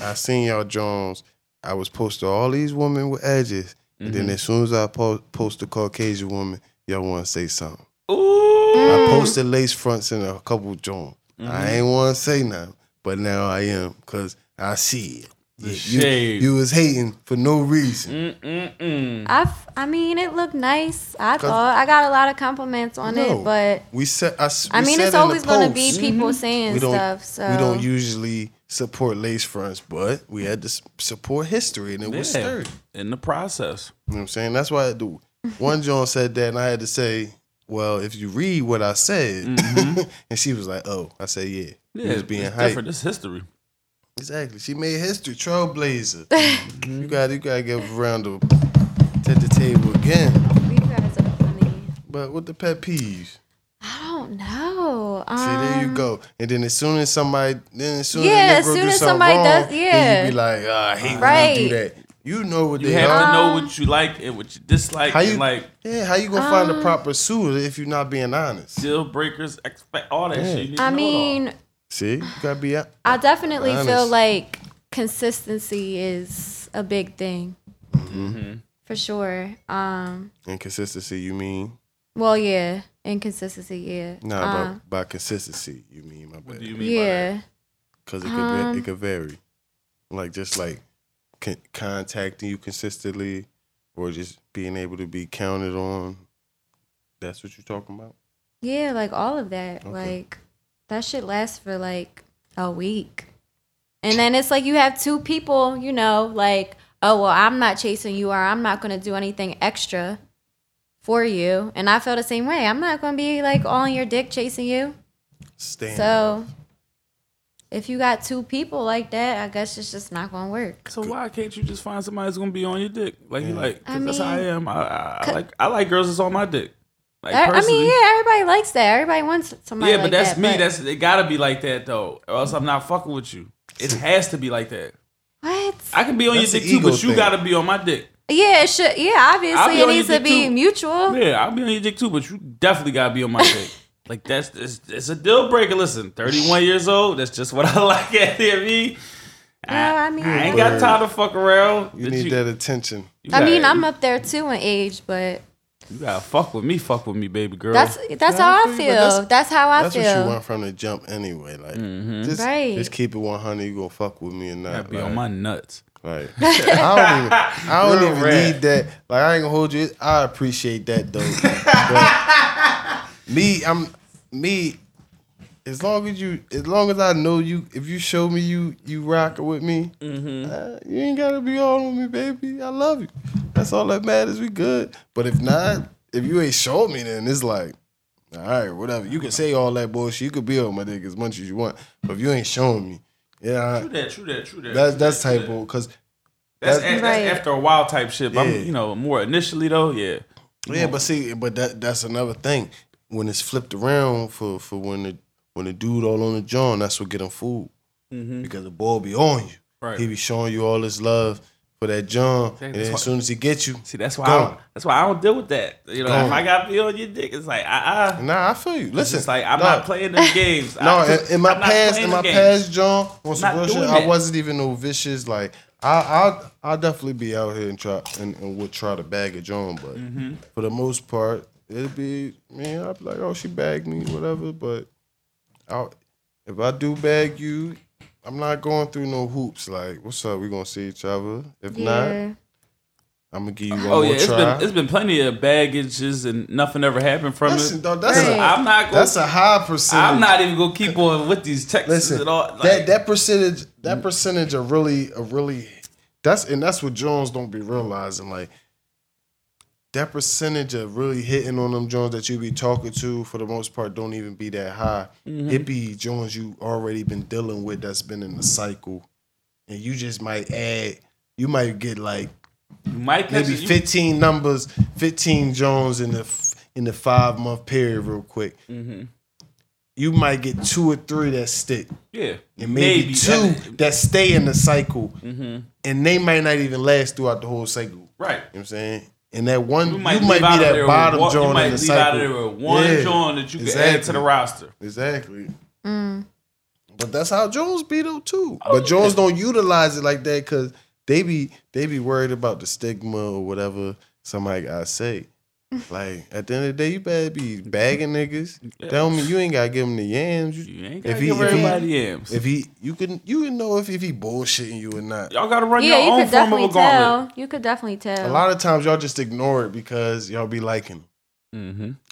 Speaker 2: I seen y'all Jones. I was posted all these women with edges, And
Speaker 1: Mm-hmm.
Speaker 2: then as soon as I po- post a Caucasian woman, y'all want to say something.
Speaker 1: Ooh.
Speaker 2: I posted lace fronts in a couple joints.
Speaker 1: Mm-hmm.
Speaker 2: I ain't want to say nothing, but now I am because I see it. You,
Speaker 1: shade. Mm.
Speaker 2: you was hating for no reason.
Speaker 3: I, f- I mean, it looked nice. I thought I got a lot of compliments on
Speaker 2: No.
Speaker 3: it, but
Speaker 2: we said I, s-
Speaker 3: I
Speaker 2: we
Speaker 3: mean,
Speaker 2: said
Speaker 3: it's
Speaker 2: in the
Speaker 3: always going to be
Speaker 2: post,
Speaker 3: people saying
Speaker 2: we don't
Speaker 3: stuff. So
Speaker 2: we don't usually support lace fronts, but we had to s- support history, and it was
Speaker 1: Yeah.
Speaker 2: sturdy.
Speaker 1: In the process.
Speaker 2: You know what I'm saying? That's why the one John said that, and I had to say, "Well, if you read what I said," and she was like, "Oh," I said, "Yeah."
Speaker 1: Mm-hmm. Yeah,
Speaker 2: he was being
Speaker 1: it's
Speaker 2: hyped.
Speaker 1: different. It's history.
Speaker 2: Exactly. She made history, trailblazer. You got you got to give a round of to the table again.
Speaker 3: You guys are funny.
Speaker 2: But with the pet peeves,
Speaker 3: I don't know. Um,
Speaker 2: see there you go. And then as soon as somebody, then as soon
Speaker 3: Yeah,
Speaker 2: as,
Speaker 3: as
Speaker 2: the Negro
Speaker 3: soon
Speaker 2: do
Speaker 3: as
Speaker 2: something
Speaker 3: somebody
Speaker 2: wrong,
Speaker 3: does-
Speaker 2: then you be
Speaker 3: yeah.
Speaker 2: like, oh, I hate when you
Speaker 3: Right.
Speaker 2: do that. You know what
Speaker 1: You
Speaker 2: they
Speaker 1: have
Speaker 2: are.
Speaker 1: to know what you like and what you dislike.
Speaker 2: How you
Speaker 1: and like
Speaker 2: Yeah, how you gonna find
Speaker 3: um,
Speaker 2: the proper suitor if you're not being honest?
Speaker 1: deal breakers, expect all that shit. You need to
Speaker 3: I
Speaker 1: know it all.
Speaker 3: mean,
Speaker 2: See, you gotta be out.
Speaker 3: I definitely feel
Speaker 2: Honest.
Speaker 3: like consistency is a big thing.
Speaker 2: Mm-hmm.
Speaker 3: For sure. Um,
Speaker 2: Inconsistency, you mean?
Speaker 3: well, yeah. Inconsistency, yeah.
Speaker 2: Nah,
Speaker 3: Um,
Speaker 2: by, by consistency, you mean my
Speaker 1: what
Speaker 2: bad.
Speaker 1: do you mean? by that?
Speaker 3: yeah.
Speaker 2: because it could va-
Speaker 3: Um.
Speaker 2: it could vary, like just like con- contacting you consistently, or just being able to be counted on. That's what you're talking about.
Speaker 3: Yeah, like all of that. Like that shit lasts for like a week. And then it's like you have two people, you know, like, oh well, I'm not chasing you or I'm not gonna do anything extra for you. And I feel the same way. I'm not gonna be like all in your dick chasing you.
Speaker 2: Stand.
Speaker 3: So if you got two people like that, I guess it's just not gonna work.
Speaker 1: So why can't you just find somebody that's gonna be on your dick? Like you like,
Speaker 3: I
Speaker 1: cause that's how I
Speaker 3: mean,
Speaker 1: am. I, I, I
Speaker 3: c-
Speaker 1: like I like girls that's on my dick. Like
Speaker 3: I, I
Speaker 1: personally.
Speaker 3: mean, yeah, everybody likes that. Everybody wants somebody.
Speaker 1: Yeah, but
Speaker 3: like
Speaker 1: that's
Speaker 3: that,
Speaker 1: me.
Speaker 3: but-
Speaker 1: That's it. Gotta be like that though, or else I'm not fucking with you. It has to be like that.
Speaker 3: what?
Speaker 1: I can be on
Speaker 2: That's
Speaker 1: your
Speaker 2: an
Speaker 1: dick too,
Speaker 2: ego
Speaker 1: but you
Speaker 2: thing.
Speaker 1: gotta be on my dick.
Speaker 3: yeah, it should. Yeah, obviously
Speaker 1: on
Speaker 3: it
Speaker 1: your
Speaker 3: needs to
Speaker 1: dick
Speaker 3: be
Speaker 1: too.
Speaker 3: mutual.
Speaker 1: Yeah, I'll be on your dick too, but you definitely gotta be on my dick. Like that's it's, it's a deal breaker. Listen, 31 years old. That's just what I like at me.
Speaker 3: Yeah, Uh, I mean,
Speaker 1: I ain't got time to fuck around.
Speaker 2: you need that attention.
Speaker 1: you
Speaker 3: I mean,
Speaker 1: gotta-
Speaker 3: I'm up there too in age, but
Speaker 1: You gotta fuck with me. Fuck with me, baby girl.
Speaker 3: that's that's
Speaker 2: Yeah, I
Speaker 3: how I
Speaker 2: feel you, but
Speaker 3: feel.
Speaker 2: that's-
Speaker 3: That's, how I
Speaker 2: That's
Speaker 3: feel.
Speaker 2: what you want from the jump anyway. Like just,
Speaker 3: Right.
Speaker 2: just keep it 100. You gonna fuck with me or not?
Speaker 1: gotta be
Speaker 2: like,
Speaker 1: on my nuts.
Speaker 2: Like, I don't even, I don't
Speaker 1: Real
Speaker 2: even
Speaker 1: rap.
Speaker 2: need that. Like, I ain't gonna hold you. I appreciate that though. But me, I'm me. As long as you, as long as I know you, if you show me you, you rocking with me, uh, you ain't gotta be all on me, baby. I love you. That's all that matters. We good. But if not, if you ain't showed me, then it's like, all right, whatever. You can say all that bullshit. You could be on my dick as much as you want. But if you ain't showing me, yeah,
Speaker 1: True that. True that. True that.
Speaker 2: that's that's
Speaker 1: true that.
Speaker 2: type of because
Speaker 1: That's, a-
Speaker 2: That's-
Speaker 1: that's
Speaker 3: Right.
Speaker 1: after a while type shit. But
Speaker 2: Yeah.
Speaker 1: I'm, you know, more initially though, yeah.
Speaker 2: Yeah, but see, but that that's another thing. When it's flipped around for for when the when the dude all on the John, that's what get him fooled because the ball be on you.
Speaker 1: Mm-hmm. Right.
Speaker 2: He be showing you all his love for that John, and
Speaker 1: that's
Speaker 2: then
Speaker 1: why-
Speaker 2: as soon as he gets you,
Speaker 1: See, that's why I
Speaker 2: Gone.
Speaker 1: don't, that's why I don't deal with that. You know,
Speaker 2: Gone.
Speaker 1: if I got feel on your dick, it's like ah, uh
Speaker 2: nah, I feel you.
Speaker 1: it's
Speaker 2: Listen,
Speaker 1: just like I'm
Speaker 2: nah,
Speaker 1: not playing them games.
Speaker 2: No,
Speaker 1: I,
Speaker 2: in, in my
Speaker 1: I'm not
Speaker 2: past,
Speaker 1: playing
Speaker 2: in
Speaker 1: them
Speaker 2: my
Speaker 1: games.
Speaker 2: past, John, on some
Speaker 1: Not
Speaker 2: real shit,
Speaker 1: doing
Speaker 2: I
Speaker 1: that.
Speaker 2: wasn't even no vicious. Like I, I, I definitely be out here and try and, and would try to bag a John, but
Speaker 1: Mm-hmm.
Speaker 2: for the most part, it'd be man. I'd be like, oh, she bagged me, whatever. But I, if I do bag you, I'm not going through no hoops. Like, what's up? We gonna see each other. If
Speaker 3: yeah.
Speaker 2: not, I'm gonna give you one
Speaker 1: Oh yeah,
Speaker 2: more
Speaker 1: it's
Speaker 2: try.
Speaker 1: been it's been plenty of baggages and nothing ever happened from
Speaker 2: Listen,
Speaker 1: it.
Speaker 2: dog, that's
Speaker 1: Listen,
Speaker 2: a-
Speaker 1: I'm not gonna,
Speaker 2: That's a high percentage.
Speaker 1: I'm not even gonna keep on with these texts
Speaker 2: Listen,
Speaker 1: at all. Like, Mm.
Speaker 2: that that percentage, that percentage are really, are really, that's and that's what Jones don't be realizing. Like that percentage of really hitting on them Jones that you be talking to for the most part don't even be that high.
Speaker 1: Mm-hmm.
Speaker 2: It be Jones you already been dealing with that's been in the cycle, and you just might add, you might get like
Speaker 1: you might catch
Speaker 2: maybe
Speaker 1: it, you-
Speaker 2: 15 numbers, 15 Jones in the f- in the five month period, real quick.
Speaker 1: Mm-hmm.
Speaker 2: You might get two or three that stick
Speaker 1: yeah,
Speaker 2: and maybe, two
Speaker 1: that- Mm-hmm.
Speaker 2: that stay in the cycle, and they might not even last throughout the whole cycle. You know
Speaker 1: right.
Speaker 2: what I'm saying? And that one, you might,
Speaker 1: leave
Speaker 2: be
Speaker 1: out of there
Speaker 2: that
Speaker 1: with
Speaker 2: bottom
Speaker 1: one-
Speaker 2: joint
Speaker 1: You might
Speaker 2: in the
Speaker 1: leave
Speaker 2: cycle.
Speaker 1: out of there with one
Speaker 2: Yeah,
Speaker 1: joint that you can add to the
Speaker 2: exactly.
Speaker 1: roster.
Speaker 2: Exactly. But that's how Jones be though too. But Jones don't utilize it like that because they be they be worried about the stigma or whatever somebody got to say. Like at the end of the day, you better be bagging niggas. Tell me you ain't gotta give him the yams. You,
Speaker 1: You ain't gotta
Speaker 2: if he,
Speaker 1: give
Speaker 2: if he-
Speaker 1: everybody yams.
Speaker 2: if he, you can you can know if, if he bullshitting you or not.
Speaker 1: Y'all gotta run
Speaker 3: yeah,
Speaker 1: your
Speaker 3: you
Speaker 1: own form of
Speaker 3: could
Speaker 1: a
Speaker 3: definitely
Speaker 1: gauntlet.
Speaker 3: tell. You could definitely
Speaker 2: A
Speaker 3: tell.
Speaker 2: lot of times y'all just ignore it because y'all be liking. him.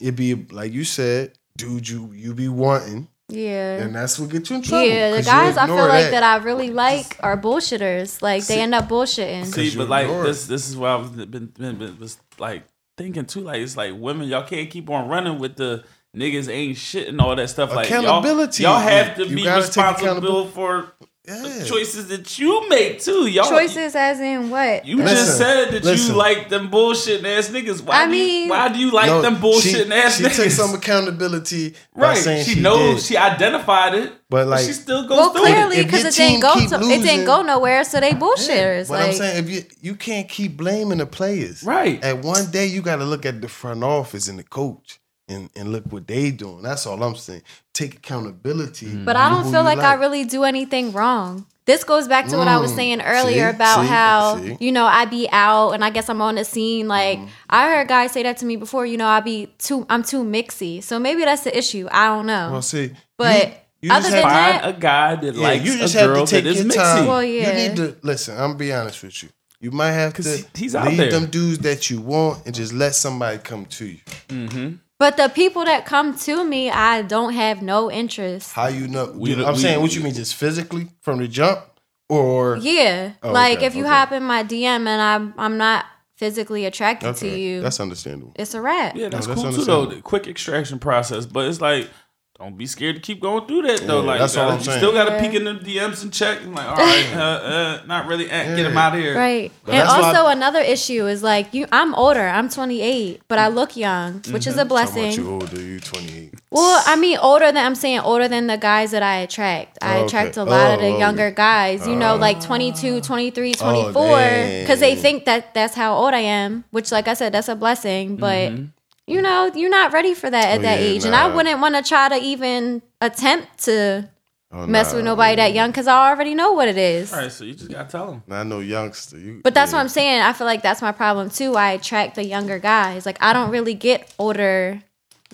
Speaker 1: Mm-hmm.
Speaker 2: It be like you said, dude. You you be wanting,
Speaker 3: yeah.
Speaker 2: and that's what get you in trouble.
Speaker 3: Yeah, the
Speaker 2: 'cause you
Speaker 3: guys I feel
Speaker 2: ignore
Speaker 3: like that I really like are bullshitters. Like
Speaker 2: See-
Speaker 3: they end up bullshitting.
Speaker 1: See,
Speaker 2: you
Speaker 1: but like
Speaker 2: ignore it.
Speaker 1: this, this is what I was been, been, been was like thinking too. Like it's like women, y'all can't keep on running with the niggas ain't shit and all that stuff. Like y'all-
Speaker 2: Accountability.
Speaker 1: y'all, have to
Speaker 2: You
Speaker 1: be
Speaker 2: gotta take
Speaker 1: responsible
Speaker 2: accountability.
Speaker 1: for the
Speaker 2: Yeah.
Speaker 1: choices that you make too. Y'all
Speaker 3: Choices as in what?
Speaker 1: You
Speaker 2: Listen,
Speaker 1: just said that
Speaker 2: listen.
Speaker 1: you like them bullshitting ass niggas. Why
Speaker 3: I
Speaker 1: do you,
Speaker 3: mean-
Speaker 1: why do you like
Speaker 2: No,
Speaker 1: them bullshitting
Speaker 2: she,
Speaker 1: ass
Speaker 2: She
Speaker 1: niggas?
Speaker 2: took some accountability. by
Speaker 1: right.
Speaker 2: saying
Speaker 1: She, knows
Speaker 2: did.
Speaker 1: she identified it,
Speaker 2: But,
Speaker 1: but
Speaker 2: like-
Speaker 1: like she still goes
Speaker 3: well,
Speaker 1: through
Speaker 3: clearly
Speaker 1: it.
Speaker 2: If your
Speaker 3: because it
Speaker 2: team
Speaker 3: didn't go
Speaker 2: keep
Speaker 3: to, it
Speaker 2: losing-
Speaker 3: didn't go nowhere, so they
Speaker 2: Yeah,
Speaker 3: bullshitters.
Speaker 2: But
Speaker 3: like,
Speaker 2: I'm saying, if you you can't keep blaming the players,
Speaker 1: Right.
Speaker 2: At one day, you got to look at the front office and the coach, and and look what they doing. That's all I'm saying. Take accountability.
Speaker 3: Mm-hmm. But I
Speaker 2: Who
Speaker 3: don't feel
Speaker 2: you
Speaker 3: like, I
Speaker 2: like.
Speaker 3: really do anything wrong. This goes back to what I was
Speaker 2: Mm,
Speaker 3: saying earlier
Speaker 2: see,
Speaker 3: about
Speaker 2: see,
Speaker 3: how,
Speaker 2: see. Mm-hmm.
Speaker 3: you know, I be out and I guess I'm on the scene. Like I heard guys say that to me before, you know, I be too I'm too mixy. So maybe that's the issue. I don't know.
Speaker 2: Well, see, you-
Speaker 3: But
Speaker 2: you just
Speaker 3: other
Speaker 2: have-
Speaker 3: than
Speaker 1: Find
Speaker 3: that,
Speaker 1: a guy that
Speaker 2: yeah,
Speaker 1: likes
Speaker 2: you just
Speaker 1: a
Speaker 2: have
Speaker 1: girl
Speaker 2: to take
Speaker 1: that is
Speaker 2: your
Speaker 1: mixy.
Speaker 2: time.
Speaker 3: Well, yeah.
Speaker 2: You need to listen. I'm gonna be honest with you. You might have
Speaker 1: 'Cause
Speaker 2: to
Speaker 1: he- he's out
Speaker 2: leave
Speaker 1: there.
Speaker 2: them dudes that you want and just let somebody come to you.
Speaker 3: but the people that come to me, I don't have no interest.
Speaker 2: How you know?
Speaker 1: We-
Speaker 2: I'm
Speaker 1: we-
Speaker 2: saying what you mean, just physically from the jump, or
Speaker 3: Yeah.
Speaker 2: Oh,
Speaker 3: like
Speaker 2: okay,
Speaker 3: if you
Speaker 2: okay.
Speaker 3: hop in my DM and I'm I'm not physically attracted to
Speaker 2: Okay,
Speaker 3: you,
Speaker 2: That's understandable.
Speaker 3: it's a wrap.
Speaker 1: Yeah, that's,
Speaker 2: that's
Speaker 1: cool too though.
Speaker 2: understandable.
Speaker 1: The quick extraction process, but it's like don't be scared to keep going through that though.
Speaker 2: Yeah,
Speaker 1: like
Speaker 2: that's all
Speaker 1: uh,
Speaker 2: I'm
Speaker 1: you
Speaker 2: saying.
Speaker 1: still got to
Speaker 3: Yeah.
Speaker 1: peek in the DMs and check. I'm like, all right, uh, uh, not really. eh, Get him
Speaker 2: Yeah.
Speaker 1: out of here.
Speaker 3: Right.
Speaker 2: But
Speaker 3: and
Speaker 2: that's why-
Speaker 3: also another issue is like you I'm older, I'm 28, but I look young, which is a
Speaker 2: How much Mm-hmm. you
Speaker 3: blessing.
Speaker 2: older? You 28.
Speaker 3: Well, I mean older than I'm saying older than the guys that I attract. I
Speaker 2: Okay.
Speaker 3: attract a lot of
Speaker 2: Oh,
Speaker 3: the
Speaker 2: oh.
Speaker 3: younger guys, you know, like 22, 23, 24 cuz they
Speaker 2: dang.
Speaker 3: think that that's how old I am, which like I said that's a blessing, but you know, you're not ready for that at
Speaker 2: Mm-hmm. Oh,
Speaker 3: that
Speaker 2: yeah,
Speaker 3: age. And I
Speaker 2: nah.
Speaker 3: wouldn't want to try to even attempt to
Speaker 2: Oh,
Speaker 3: mess
Speaker 2: nah,
Speaker 3: with nobody that young cuz I already know what it is.
Speaker 1: All right. So you just gotta tell him.
Speaker 2: I know youngster. You,
Speaker 3: But that's
Speaker 2: yeah.
Speaker 3: what I'm saying. I feel like that's my problem too. I attract the younger guys. Like I don't really get older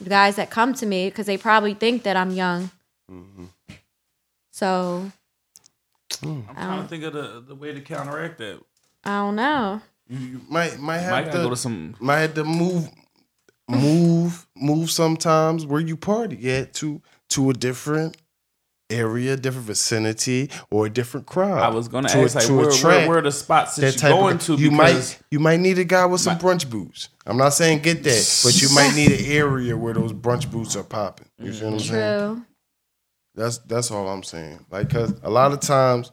Speaker 3: guys that come to me because they probably think that I'm young.
Speaker 2: Mm-hmm.
Speaker 3: So
Speaker 1: I'm trying
Speaker 3: Oh.
Speaker 1: to think of the, the way to counteract that.
Speaker 3: I don't know.
Speaker 2: You, you might
Speaker 1: Might
Speaker 2: might have
Speaker 1: gotta
Speaker 2: to,
Speaker 1: go to some.
Speaker 2: might have to move move move sometimes where you party at to to a different area, different vicinity, or a different crowd.
Speaker 1: I was gonna
Speaker 2: to a-
Speaker 1: ask like
Speaker 2: to a
Speaker 1: where,
Speaker 2: track,
Speaker 1: where, where are the spots that, you're going to
Speaker 2: you
Speaker 1: because
Speaker 2: might you might need a guy with some brunch boots. I'm not saying get that, but you might need an area where those brunch boots are popping. You see what I'm saying?
Speaker 3: True.
Speaker 2: That's that's all I'm saying. Like, cause a lot of times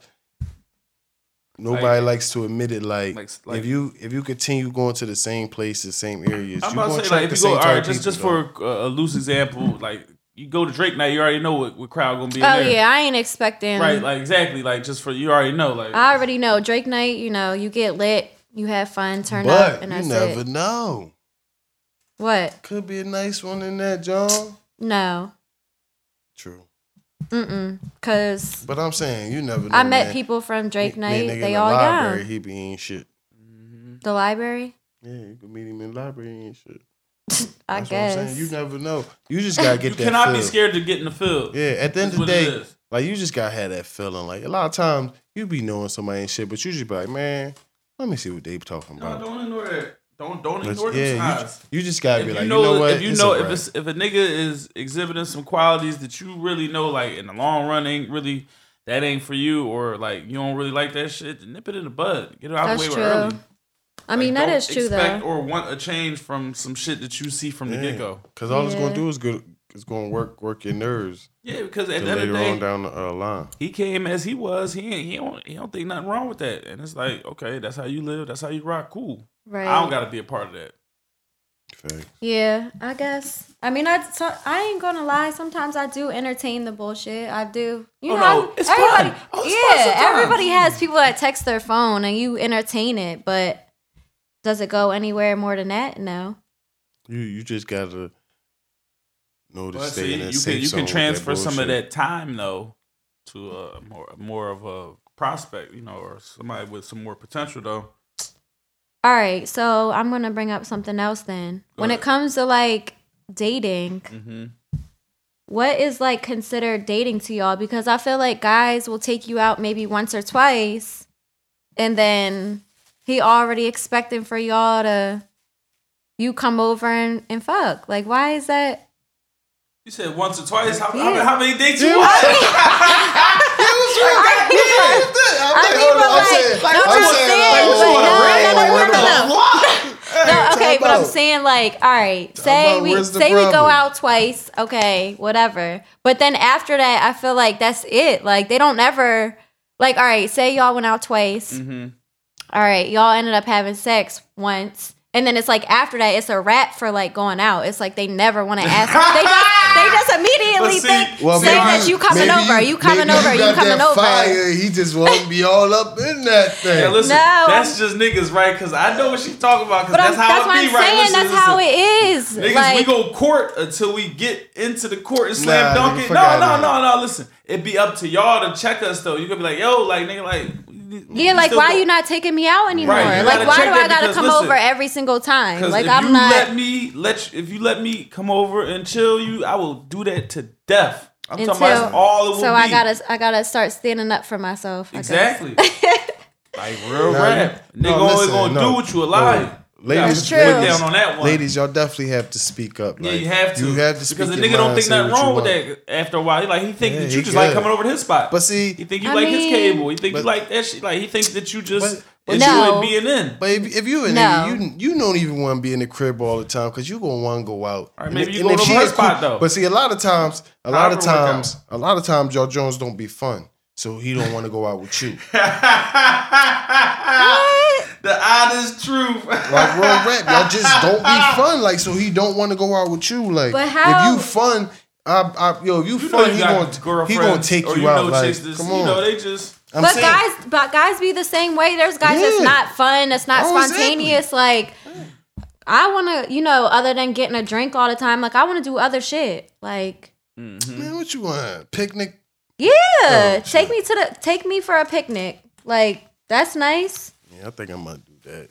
Speaker 2: nobody likes to admit it. Like,
Speaker 1: Like- like-
Speaker 2: if you if you continue going to the same place, the same areas,
Speaker 1: I'm
Speaker 2: you
Speaker 1: about
Speaker 2: gonna
Speaker 1: to say
Speaker 2: attract
Speaker 1: like
Speaker 2: the
Speaker 1: if you
Speaker 2: same
Speaker 1: go all
Speaker 2: type
Speaker 1: right,
Speaker 2: of
Speaker 1: just just
Speaker 2: people,
Speaker 1: for uh, a loose example, like you go to Drake night, you already know what, what crowd gonna be. In
Speaker 3: Oh
Speaker 1: there.
Speaker 3: yeah, I ain't expecting.
Speaker 1: Right, like exactly, like just for you already know, like
Speaker 3: I already know Drake night. You know, you get lit, you have fun,
Speaker 2: though.
Speaker 3: turn
Speaker 2: But
Speaker 3: up, and
Speaker 2: you
Speaker 3: that's
Speaker 2: never
Speaker 3: it.
Speaker 2: know.
Speaker 3: What?
Speaker 2: Could be a nice one in that, John.
Speaker 3: No.
Speaker 2: True,
Speaker 3: Mm-mm. Cause
Speaker 2: but I'm saying you never. know.
Speaker 3: I met
Speaker 2: man.
Speaker 3: people from Drake
Speaker 2: Me- me
Speaker 3: night.
Speaker 2: nigga in
Speaker 3: They
Speaker 2: the
Speaker 3: all
Speaker 2: library,
Speaker 3: young.
Speaker 2: He be ain't shit.
Speaker 3: The library.
Speaker 2: Yeah, you can meet him in the library he ain't shit.
Speaker 3: I
Speaker 2: That's
Speaker 3: guess.
Speaker 2: what I'm saying. You never know. You just gotta get
Speaker 1: you
Speaker 2: that.
Speaker 1: cannot be
Speaker 2: feel.
Speaker 1: scared to get in the field.
Speaker 2: Yeah, at the
Speaker 1: That's
Speaker 2: end of the
Speaker 1: what it
Speaker 2: day,
Speaker 1: is.
Speaker 2: like you just gotta have that feeling. Like a lot of times you be knowing somebody and shit, but you just be like, man, let me see what they talking
Speaker 1: No,
Speaker 2: about.
Speaker 1: don't ignore that. Don't don't
Speaker 2: But
Speaker 1: ignore
Speaker 2: yeah,
Speaker 1: them
Speaker 2: you,
Speaker 1: signs.
Speaker 2: just- you just gotta
Speaker 1: If
Speaker 2: be
Speaker 1: you
Speaker 2: like,
Speaker 1: know,
Speaker 2: you know what?
Speaker 1: if you
Speaker 2: It's
Speaker 1: know,
Speaker 2: a
Speaker 1: if
Speaker 2: wrap.
Speaker 1: it's, if a nigga is exhibiting some qualities that you really know, like in the long run, ain't really that ain't for you, or like you don't really like that shit, then nip it in the bud. Get it out of the
Speaker 3: That's
Speaker 1: way early.
Speaker 3: true. I mean,
Speaker 1: Like,
Speaker 3: that
Speaker 1: don't
Speaker 3: is true
Speaker 1: expect
Speaker 3: though.
Speaker 1: Or want a change from some shit that you see from the get go.
Speaker 2: because all it's gonna
Speaker 3: Yeah.
Speaker 2: do is good. It's gonna work work your nerves
Speaker 1: Yeah, because at
Speaker 2: to
Speaker 1: the end of
Speaker 2: later
Speaker 1: the
Speaker 2: on
Speaker 1: day,
Speaker 2: down the uh, line.
Speaker 1: he came as he was. He ain't, he don't he don't think nothing wrong with that. And it's like, okay, that's how you live. That's how you rock. Cool.
Speaker 3: Right.
Speaker 1: I don't got to be a part of that.
Speaker 2: Fact.
Speaker 3: yeah, I guess. I mean, I so, I ain't gonna lie. Sometimes I do entertain the bullshit. I do. You
Speaker 1: Oh,
Speaker 3: know,
Speaker 1: no,
Speaker 3: I'm-
Speaker 1: it's fun.
Speaker 3: everybody.
Speaker 1: Oh, it's fun
Speaker 3: yeah,
Speaker 1: sometimes.
Speaker 3: everybody has people that text their phone, and you entertain it. But does it go anywhere more than that? No.
Speaker 2: You you just gotta know to
Speaker 1: But
Speaker 2: stay
Speaker 1: see,
Speaker 2: in that
Speaker 1: you
Speaker 2: safe
Speaker 1: can you
Speaker 2: zone
Speaker 1: can
Speaker 2: with
Speaker 1: transfer some of that
Speaker 2: bullshit.
Speaker 1: time though to a uh, more more of a prospect, you know, or somebody with some more potential though.
Speaker 3: All right, so I'm gonna bring up something else then.
Speaker 1: Go
Speaker 3: when
Speaker 1: ahead.
Speaker 3: it comes to like dating,
Speaker 1: Mm-hmm.
Speaker 3: what is like considered dating to y'all? Because I feel like guys will take you out maybe once or twice, and then he already expecting for y'all to you come over and, and fuck. Like, why is that?
Speaker 1: You said once or twice. How, how,
Speaker 3: Yeah.
Speaker 1: how many dates you want?
Speaker 3: I mean, but like, no, but I'm saying,
Speaker 2: what you want,
Speaker 3: like, no,
Speaker 2: a ring? Like,
Speaker 3: no, no, no,
Speaker 2: what
Speaker 3: no,
Speaker 2: the
Speaker 3: no. No, okay, but I'm saying like, all right, say
Speaker 2: about
Speaker 3: we
Speaker 2: where's the
Speaker 3: say we go
Speaker 2: problem?
Speaker 3: out twice, okay, whatever. But then after that, I feel like that's it. Like they don't ever like, all right, say y'all went out twice. All right, y'all ended up having sex once. And then it's like after that, it's a wrap for like going out. It's like they never want to ask. they just they just immediately
Speaker 1: see-
Speaker 3: think
Speaker 2: Well,
Speaker 3: say
Speaker 2: maybe-
Speaker 3: that you coming
Speaker 2: maybe
Speaker 3: over, you coming
Speaker 2: maybe
Speaker 3: over, you,
Speaker 2: got
Speaker 3: coming
Speaker 2: that
Speaker 3: over.
Speaker 2: Fire. He just want to be all up in that thing.
Speaker 1: Yeah, listen,
Speaker 3: No,
Speaker 1: that's just niggas, right? Because I know what she's talking about. Because that's
Speaker 3: But that's, I'm,
Speaker 1: how
Speaker 3: that's
Speaker 1: it
Speaker 3: what
Speaker 1: be,
Speaker 3: I'm
Speaker 1: right?
Speaker 3: saying.
Speaker 1: Listen, listen.
Speaker 3: that's how
Speaker 1: Niggas,
Speaker 3: it is. like,
Speaker 1: we go court until we get into the court and slam
Speaker 2: Nah,
Speaker 1: dunk
Speaker 2: nigga,
Speaker 1: it.
Speaker 2: fuck
Speaker 1: No,
Speaker 2: outta
Speaker 1: no,
Speaker 2: here.
Speaker 1: no, no. Listen, it be up to y'all to check us though. You could be like, yo, like nigga, like we- we
Speaker 3: Yeah, like
Speaker 1: still
Speaker 3: why
Speaker 1: go-
Speaker 3: you not taking me out anymore?
Speaker 1: Right, you gotta
Speaker 3: Like why
Speaker 1: check
Speaker 3: do
Speaker 1: that
Speaker 3: I gotta
Speaker 1: because,
Speaker 3: come
Speaker 1: listen,
Speaker 3: over every single time?
Speaker 1: Because
Speaker 3: Like
Speaker 1: if
Speaker 3: I'm
Speaker 1: you
Speaker 3: not.
Speaker 1: let me let you, if you let me come over and chill you, I will do that to death. I'm
Speaker 3: until,
Speaker 1: talking about that's all it will
Speaker 3: so
Speaker 1: be.
Speaker 3: I gotta I gotta start standing up for myself. I guess.
Speaker 1: exactly like real
Speaker 2: Nah,
Speaker 1: rap.
Speaker 2: you-
Speaker 1: Nigga
Speaker 2: no,
Speaker 1: only
Speaker 2: listen,
Speaker 1: gonna
Speaker 2: no.
Speaker 1: do what you allow.
Speaker 2: No.
Speaker 1: you.
Speaker 2: Ladies-
Speaker 3: That's true.
Speaker 1: Put down on that one.
Speaker 2: Ladies, y'all definitely have to speak up.
Speaker 1: Yeah,
Speaker 2: Like,
Speaker 1: you have to.
Speaker 2: You have to speak
Speaker 1: because the
Speaker 2: your
Speaker 1: nigga don't
Speaker 2: mind,
Speaker 1: think
Speaker 2: say
Speaker 1: nothing
Speaker 2: what you
Speaker 1: wrong with
Speaker 2: want.
Speaker 1: that. After a while, he like he think
Speaker 2: Yeah,
Speaker 1: that you
Speaker 2: he
Speaker 1: just like
Speaker 2: good.
Speaker 1: coming over to his spot.
Speaker 2: But see,
Speaker 1: he think you
Speaker 3: I
Speaker 1: like his
Speaker 3: mean-
Speaker 1: cable. He think you
Speaker 2: But-
Speaker 1: like that shit. Like he thinks that you just
Speaker 2: but-
Speaker 1: enjoy
Speaker 3: No.
Speaker 1: being in.
Speaker 2: But if, if you a
Speaker 3: No.
Speaker 2: nigga, you you don't even want to be in the crib all the time because you gonna want to go out.
Speaker 1: All right,
Speaker 2: And
Speaker 1: maybe
Speaker 2: if-
Speaker 1: you
Speaker 2: and
Speaker 1: going
Speaker 2: if
Speaker 1: over
Speaker 2: she
Speaker 1: her
Speaker 2: is
Speaker 1: spot, though.
Speaker 2: But see, a lot of times, a lot
Speaker 1: However
Speaker 2: of
Speaker 1: it work out.
Speaker 2: times, a lot of times, y'all Jones don't be fun, so he don't want to go out with you.
Speaker 1: the honest truth.
Speaker 2: Like real rap, y'all just don't be fun. Like so, he don't want to go out with you. Like
Speaker 3: But how-
Speaker 2: if you fun, I, I yo, if you,
Speaker 1: You know
Speaker 2: fun,
Speaker 1: you
Speaker 2: he
Speaker 1: got
Speaker 2: gonna he
Speaker 1: girlfriends,
Speaker 2: gonna take
Speaker 1: or
Speaker 2: you,
Speaker 1: you
Speaker 2: out.
Speaker 1: Know
Speaker 2: Like
Speaker 1: chicks that's-
Speaker 2: come
Speaker 1: You
Speaker 2: on,
Speaker 1: know they just.
Speaker 2: I'm
Speaker 3: but
Speaker 2: saying,
Speaker 3: guys, but guys be the same way. There's guys that's
Speaker 2: Yeah.
Speaker 3: not fun. That's not
Speaker 2: Oh, exactly.
Speaker 3: spontaneous. Like I want to, you know, other than getting a drink all the time. Like I want to do other shit. Like
Speaker 2: man, what you want? Picnic?
Speaker 3: yeah,
Speaker 2: Oh,
Speaker 3: take me to the take me for a picnic. Like that's nice.
Speaker 2: Yeah, I think I'm gonna do that.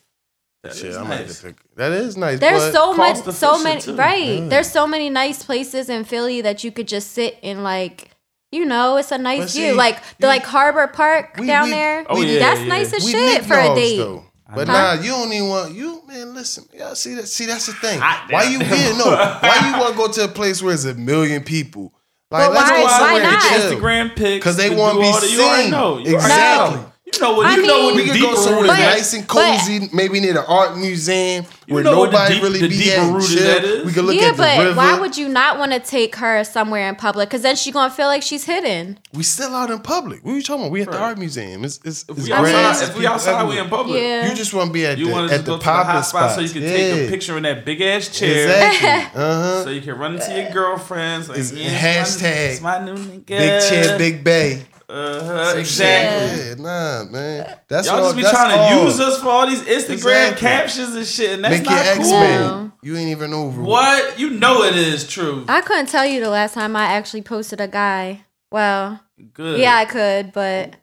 Speaker 1: That
Speaker 2: Shit,
Speaker 1: is
Speaker 2: I'm
Speaker 1: nice.
Speaker 2: gonna pick. That is nice.
Speaker 3: There's
Speaker 2: but-
Speaker 3: so much,
Speaker 1: cost
Speaker 3: so
Speaker 1: efficient,
Speaker 3: many,
Speaker 1: too.
Speaker 3: right? There's so many nice places in Philly that you could just sit and like, you know, it's a
Speaker 2: But
Speaker 3: nice
Speaker 2: see,
Speaker 3: view, like
Speaker 2: you-
Speaker 3: the like Harbor Park
Speaker 2: we-
Speaker 3: down
Speaker 2: we-
Speaker 3: there.
Speaker 1: Oh, yeah,
Speaker 3: that's
Speaker 1: yeah.
Speaker 3: nice as
Speaker 2: We
Speaker 3: shit
Speaker 2: lick
Speaker 3: for a
Speaker 2: dogs,
Speaker 3: date.
Speaker 2: though. But
Speaker 3: Huh?
Speaker 2: nah, you don't even want you man. Listen, y'all see that? See that's the thing.
Speaker 1: Hot
Speaker 2: Why you
Speaker 1: damn.
Speaker 2: here? No, why you want to go to a place where it's a million people? Like
Speaker 3: But
Speaker 2: let's
Speaker 3: why-
Speaker 2: go
Speaker 3: why
Speaker 2: somewhere
Speaker 3: not?
Speaker 2: and chill.
Speaker 1: Instagram pics
Speaker 2: 'Cause they
Speaker 1: we
Speaker 2: wanna
Speaker 1: do
Speaker 2: be
Speaker 1: all that. You already
Speaker 2: seen.
Speaker 1: know. You already
Speaker 2: Exactly.
Speaker 1: know. You know what?
Speaker 3: I
Speaker 1: You know what?
Speaker 3: mean-
Speaker 1: the
Speaker 2: We could go
Speaker 1: deeper
Speaker 2: somewhere
Speaker 1: rooted-
Speaker 3: But-
Speaker 2: nice and cozy, maybe near the art museum
Speaker 1: You
Speaker 2: where
Speaker 1: know what the
Speaker 2: nobody
Speaker 1: deep-
Speaker 2: really
Speaker 1: the
Speaker 2: be
Speaker 1: deeper
Speaker 2: at.
Speaker 1: rooted
Speaker 2: Chill.
Speaker 1: that is?
Speaker 2: We could look
Speaker 3: yeah,
Speaker 2: at the
Speaker 3: but
Speaker 2: river.
Speaker 3: why would you not want to take her somewhere in public? Because then she gonna feel like she's hidden.
Speaker 2: we still out in public? What are you talking about? We at the
Speaker 1: Right.
Speaker 2: art museum. It's it's,
Speaker 1: If
Speaker 2: it's
Speaker 1: we
Speaker 2: grand.
Speaker 1: outside,
Speaker 2: It's
Speaker 1: if we
Speaker 2: people
Speaker 1: outside, we
Speaker 2: everywhere.
Speaker 1: in public.
Speaker 3: Yeah.
Speaker 2: You just want to be at
Speaker 1: You
Speaker 2: the
Speaker 1: want to
Speaker 2: at
Speaker 1: just
Speaker 2: the
Speaker 1: go to the hot
Speaker 2: popular
Speaker 1: spot
Speaker 2: spots
Speaker 1: so you can take a
Speaker 2: Yeah.
Speaker 1: picture in that big ass chair.
Speaker 2: Exactly. Uh huh.
Speaker 1: So you can run into your girlfriends. Like,
Speaker 2: It's
Speaker 1: yeah,
Speaker 2: hashtag
Speaker 1: it's my, new- it's my new nigga.
Speaker 2: Big chair, big bay.
Speaker 1: Uh-huh, exactly.
Speaker 2: Yeah, nah, man. That's
Speaker 1: Y'all
Speaker 2: all,
Speaker 1: just be
Speaker 2: that's
Speaker 1: trying to
Speaker 2: all.
Speaker 1: use us for all these Instagram
Speaker 2: Exactly.
Speaker 1: captions and shit, and that's
Speaker 2: Make
Speaker 1: not
Speaker 2: it X
Speaker 1: cool.
Speaker 2: Men.
Speaker 3: No.
Speaker 2: You ain't even over. it.
Speaker 1: What? You know it is true.
Speaker 3: I couldn't tell you the last time I actually posted a guy. Well,
Speaker 1: Good.
Speaker 3: yeah, I could, but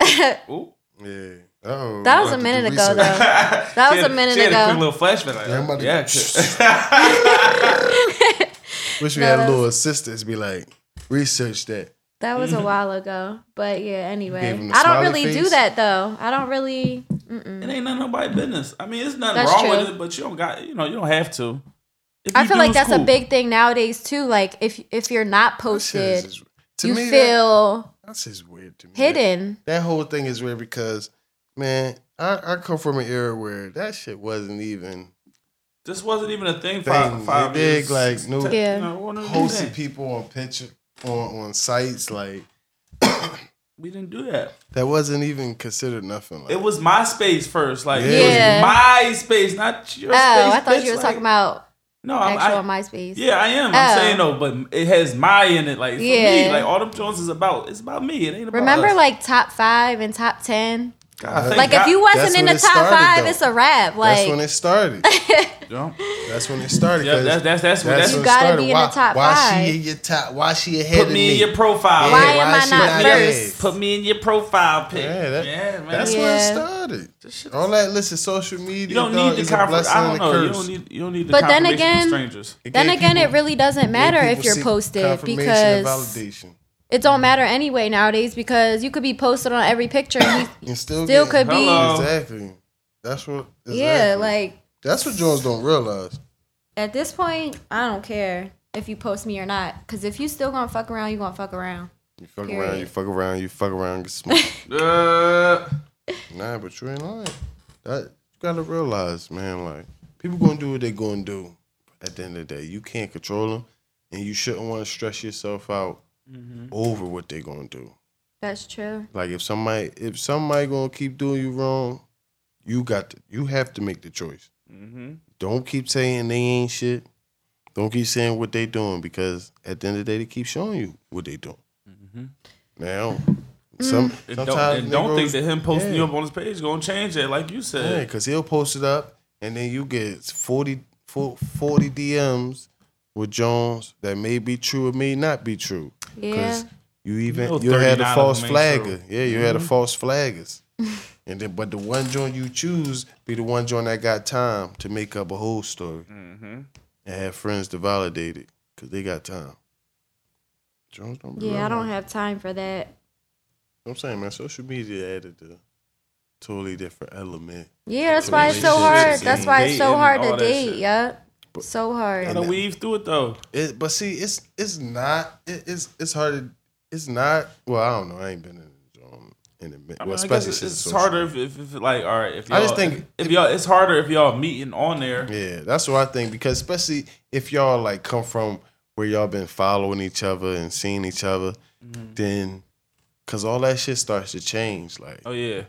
Speaker 3: that
Speaker 1: Ooh.
Speaker 2: Yeah. Oh,
Speaker 3: That was a minute ago, though.
Speaker 1: That
Speaker 3: was a minute
Speaker 1: she had
Speaker 3: ago.
Speaker 1: A quick little flashback. Like,
Speaker 2: Yeah, I'm about to-
Speaker 1: yeah,
Speaker 2: Wish we
Speaker 3: No,
Speaker 2: had
Speaker 3: that
Speaker 2: little assistants be like, research that.
Speaker 3: was a while ago. But yeah, anyway,
Speaker 2: Mm-hmm. him the
Speaker 3: I don't
Speaker 2: smiley
Speaker 3: really do
Speaker 2: face?
Speaker 3: that though. I don't really.
Speaker 1: it ain't none of nobody business. I mean, it's nothing
Speaker 3: That's
Speaker 1: wrong with
Speaker 3: true.
Speaker 1: it, but you don't got. You know, you don't have to. If
Speaker 3: I
Speaker 1: you
Speaker 3: feel
Speaker 1: do,
Speaker 3: like
Speaker 1: it's
Speaker 3: that's a
Speaker 1: cool.
Speaker 3: big thing nowadays too. Like if if you're not
Speaker 2: That shit is
Speaker 3: posted,
Speaker 2: just- to
Speaker 3: Oh, you
Speaker 2: me, that-
Speaker 3: feel
Speaker 2: that's just weird to me.
Speaker 3: hidden.
Speaker 2: That, that whole thing is weird because, man, I, I come from an era where that shit wasn't even
Speaker 1: This wasn't even a thing
Speaker 2: Thing.
Speaker 1: five,
Speaker 2: They
Speaker 1: five years.
Speaker 2: dig, like, no-
Speaker 1: ten-
Speaker 3: Yeah.
Speaker 1: you know, one of these
Speaker 2: posting
Speaker 1: things.
Speaker 2: people on picture on on sites like
Speaker 1: We didn't do that.
Speaker 2: that wasn't even considered nothing. Like,
Speaker 1: It was MySpace first, like
Speaker 3: Yeah.
Speaker 1: it was MySpace, not your
Speaker 3: Oh,
Speaker 1: space.
Speaker 3: I thought
Speaker 1: bitch,
Speaker 3: you were
Speaker 1: like-
Speaker 3: talking about
Speaker 1: no,
Speaker 2: um,
Speaker 1: I'm,
Speaker 3: actual
Speaker 1: I,
Speaker 3: MySpace.
Speaker 1: yeah, I am.
Speaker 3: Oh.
Speaker 1: I'm saying though, but it has my in it. Like for me,
Speaker 3: Yeah.
Speaker 1: like all them Jones is about. It's about me. It ain't about
Speaker 3: Remember
Speaker 1: us.
Speaker 3: like top five and top ten?
Speaker 2: God,
Speaker 3: Like if you
Speaker 2: That's
Speaker 3: wasn't in
Speaker 2: when
Speaker 3: the
Speaker 2: it
Speaker 3: top
Speaker 2: started,
Speaker 3: five,
Speaker 2: though.
Speaker 3: it's a wrap.
Speaker 2: that's when
Speaker 3: Like
Speaker 2: it started.
Speaker 1: Yeah.
Speaker 2: That's when it started.
Speaker 1: Yeah,
Speaker 2: 'cause
Speaker 1: that's- that's- that's when- that's-
Speaker 2: when
Speaker 1: You
Speaker 2: it
Speaker 3: gotta
Speaker 2: started.
Speaker 3: be in the
Speaker 2: why,
Speaker 3: top
Speaker 2: why
Speaker 3: five.
Speaker 2: she in your top? Why she ahead
Speaker 1: Put
Speaker 2: of
Speaker 1: me in your profile.
Speaker 3: Why
Speaker 1: pic.
Speaker 3: am I
Speaker 2: she
Speaker 3: not
Speaker 2: ahead?
Speaker 3: first?
Speaker 1: Put me in your profile pic.
Speaker 2: Yeah, that,
Speaker 1: yeah man.
Speaker 2: that's Oh,
Speaker 3: Yeah.
Speaker 2: when it started.
Speaker 1: shit-
Speaker 2: All that listen, social media.
Speaker 1: you don't
Speaker 2: dog,
Speaker 1: need
Speaker 2: is
Speaker 1: the
Speaker 2: a
Speaker 1: conference.
Speaker 2: blessing
Speaker 1: I don't
Speaker 2: and a
Speaker 1: know. You
Speaker 2: curse.
Speaker 1: don't need. You don't need the
Speaker 3: But then
Speaker 1: confirmation from
Speaker 3: again-
Speaker 1: strangers.
Speaker 2: It
Speaker 3: then
Speaker 2: gave
Speaker 3: again,
Speaker 2: people-
Speaker 3: it really doesn't matter
Speaker 2: gave
Speaker 3: if
Speaker 2: people
Speaker 3: you're
Speaker 2: see-
Speaker 3: posted
Speaker 2: confirmation and
Speaker 3: because
Speaker 2: validation.
Speaker 3: it don't matter anyway nowadays because you could be posted on every picture and you
Speaker 2: And still,
Speaker 3: still
Speaker 2: get-
Speaker 3: could be
Speaker 1: Hello.
Speaker 2: exactly. That's what. Exactly.
Speaker 3: yeah like
Speaker 2: that's what Jones don't realize.
Speaker 3: at this point I don't care if you post me or not because if you still gonna fuck around you gonna fuck around
Speaker 2: You fuck around,
Speaker 3: Period.
Speaker 2: you fuck around, you fuck around, get smoked.
Speaker 1: Uh,
Speaker 2: nah, but you ain't lying. That you gotta realize, man. Like people gonna do what they gonna do. At the end of the day, you can't control them, and you shouldn't want to stress yourself out
Speaker 1: Mm-hmm.
Speaker 2: over what they gonna do.
Speaker 3: that's true
Speaker 2: Like if somebody, if somebody gonna keep doing you wrong, you got to, you have to make the choice. Don't keep saying they ain't shit. Don't keep saying what they doing because at the end of the day, they keep showing you what they doing. Now, some
Speaker 1: and don't,
Speaker 2: sometimes
Speaker 1: and don't think
Speaker 2: niggas-
Speaker 1: that him posting
Speaker 2: yeah.
Speaker 1: you up on his page gonna change that, like you
Speaker 2: Yeah,
Speaker 1: said.
Speaker 2: because he'll post it up, and then you get 40, 40 DMs with Jones that may be true or may not be true.
Speaker 3: Yeah.
Speaker 2: you even
Speaker 1: know
Speaker 2: you had
Speaker 1: 39 of
Speaker 2: a
Speaker 1: them
Speaker 2: false
Speaker 1: ain't
Speaker 2: flagger.
Speaker 1: true.
Speaker 2: Yeah, you had
Speaker 3: Mm-hmm.
Speaker 2: a false flaggers. and then, but the one joint you choose be the one joint that got time to make up a whole story
Speaker 1: Mm-hmm.
Speaker 2: and have friends to validate it because they got time. Jones don't. be
Speaker 3: yeah I
Speaker 2: around.
Speaker 3: don't have time for that
Speaker 2: I'm saying, man, social media added a totally different element.
Speaker 3: yeah that's why it's so hard
Speaker 2: Relationships
Speaker 3: that's
Speaker 2: and
Speaker 3: why it's so
Speaker 1: dating,
Speaker 3: hard to
Speaker 1: all that
Speaker 3: date
Speaker 1: shit.
Speaker 3: yeah so hard
Speaker 1: Gotta weave through it though.
Speaker 2: It, but see, it's it's not it, it's it's hard. To, it's not. Well, I don't know. I ain't been in the joint in a minute.
Speaker 1: I
Speaker 2: well,
Speaker 1: mean, I guess
Speaker 2: especially
Speaker 1: it's,
Speaker 2: since
Speaker 1: it's
Speaker 2: social
Speaker 1: harder if, if, if like all right. If y'all,
Speaker 2: I just think-
Speaker 1: if, y'all, it's harder if y'all meeting on there.
Speaker 2: Yeah, that's what I think because especially if y'all like come from where y'all been following each other and seeing each other,
Speaker 1: Mm-hmm.
Speaker 2: then because all that shit starts to change. Like
Speaker 1: Oh yeah,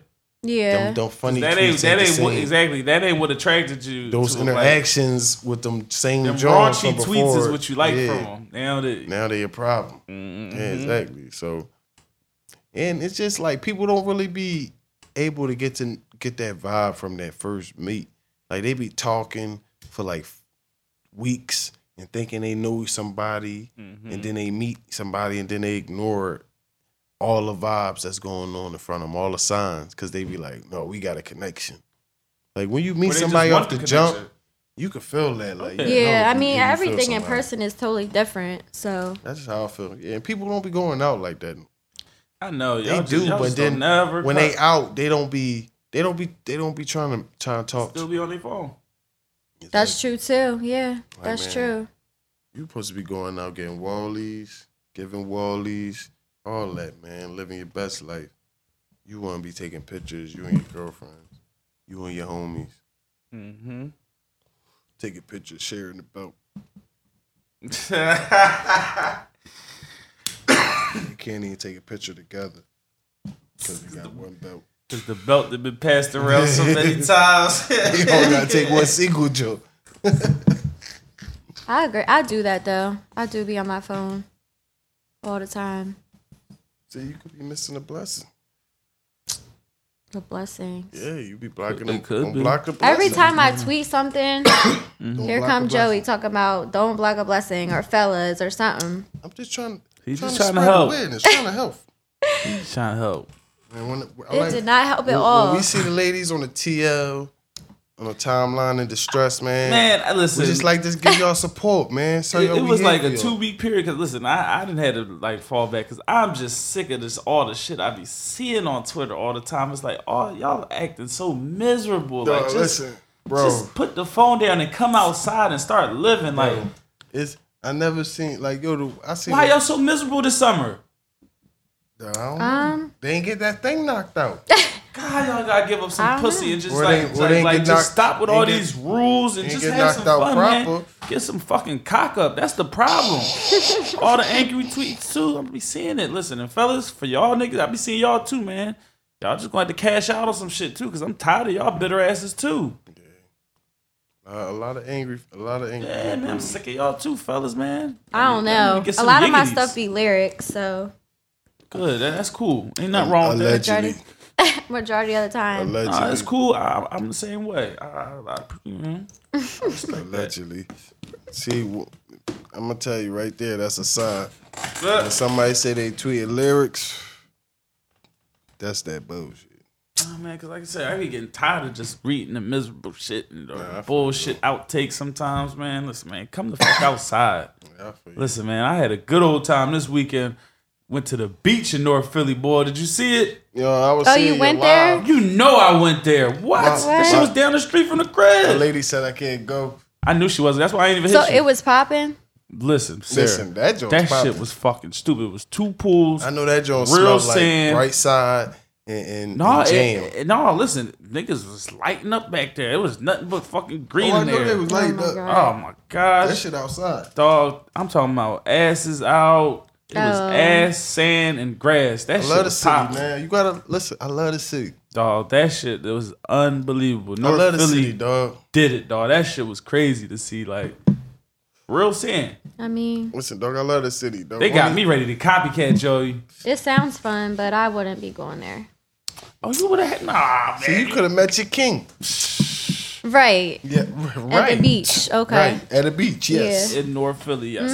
Speaker 3: yeah
Speaker 2: them, them funny
Speaker 1: that
Speaker 2: tweets
Speaker 1: ain't that
Speaker 2: the
Speaker 1: ain't what,
Speaker 2: same.
Speaker 1: exactly that ain't what attracted you.
Speaker 2: Those
Speaker 1: to, like,
Speaker 2: interactions with them same
Speaker 1: them
Speaker 2: Johns
Speaker 1: raunchy
Speaker 2: from
Speaker 1: tweets is
Speaker 2: before,
Speaker 1: what you like
Speaker 2: yeah.
Speaker 1: from them. Now that
Speaker 2: Now they a problem. Yeah, exactly. So, and it's just like people don't really be able to get to get that vibe from that first meet. Like they be talking for like weeks and thinking they know somebody, and then they meet somebody, and then they ignore all the vibes that's going on in front of them, all the signs, because they be like, "No, we got a connection." Like when you meet
Speaker 1: Or they just
Speaker 2: somebody
Speaker 1: want
Speaker 2: off
Speaker 1: the
Speaker 2: the, jump,
Speaker 1: connection.
Speaker 2: you can feel that. Like, you
Speaker 3: yeah
Speaker 2: know,
Speaker 3: I
Speaker 2: you-
Speaker 3: mean
Speaker 2: you feel
Speaker 3: everything in
Speaker 2: somebody.
Speaker 3: person is totally different so
Speaker 2: That's just how I feel. Yeah, and people don't be going out like that.
Speaker 1: I know
Speaker 2: They
Speaker 1: y'all just-
Speaker 2: do,
Speaker 1: y'all
Speaker 2: but
Speaker 1: just don't
Speaker 2: then
Speaker 1: never
Speaker 2: when
Speaker 1: cut.
Speaker 2: they out, they don't be they don't be they don't be trying to trying to talk.
Speaker 1: still
Speaker 2: To
Speaker 1: be on their phone.
Speaker 2: you.
Speaker 3: that's true too yeah
Speaker 2: Like,
Speaker 3: that's
Speaker 2: man,
Speaker 3: true
Speaker 2: You supposed to be going out getting wallies, giving wallies, all that, man. Living your best life. You want to be taking pictures. You and your girlfriends. You and your homies
Speaker 1: Mm-hmm.
Speaker 2: taking pictures, sharing the belt. You can't even take a picture together because you got one belt.
Speaker 1: Cause the belt that been passed around so many times.
Speaker 2: You only gotta take one single joke.
Speaker 3: I agree I do that though I do be on my phone all the time
Speaker 2: So you could be missing a blessing.
Speaker 3: the blessings.
Speaker 2: Yeah, you be blocking
Speaker 1: It
Speaker 2: them.
Speaker 1: could
Speaker 2: don't
Speaker 1: be.
Speaker 2: block the
Speaker 3: Every
Speaker 2: blessing. Mm-hmm.
Speaker 3: time I tweet something,
Speaker 1: Mm-hmm.
Speaker 2: Don't
Speaker 3: here
Speaker 2: block
Speaker 3: come
Speaker 2: the
Speaker 3: Joey
Speaker 2: blessing.
Speaker 3: talking about don't block a blessing or fellas or something.
Speaker 2: I'm just trying.
Speaker 1: He's
Speaker 2: trying
Speaker 1: just
Speaker 2: to
Speaker 1: trying to
Speaker 2: spread
Speaker 1: help.
Speaker 2: Awareness, trying to help.
Speaker 1: Trying to help.
Speaker 2: And when, I
Speaker 3: It
Speaker 2: like-
Speaker 3: did not help at
Speaker 2: when-
Speaker 3: all.
Speaker 2: When we see the ladies on the TL, on the timeline in distress, man.
Speaker 1: Man, I listen.
Speaker 2: we just like to give y'all support, man. So
Speaker 1: it,
Speaker 2: y'all
Speaker 1: it
Speaker 2: we
Speaker 1: was
Speaker 2: here
Speaker 1: like
Speaker 2: for
Speaker 1: a
Speaker 2: y'all.
Speaker 1: two week period. Cause listen, I, I didn't have to like fall back because I'm just sick of this all the shit I be seeing on Twitter all the time. It's like, oh y'all acting so miserable.
Speaker 2: Dog,
Speaker 1: like just,
Speaker 2: listen, bro.
Speaker 1: just put the phone down and come outside and start living. Like
Speaker 2: it's I never seen like yo. The, I seen.
Speaker 1: why
Speaker 2: the-
Speaker 1: y'all so miserable this summer?
Speaker 2: Dog, I don't know.
Speaker 3: Um,
Speaker 2: they ain't get that thing knocked out.
Speaker 1: God, y'all gotta give up some
Speaker 3: I don't
Speaker 1: pussy and just
Speaker 2: Or they-
Speaker 1: like,
Speaker 2: or they
Speaker 1: like,
Speaker 2: ain't
Speaker 1: like,
Speaker 2: get
Speaker 1: just
Speaker 2: knocked-
Speaker 1: stop with
Speaker 2: ain't
Speaker 1: all
Speaker 2: get-
Speaker 1: these rules and
Speaker 2: ain't
Speaker 1: just
Speaker 2: get
Speaker 1: have some
Speaker 2: knocked out
Speaker 1: fun, man.
Speaker 2: proper.
Speaker 1: Get some fucking cock up. That's the problem. all the angry tweets too. I'm be seeing it. Listen, and fellas, for y'all niggas, I be seeing y'all too, man. Y'all just gonna have to cash out on some shit too, cause I'm tired of y'all bitter asses too.
Speaker 2: Uh, a lot of angry. A lot of angry.
Speaker 1: Yeah, man, I'm sick of y'all too, fellas, man.
Speaker 3: I don't
Speaker 1: y'all need
Speaker 3: know.
Speaker 1: to get
Speaker 3: A
Speaker 1: some
Speaker 3: lot of my
Speaker 1: yiggities.
Speaker 3: stuff be lyrics, so
Speaker 1: good. that- That's cool. Ain't nothing wrong with that.
Speaker 2: Allegedly.
Speaker 3: majority of the time.
Speaker 2: Allegedly.
Speaker 1: Nah, it's cool. I, I'm the same way. I, I, I, you know, I respect that.
Speaker 2: Allegedly. See, I'm gonna tell you right there. That's a sign.
Speaker 1: Look.
Speaker 2: When somebody say they tweeted lyrics, that's that bullshit.
Speaker 1: Oh, man, because like I said, I be getting tired of just reading the miserable shit and the bullshit outtakes sometimes, man. Listen, man, come the fuck outside.
Speaker 2: Yeah, for you.
Speaker 1: Listen, man, I had a good old time this weekend. Went to the beach in North Philly, boy. Did you see it?
Speaker 2: You know, I was
Speaker 3: Oh,
Speaker 2: seeing
Speaker 3: you
Speaker 2: it
Speaker 3: went
Speaker 2: live.
Speaker 3: there?
Speaker 1: You know I went there. What? That shit was down the street from the
Speaker 2: The
Speaker 1: crib.
Speaker 2: lady said I can't go.
Speaker 1: I knew she wasn't. That's why I didn't even
Speaker 3: So
Speaker 1: hit you.
Speaker 3: it was popping.
Speaker 1: Listen, Sarah,
Speaker 2: Listen, that joint.
Speaker 1: that shit was fucking stupid. It was two pools.
Speaker 2: I know that joint
Speaker 1: Real
Speaker 2: smelled
Speaker 1: sand.
Speaker 2: like right side and, and,
Speaker 1: No,
Speaker 2: and
Speaker 1: it-
Speaker 2: jam.
Speaker 1: it- no, listen, niggas was lighting up back there. It was nothing but fucking green
Speaker 2: oh, I
Speaker 1: in
Speaker 2: know
Speaker 1: there.
Speaker 2: they was lighting
Speaker 3: my
Speaker 2: up.
Speaker 3: God.
Speaker 1: oh my gosh.
Speaker 2: That shit outside.
Speaker 1: dog. I'm talking about asses out. It was
Speaker 3: Oh.
Speaker 1: ass, sand, and grass. That
Speaker 2: I
Speaker 1: shit
Speaker 2: love the
Speaker 1: was
Speaker 2: city,
Speaker 1: top,
Speaker 2: man. You gotta listen. I love the city.
Speaker 1: dog. That shit it was unbelievable.
Speaker 2: I
Speaker 1: North
Speaker 2: love the
Speaker 1: Philly
Speaker 2: city, dog.
Speaker 1: did it, dog. That shit was crazy to see, like real sand.
Speaker 3: I mean,
Speaker 2: Listen, dog. I love the city, dog.
Speaker 1: They got
Speaker 2: Only-
Speaker 1: me ready to copycat Joey.
Speaker 3: it sounds fun, but I wouldn't be going there.
Speaker 1: Oh, you would have had nah,
Speaker 2: So
Speaker 1: man.
Speaker 2: you could have met your king.
Speaker 3: Right.
Speaker 2: Yeah, right.
Speaker 3: At the beach. Okay.
Speaker 2: Right at the beach. Yes.
Speaker 1: in North Philly, yes.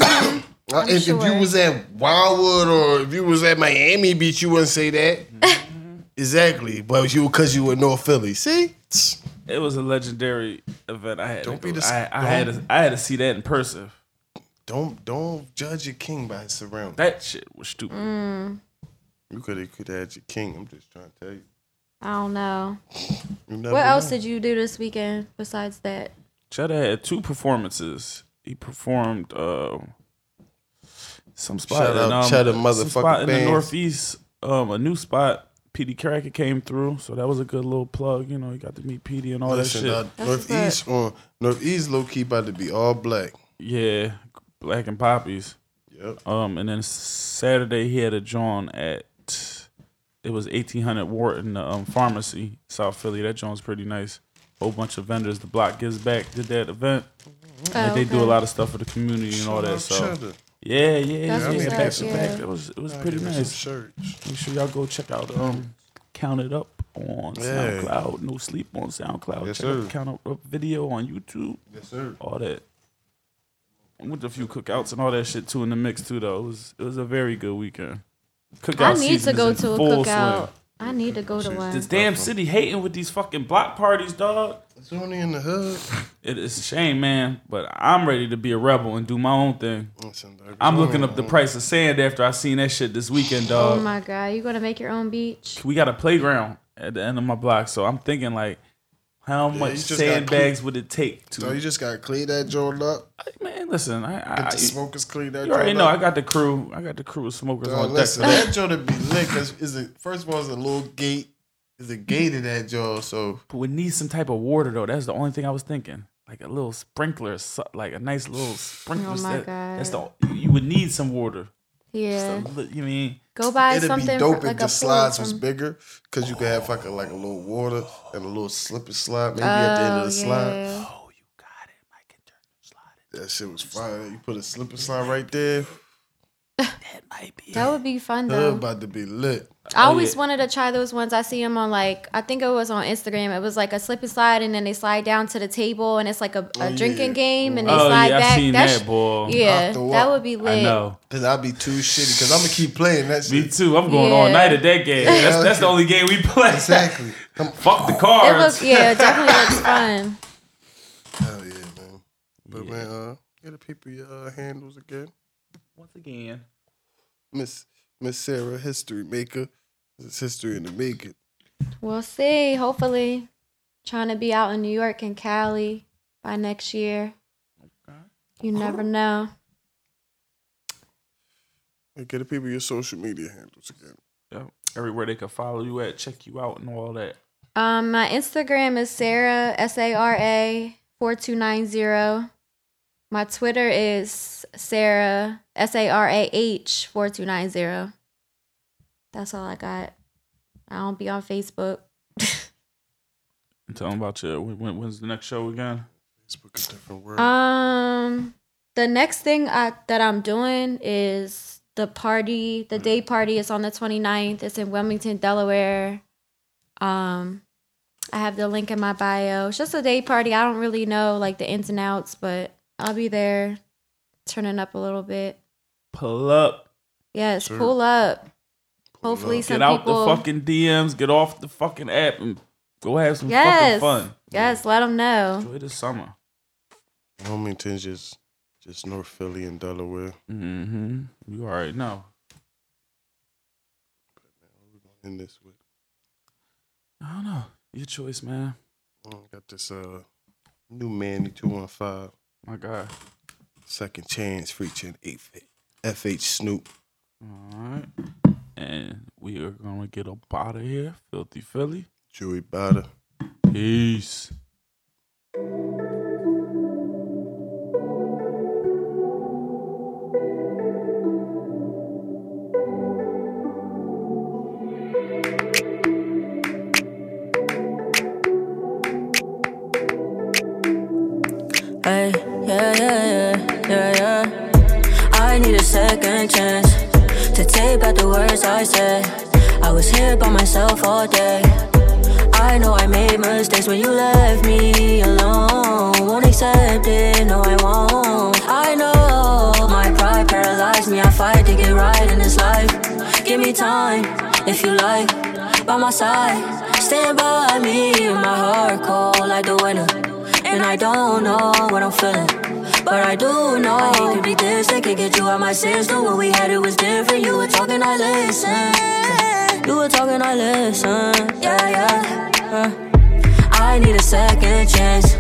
Speaker 2: Uh, if, if
Speaker 3: sure.
Speaker 2: you was at Wildwood or if you was at Miami Beach, you wouldn't say that. exactly, but you because you were North Philly. See,
Speaker 1: it was a legendary event. I had to
Speaker 2: Don't be
Speaker 1: go-
Speaker 2: dis-
Speaker 1: I, I had to, I had to see that in person.
Speaker 2: don't don't judge your king by his surroundings.
Speaker 1: That shit was stupid.
Speaker 2: You could have could have had your king. I'm just trying to tell you.
Speaker 3: I don't know.
Speaker 2: You never
Speaker 3: What else
Speaker 2: know.
Speaker 3: did you do this weekend besides that?
Speaker 1: Cheddar had two performances. He performed uh, some spot
Speaker 2: Shout
Speaker 1: in,
Speaker 2: out
Speaker 1: um,
Speaker 2: Cheddar
Speaker 1: some
Speaker 2: motherfucking
Speaker 1: spot in the
Speaker 2: bands.
Speaker 1: Northeast. Um, a new spot. PD Cracker came through, so that was a good little plug. You know, you got to meet PD and all
Speaker 2: Listen,
Speaker 1: that shit.
Speaker 2: uh,
Speaker 3: what's
Speaker 2: Northeast on Northeast low key about to be all black.
Speaker 1: yeah, Black and Poppies.
Speaker 2: Yep.
Speaker 1: Um, and then Saturday he had a John at it was eighteen hundred Wharton um, Pharmacy, South Philly. That John's pretty nice. Whole bunch of vendors. The Block Gives Back did that event.
Speaker 3: Oh,
Speaker 1: and they do
Speaker 3: okay.
Speaker 1: a lot of stuff for the community and all that. So.
Speaker 2: Cheddar.
Speaker 1: Yeah, yeah,
Speaker 3: That's
Speaker 1: yeah.
Speaker 3: what's
Speaker 1: Back
Speaker 3: up,
Speaker 1: to
Speaker 3: yeah.
Speaker 1: back. It was it was pretty
Speaker 2: Give me
Speaker 1: nice.
Speaker 2: Some shirts.
Speaker 1: Make sure y'all go check out um Count It Up on
Speaker 2: Yeah.
Speaker 1: SoundCloud. No sleep on SoundCloud.
Speaker 2: Yes,
Speaker 1: check out
Speaker 2: sir.
Speaker 1: Count It Up video on YouTube.
Speaker 2: Yes, sir.
Speaker 1: All that. I went to a few cookouts and all that shit too in the mix too though. It was it was a very good weekend. Cookout
Speaker 3: I need to
Speaker 1: season
Speaker 3: go
Speaker 1: is in
Speaker 3: to a
Speaker 1: full
Speaker 3: cookout.
Speaker 1: swing.
Speaker 3: I need to go to one.
Speaker 1: This damn city hating with these fucking block parties, dog.
Speaker 2: It's only in the hood.
Speaker 1: It is a shame, man. But I'm ready to be a rebel and do my own thing.
Speaker 2: Listen, dog,
Speaker 1: I'm
Speaker 2: it's
Speaker 1: looking
Speaker 2: only-
Speaker 1: up the price of sand after I seen that shit this weekend, dog.
Speaker 3: Oh my god, you gonna make your own beach?
Speaker 1: we got a playground at the end of my block, so I'm thinking like, how much
Speaker 2: you just gotta
Speaker 1: sandbags would it take to?
Speaker 2: So Oh, you just gotta clean that joint up.
Speaker 1: man, listen, I, I
Speaker 2: Get the smokers clean that
Speaker 1: you already
Speaker 2: joint
Speaker 1: know I
Speaker 2: up.
Speaker 1: got the crew. I got the crew of smokers
Speaker 2: Dog,
Speaker 1: on deck.
Speaker 2: listen,
Speaker 1: today.
Speaker 2: that joint would be lit. Cause is it first of all, it's a little gate. Is a gate in that joint. So
Speaker 1: But we need some type of water though. That's the only thing I was thinking. Like a little sprinkler, or so- like a nice little sprinkler.
Speaker 3: Oh my
Speaker 1: set. That's the you would need some water.
Speaker 3: Yeah,
Speaker 1: So, you mean
Speaker 3: go buy
Speaker 2: it'd
Speaker 3: something
Speaker 2: be dope
Speaker 3: for,
Speaker 2: if
Speaker 3: like a pool
Speaker 2: the slides
Speaker 3: from-
Speaker 2: was bigger, cause you could have fucking like a little water and a little slip and slide maybe at the end of the
Speaker 3: Oh,
Speaker 2: slide.
Speaker 3: yeah.
Speaker 1: oh you got it, Mike and Turner slide.
Speaker 2: That shit was fire. You put a slip and slide right there.
Speaker 1: That might be.
Speaker 3: That would be fun
Speaker 2: Hood Oh,
Speaker 3: though.
Speaker 2: about to be lit.
Speaker 3: I always
Speaker 1: yeah.
Speaker 3: wanted to try those ones. I see them on like I think it was on Instagram. It was like a slip and slide, and then they slide down to the table, and it's like a, a
Speaker 2: Oh, yeah.
Speaker 3: drinking game, and they
Speaker 1: Oh
Speaker 3: slide
Speaker 1: yeah,
Speaker 3: back.
Speaker 1: I've seen
Speaker 3: That's-
Speaker 1: that, boy.
Speaker 3: Yeah,
Speaker 2: After
Speaker 3: that
Speaker 2: what?
Speaker 3: would be lit.
Speaker 1: I know.
Speaker 2: Cause I'd be too shitty. Cause I'm gonna keep playing that
Speaker 1: Me
Speaker 2: shit.
Speaker 1: too. I'm going all
Speaker 3: Yeah.
Speaker 1: night at that game. that's, that's the only game we play.
Speaker 2: Exactly. Come-
Speaker 1: Fuck the
Speaker 3: It
Speaker 1: cards.
Speaker 3: looks yeah, it definitely looks fun.
Speaker 2: Hell yeah, man. But man, uh, get the people your uh, handles again.
Speaker 1: Once again,
Speaker 2: Miss Miss Sarah, history maker. It's history in the making.
Speaker 3: We'll see. Hopefully, trying to be out in New York and Cali by next year. You never know.
Speaker 2: And get the people your social media handles again.
Speaker 1: yeah, everywhere they can follow you at, check you out, and all that.
Speaker 3: Um, my Instagram is Sarah S A R A four two nine zero. My Twitter is Sarah S A R A H four two nine zero. That's all I got. I don't be on Facebook.
Speaker 1: And tell them about your when, when- when's the next show again?
Speaker 2: Facebook a different world.
Speaker 3: Um, the next thing I, that I'm doing
Speaker 1: Mm.
Speaker 3: is the party. The day party is on the 29th. It's in Wilmington, Delaware. Um, I have the link in my bio. It's just a day party. I don't really know like the ins and outs, but I'll be there, turning up a little bit.
Speaker 1: Pull up.
Speaker 3: Yes,
Speaker 2: Sure.
Speaker 3: pull up.
Speaker 2: Pull
Speaker 3: Hopefully,
Speaker 2: up.
Speaker 3: some
Speaker 1: get out
Speaker 3: people.
Speaker 1: the fucking DMs. Get off the fucking app and go have some
Speaker 3: yes,
Speaker 1: fucking fun.
Speaker 3: yes. Let them know.
Speaker 1: Enjoy the summer.
Speaker 2: Wilmington's just just North Philly and Delaware.
Speaker 1: Mm-hmm. You already know.
Speaker 2: In this with
Speaker 1: I don't know. Your choice, man.
Speaker 2: Mm, got this uh new Manny two one five
Speaker 1: My God.
Speaker 2: second chance featuring F- FH Snoop.
Speaker 1: All right. And we are going to get up out of here. Filthy Philly.
Speaker 2: Joey Bada.
Speaker 1: Peace.
Speaker 8: Hey, yeah, yeah, yeah, yeah, yeah. I need a second chance to take back the words I said. I was here by myself all day. I know I made mistakes when you left me alone. Won't accept it, no, I won't. I know my pride paralyzed me. I fight to get right in this life. Give me time if you like, by my side. Stand by me, my heart cold like the winter. And I don't know what I'm feeling. But I do know I hate to be this. They could get you out my system. When we had it was different. You were talking, I listen. You were talking, I listen. Yeah, yeah. Uh. I need a second chance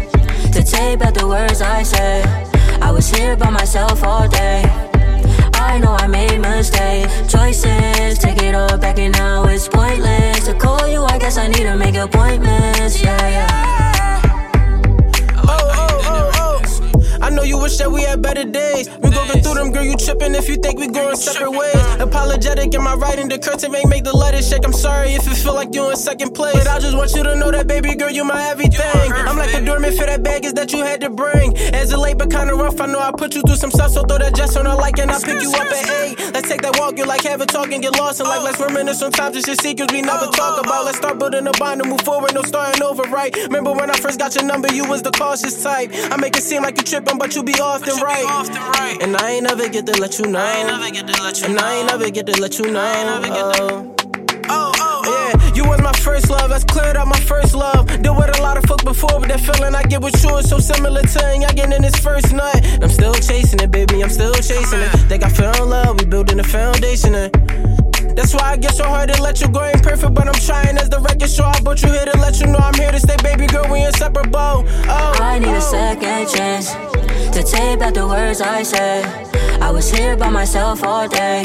Speaker 8: to take back the words I said. I was here by myself all day. I know I made mistakes, choices. Take it all back and now it's pointless. To call you, I guess I need to make appointments. Yeah, yeah.
Speaker 9: oh, oh, oh. I know you wish that we had better days. We gon' get through them, girl. You trippin' if you think we going separate ways. Apologetic, am I writing? The curtain may make the letters shake. I'm sorry if it feel like you in second place. But I just want you to know that, baby girl, you my everything. I'm like a doorman for that baggage that you had to bring. As a late but kinda rough, I know I put you through some stuff. So throw that dress on her like, and I pick you up at eight. Let's take that walk. You like have a talk and get lost in life. Let's reminisce on times just your secrets we never talk about. Let's start building a bond and move forward. No starting over, right? Remember when I first got your number, you was the cautious type. I make it seem like you tripping, but you be often right. And I ain't never get to let you know. and I ain't never get to let you know. oh. Yeah, you was my first love. That's cleared up my first love. Deal with a lot of fuck before, but that feeling I get with you is so similar to and y'all getting in this first night. I'm still chasing it, baby. I'm still chasing it. Think I fell in love. We building a foundation. And that's why I get so hard to let you go. Ain't perfect, but I'm trying as the record show. I brought you here to let you know I'm here to stay, baby girl. We inseparable. Oh,
Speaker 8: I need a
Speaker 9: oh.
Speaker 8: second chance to take back the words I said. I was here by myself all day.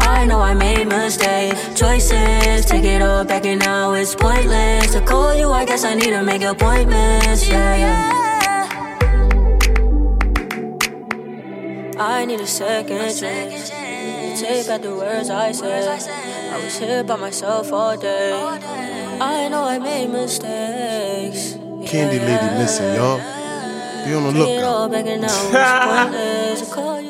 Speaker 8: I know I made mistakes, choices. Take it all back and now it's pointless. To call you, I guess I need to make appointments. Yeah, yeah. I need a second chance to take back the words I said. I was here by myself all day. I know I made mistakes.
Speaker 2: Candy Lady missing, y'all. Be on the
Speaker 8: Get
Speaker 2: lookout.
Speaker 8: all back and now it's pointless. I call